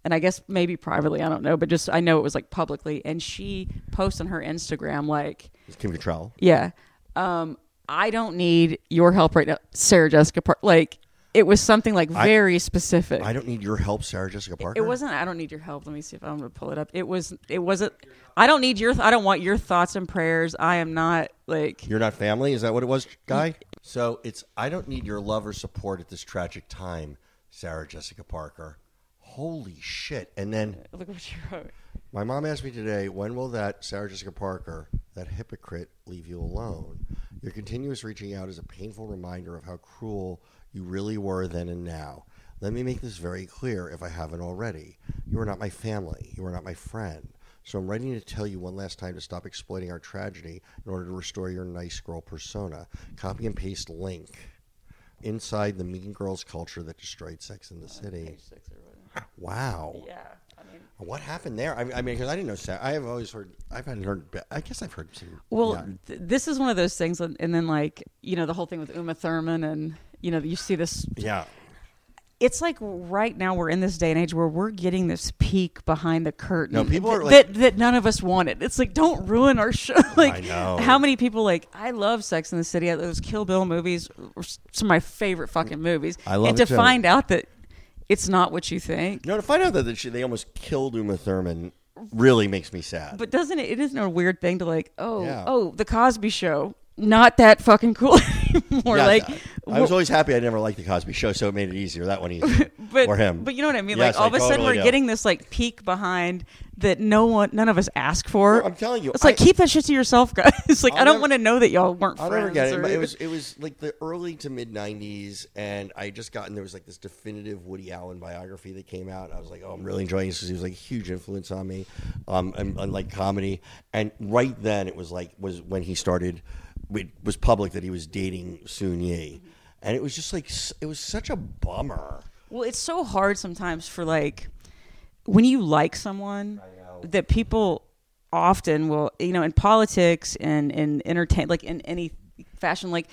[SPEAKER 3] and i guess maybe privately i don't know but just i know it was like publicly and she posts on her instagram like
[SPEAKER 2] It's Kim Cattrall.
[SPEAKER 3] yeah. Um, I don't need your help right now, Sarah Jessica Park. Like it was something like very specific.
[SPEAKER 2] I don't need your help, Sarah Jessica Parker.
[SPEAKER 3] it wasn't. I don't need your help. Let me see if I'm gonna pull it up. It was. It wasn't. I don't need your. I don't want your thoughts and prayers. I am not like.
[SPEAKER 2] You're not family. Is that what it was, guy? So it's I don't need your love or support at this tragic time, Sarah Jessica Parker. Holy shit! And then
[SPEAKER 3] Look what you wrote.
[SPEAKER 2] My mom asked me today, when will that Sarah Jessica Parker, that hypocrite, leave you alone? Your continuous reaching out is a painful reminder of how cruel you really were then and now. Let me make this very clear if I haven't already. You are not my family. You are not my friend. So I'm writing to tell you one last time to stop exploiting our tragedy in order to restore your nice girl persona. Copy and paste link inside the mean girls culture that destroyed Sex
[SPEAKER 3] Uh,
[SPEAKER 2] in the City. Wow.
[SPEAKER 3] Yeah. I mean,
[SPEAKER 2] What happened there? I, I mean, because I didn't know. Sa- I have always heard. I've had heard. I guess I've heard some.
[SPEAKER 3] well,
[SPEAKER 2] yeah.
[SPEAKER 3] th- this is one of those things, and and then like you know the whole thing with Uma Thurman, and you know you see this
[SPEAKER 2] yeah.
[SPEAKER 3] it's like right now we're in this day and age where we're getting this peek behind the curtain.
[SPEAKER 2] No, people are
[SPEAKER 3] th-
[SPEAKER 2] like-
[SPEAKER 3] that that none of us wanted. It's like don't ruin our show. like
[SPEAKER 2] know.
[SPEAKER 3] how many people like I love Sex in the City. I- Those Kill Bill movies are s- some of my favorite fucking movies.
[SPEAKER 2] I love
[SPEAKER 3] and
[SPEAKER 2] it
[SPEAKER 3] to
[SPEAKER 2] too.
[SPEAKER 3] find out that it's not what you think.
[SPEAKER 2] No, to find out that they- she, they almost killed Uma Thurman really makes me sad.
[SPEAKER 3] But doesn't it? It isn't a weird thing to like. Oh,
[SPEAKER 2] Yeah.
[SPEAKER 3] oh, the Cosby Show. Not that fucking cool anymore.
[SPEAKER 2] Yeah,
[SPEAKER 3] like,
[SPEAKER 2] I, I was always happy I never liked the Cosby Show, so it made it easier. That one easier.
[SPEAKER 3] but
[SPEAKER 2] or him.
[SPEAKER 3] but you know what I mean.
[SPEAKER 2] Yes,
[SPEAKER 3] like all
[SPEAKER 2] I
[SPEAKER 3] of a sudden
[SPEAKER 2] totally
[SPEAKER 3] we're
[SPEAKER 2] do.
[SPEAKER 3] getting this like peek behind that no one, none of us asked for.
[SPEAKER 2] No, I'm telling you,
[SPEAKER 3] it's like
[SPEAKER 2] I-
[SPEAKER 3] keep that shit to yourself, guys. like I'll I
[SPEAKER 2] never-
[SPEAKER 3] do not want to know that y'all weren't
[SPEAKER 2] I'll never
[SPEAKER 3] friends.
[SPEAKER 2] get it.
[SPEAKER 3] or-
[SPEAKER 2] But it was it was like the early to mid '90s, and I had just gotten there was like this definitive Woody Allen biography that came out. I was like, oh, I'm really enjoying this because he was like a huge influence on me, um, and, and like comedy. And right then, it was like was when he started. It was public that he was dating Soon Yi, and it was just like s- it was such a bummer.
[SPEAKER 3] well, it's so hard sometimes for like when you like someone that people often will you know in politics and in entertain like in any fashion like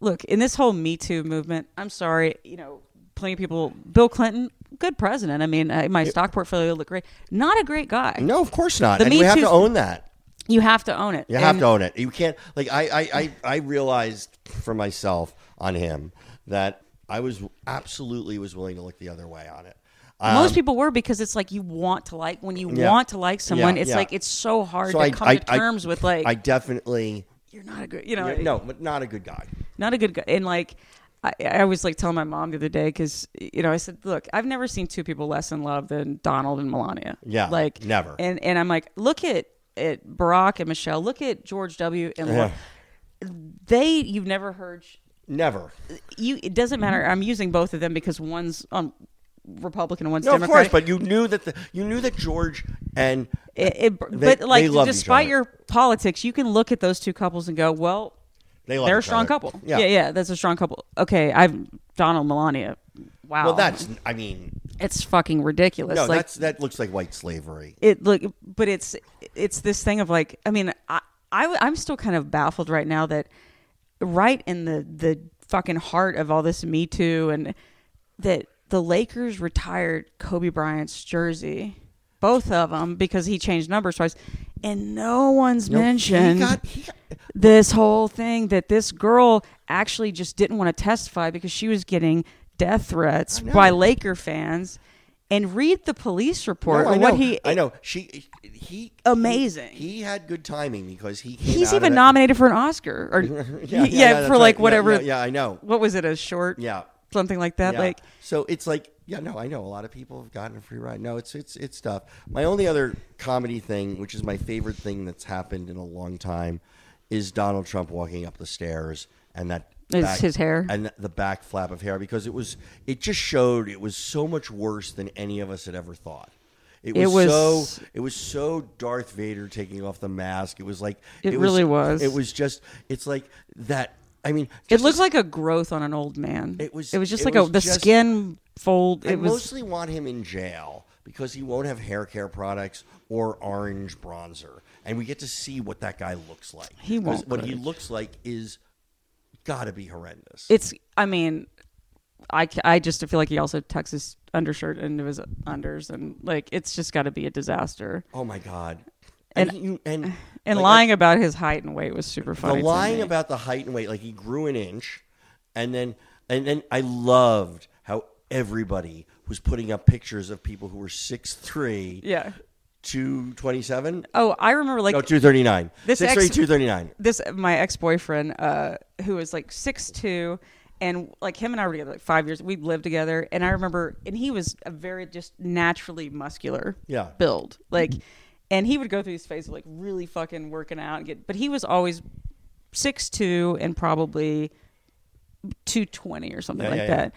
[SPEAKER 3] look in this whole me too movement i'm sorry you know plenty of people bill clinton good president i mean uh, my stock portfolio looked great not a great guy
[SPEAKER 2] No, of course not.
[SPEAKER 3] The
[SPEAKER 2] and
[SPEAKER 3] Me
[SPEAKER 2] we have
[SPEAKER 3] Too-
[SPEAKER 2] to own that.
[SPEAKER 3] you have to own it
[SPEAKER 2] You have to own it. You can't like I I I, I realized for myself on him that I was absolutely was willing to look the other way on it. Um,
[SPEAKER 3] most people were because it's like you want to like when you
[SPEAKER 2] Yeah.
[SPEAKER 3] want to like someone
[SPEAKER 2] Yeah,
[SPEAKER 3] it's
[SPEAKER 2] yeah.
[SPEAKER 3] like it's so hard
[SPEAKER 2] so
[SPEAKER 3] to
[SPEAKER 2] I,
[SPEAKER 3] come
[SPEAKER 2] I,
[SPEAKER 3] to terms
[SPEAKER 2] I,
[SPEAKER 3] with like
[SPEAKER 2] I definitely
[SPEAKER 3] you're not a good you know
[SPEAKER 2] yeah, no, but not a good guy.
[SPEAKER 3] not a good guy. And like, I, I was like telling my mom the other day because you know I said, look, I've never seen two people less in love than Donald and Melania.
[SPEAKER 2] Yeah,
[SPEAKER 3] like
[SPEAKER 2] never.
[SPEAKER 3] And and I'm like, look at at Barack and Michelle. Look at George W. and Laura. they. You've never heard. sh-
[SPEAKER 2] Never.
[SPEAKER 3] You. It doesn't matter.
[SPEAKER 2] Mm-hmm.
[SPEAKER 3] I'm using both of them because one's um, Republican and one's
[SPEAKER 2] No, of
[SPEAKER 3] Democratic.
[SPEAKER 2] course, but you knew that the, you knew that George and
[SPEAKER 3] It- it-
[SPEAKER 2] They-
[SPEAKER 3] but like,
[SPEAKER 2] they love each
[SPEAKER 3] despite
[SPEAKER 2] other.
[SPEAKER 3] your politics, you can look at those two couples and go, well,
[SPEAKER 2] They love
[SPEAKER 3] are a
[SPEAKER 2] each
[SPEAKER 3] strong
[SPEAKER 2] other.
[SPEAKER 3] couple.
[SPEAKER 2] Yeah.
[SPEAKER 3] yeah, that's a strong couple. Okay, I've Donald Melania. Wow,
[SPEAKER 2] well, that's I mean,
[SPEAKER 3] it's fucking ridiculous.
[SPEAKER 2] no,
[SPEAKER 3] like
[SPEAKER 2] that's that looks like white slavery.
[SPEAKER 3] it look, but it's it's this thing of like, I mean, I, I I'm still kind of baffled right now that right in the the fucking heart of all this Me Too and that the Lakers retired Kobe Bryant's jersey, both of them because he changed numbers twice, and no one's mentioned
[SPEAKER 2] He got, he got-
[SPEAKER 3] this whole thing that this girl actually just didn't want to testify because she was getting death threats by Laker fans. And read the police report.
[SPEAKER 2] No, I
[SPEAKER 3] and
[SPEAKER 2] know.
[SPEAKER 3] what he
[SPEAKER 2] I know. She he
[SPEAKER 3] Amazing.
[SPEAKER 2] He, had good timing because he came out
[SPEAKER 3] he's
[SPEAKER 2] of
[SPEAKER 3] even
[SPEAKER 2] that-
[SPEAKER 3] nominated for an Oscar or yeah,
[SPEAKER 2] yeah, yeah, that's
[SPEAKER 3] for like
[SPEAKER 2] right. Yeah,
[SPEAKER 3] whatever.
[SPEAKER 2] yeah, yeah, I know.
[SPEAKER 3] What was it? A short?
[SPEAKER 2] Yeah.
[SPEAKER 3] something like that.
[SPEAKER 2] Yeah.
[SPEAKER 3] Like
[SPEAKER 2] so it's like yeah no I know a lot of people have gotten a free ride. No, it's it's it's tough. My only other comedy thing, which is my favorite thing that's happened in a long time, is Donald Trump walking up the stairs and that.
[SPEAKER 3] It's his hair.
[SPEAKER 2] and the back flap of hair because it was it just showed it was so much worse than any of us had ever thought. It was,
[SPEAKER 3] It was-
[SPEAKER 2] so it was so Darth Vader taking off the mask. It was like
[SPEAKER 3] It really was.
[SPEAKER 2] It was just it's like that. I mean,
[SPEAKER 3] it
[SPEAKER 2] just
[SPEAKER 3] looked like a growth on an old man.
[SPEAKER 2] It was-
[SPEAKER 3] It was just
[SPEAKER 2] it
[SPEAKER 3] like
[SPEAKER 2] was
[SPEAKER 3] a the
[SPEAKER 2] just-
[SPEAKER 3] skin fold.
[SPEAKER 2] I
[SPEAKER 3] It was.
[SPEAKER 2] mostly want him in jail because he won't have hair care products or orange bronzer, and we get to see what that guy looks like.
[SPEAKER 3] He
[SPEAKER 2] 'Cause
[SPEAKER 3] won't
[SPEAKER 2] What
[SPEAKER 3] quit.
[SPEAKER 2] he looks like is got to be horrendous.
[SPEAKER 3] it's. I mean, I ca- I just feel like he also tucks his undershirt into his unders and like it's just got to be a disaster.
[SPEAKER 2] oh my god!
[SPEAKER 3] And-
[SPEAKER 2] he- you, and
[SPEAKER 3] And
[SPEAKER 2] like,
[SPEAKER 3] lying about his height and weight was super
[SPEAKER 2] the
[SPEAKER 3] funny. to
[SPEAKER 2] lying
[SPEAKER 3] me.
[SPEAKER 2] about the height and weight, like he grew an inch, and then and then I loved how everybody was putting up pictures of people who were six three,
[SPEAKER 3] Yeah.
[SPEAKER 2] two twenty seven,
[SPEAKER 3] Oh, I remember like
[SPEAKER 2] no two thirty nine,
[SPEAKER 3] This
[SPEAKER 2] six three
[SPEAKER 3] ex-
[SPEAKER 2] two thirty nine.
[SPEAKER 3] this my ex boyfriend uh, who was like six two, and like him and I were together like five years. We lived together, and I remember, and he was a very just naturally muscular
[SPEAKER 2] Yeah.
[SPEAKER 3] build, like, and he would go through his phase of like really fucking working out and get, but he was always six two and probably two twenty or something
[SPEAKER 2] Yeah,
[SPEAKER 3] like
[SPEAKER 2] yeah, yeah.
[SPEAKER 3] that.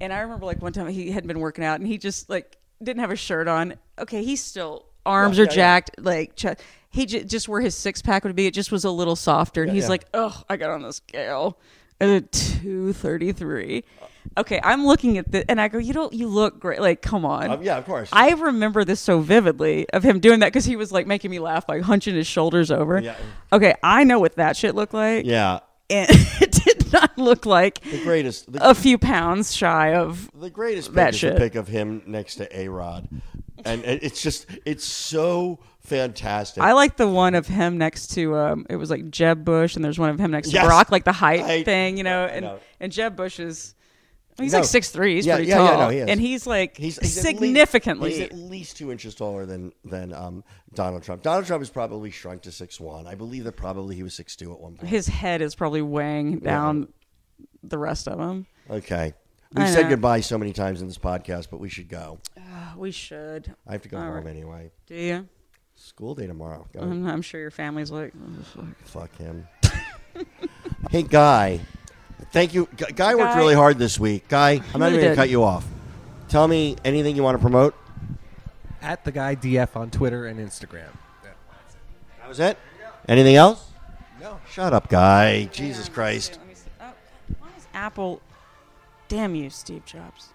[SPEAKER 3] And I remember like one time he had been working out and he just like didn't have a shirt on. Okay, he's still arms are
[SPEAKER 2] yeah.
[SPEAKER 3] jacked, like ch- he j- just where his six pack would be. It just was a little softer, and he's
[SPEAKER 2] yeah.
[SPEAKER 3] like, "Oh, I got on the scale." Two thirty three. Okay, I'm looking at the and I go, you don't, you look great. Like, come on.
[SPEAKER 2] Um, yeah, of course.
[SPEAKER 3] I remember this so vividly of him doing that because he was like making me laugh by hunching his shoulders over.
[SPEAKER 2] Yeah.
[SPEAKER 3] Okay, I know what that shit looked like.
[SPEAKER 2] Yeah.
[SPEAKER 3] and it did not look like
[SPEAKER 2] The greatest. The,
[SPEAKER 3] a few pounds shy of
[SPEAKER 2] the greatest pick
[SPEAKER 3] that
[SPEAKER 2] is
[SPEAKER 3] shit.
[SPEAKER 2] the pick of him next to A Rod. And it- it's just, it's so fantastic.
[SPEAKER 3] I like the one of him next to um it was like Jeb Bush and there's one of him next
[SPEAKER 2] Yes.
[SPEAKER 3] to Brock, like the height
[SPEAKER 2] I-
[SPEAKER 3] thing, you know, and
[SPEAKER 2] know.
[SPEAKER 3] and Jeb Bush is he's
[SPEAKER 2] No.
[SPEAKER 3] like six three, he's
[SPEAKER 2] Yeah,
[SPEAKER 3] pretty
[SPEAKER 2] yeah, yeah,
[SPEAKER 3] tall.
[SPEAKER 2] no, he is.
[SPEAKER 3] And he's like
[SPEAKER 2] at least-
[SPEAKER 3] significantly
[SPEAKER 2] he's at least two inches taller than than um, Donald Trump. Donald Trump is probably shrunk to six one. I believe that probably he was six two at one point.
[SPEAKER 3] his head is probably weighing down the rest of them.
[SPEAKER 2] Okay, we
[SPEAKER 3] I
[SPEAKER 2] said
[SPEAKER 3] know.
[SPEAKER 2] goodbye so many times in this podcast, but we should go.
[SPEAKER 3] Oh, We should.
[SPEAKER 2] I have to go
[SPEAKER 3] All
[SPEAKER 2] home
[SPEAKER 3] right. Mm-hmm.
[SPEAKER 2] anyway.
[SPEAKER 3] Do you?
[SPEAKER 2] School day tomorrow. Go
[SPEAKER 3] I'm, I'm sure your family's like "Oh, fuck."
[SPEAKER 2] Fuck him. hey, Guy. Thank you. Gu- Guy worked
[SPEAKER 3] Guy.
[SPEAKER 2] really hard this week. Guy, I'm not
[SPEAKER 3] really
[SPEAKER 2] even going to
[SPEAKER 3] did.
[SPEAKER 2] cut you off. Tell me anything you want to promote.
[SPEAKER 4] At the guy DF on Twitter and Instagram.
[SPEAKER 2] That was it? Anything else?
[SPEAKER 4] No.
[SPEAKER 2] Shut up, Guy. Jesus Christ.
[SPEAKER 3] Let me see. Oh, why is Apple? Damn you, Steve Jobs.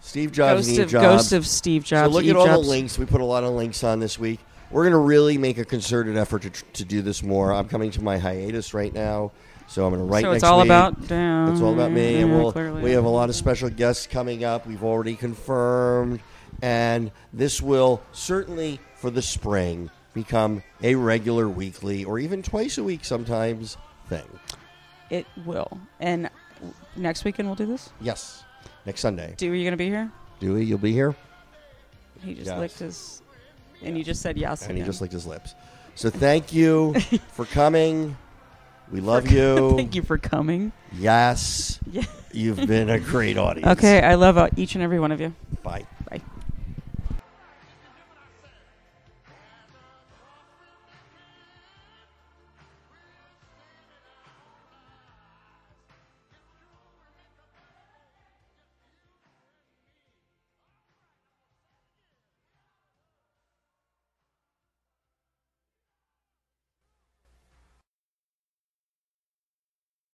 [SPEAKER 2] Steve Jobs
[SPEAKER 3] ghost
[SPEAKER 2] and Eve
[SPEAKER 3] of
[SPEAKER 2] Jobs.
[SPEAKER 3] ghost of Steve Jobs.
[SPEAKER 2] So look
[SPEAKER 3] Steve
[SPEAKER 2] at all
[SPEAKER 3] Jobs.
[SPEAKER 2] the links. We put a lot of links on this week. we're gonna really make a concerted effort to, tr- to do this more. I'm coming to my hiatus right now, so I'm gonna write.
[SPEAKER 3] So it's
[SPEAKER 2] next
[SPEAKER 3] all
[SPEAKER 2] week.
[SPEAKER 3] about down
[SPEAKER 2] It's all about me, and
[SPEAKER 3] there,
[SPEAKER 2] we'll
[SPEAKER 3] clearly.
[SPEAKER 2] we have a lot of special guests coming up. We've already confirmed, and this will certainly for the spring become a regular weekly or even twice a week sometimes thing.
[SPEAKER 3] It will. And w- next weekend we'll do this.
[SPEAKER 2] Yes, next Sunday.
[SPEAKER 3] Do are you gonna be here?
[SPEAKER 2] Dewey, you'll be here.
[SPEAKER 3] He just
[SPEAKER 2] Yes.
[SPEAKER 3] licked his. And you just said yes.
[SPEAKER 2] and he
[SPEAKER 3] again.
[SPEAKER 2] just licked his lips. So thank you for coming. We love you.
[SPEAKER 3] Thank you for coming.
[SPEAKER 2] Yes,
[SPEAKER 3] Yeah.
[SPEAKER 2] you've been a great audience.
[SPEAKER 3] Okay, I love uh, each and every one of you.
[SPEAKER 2] Bye.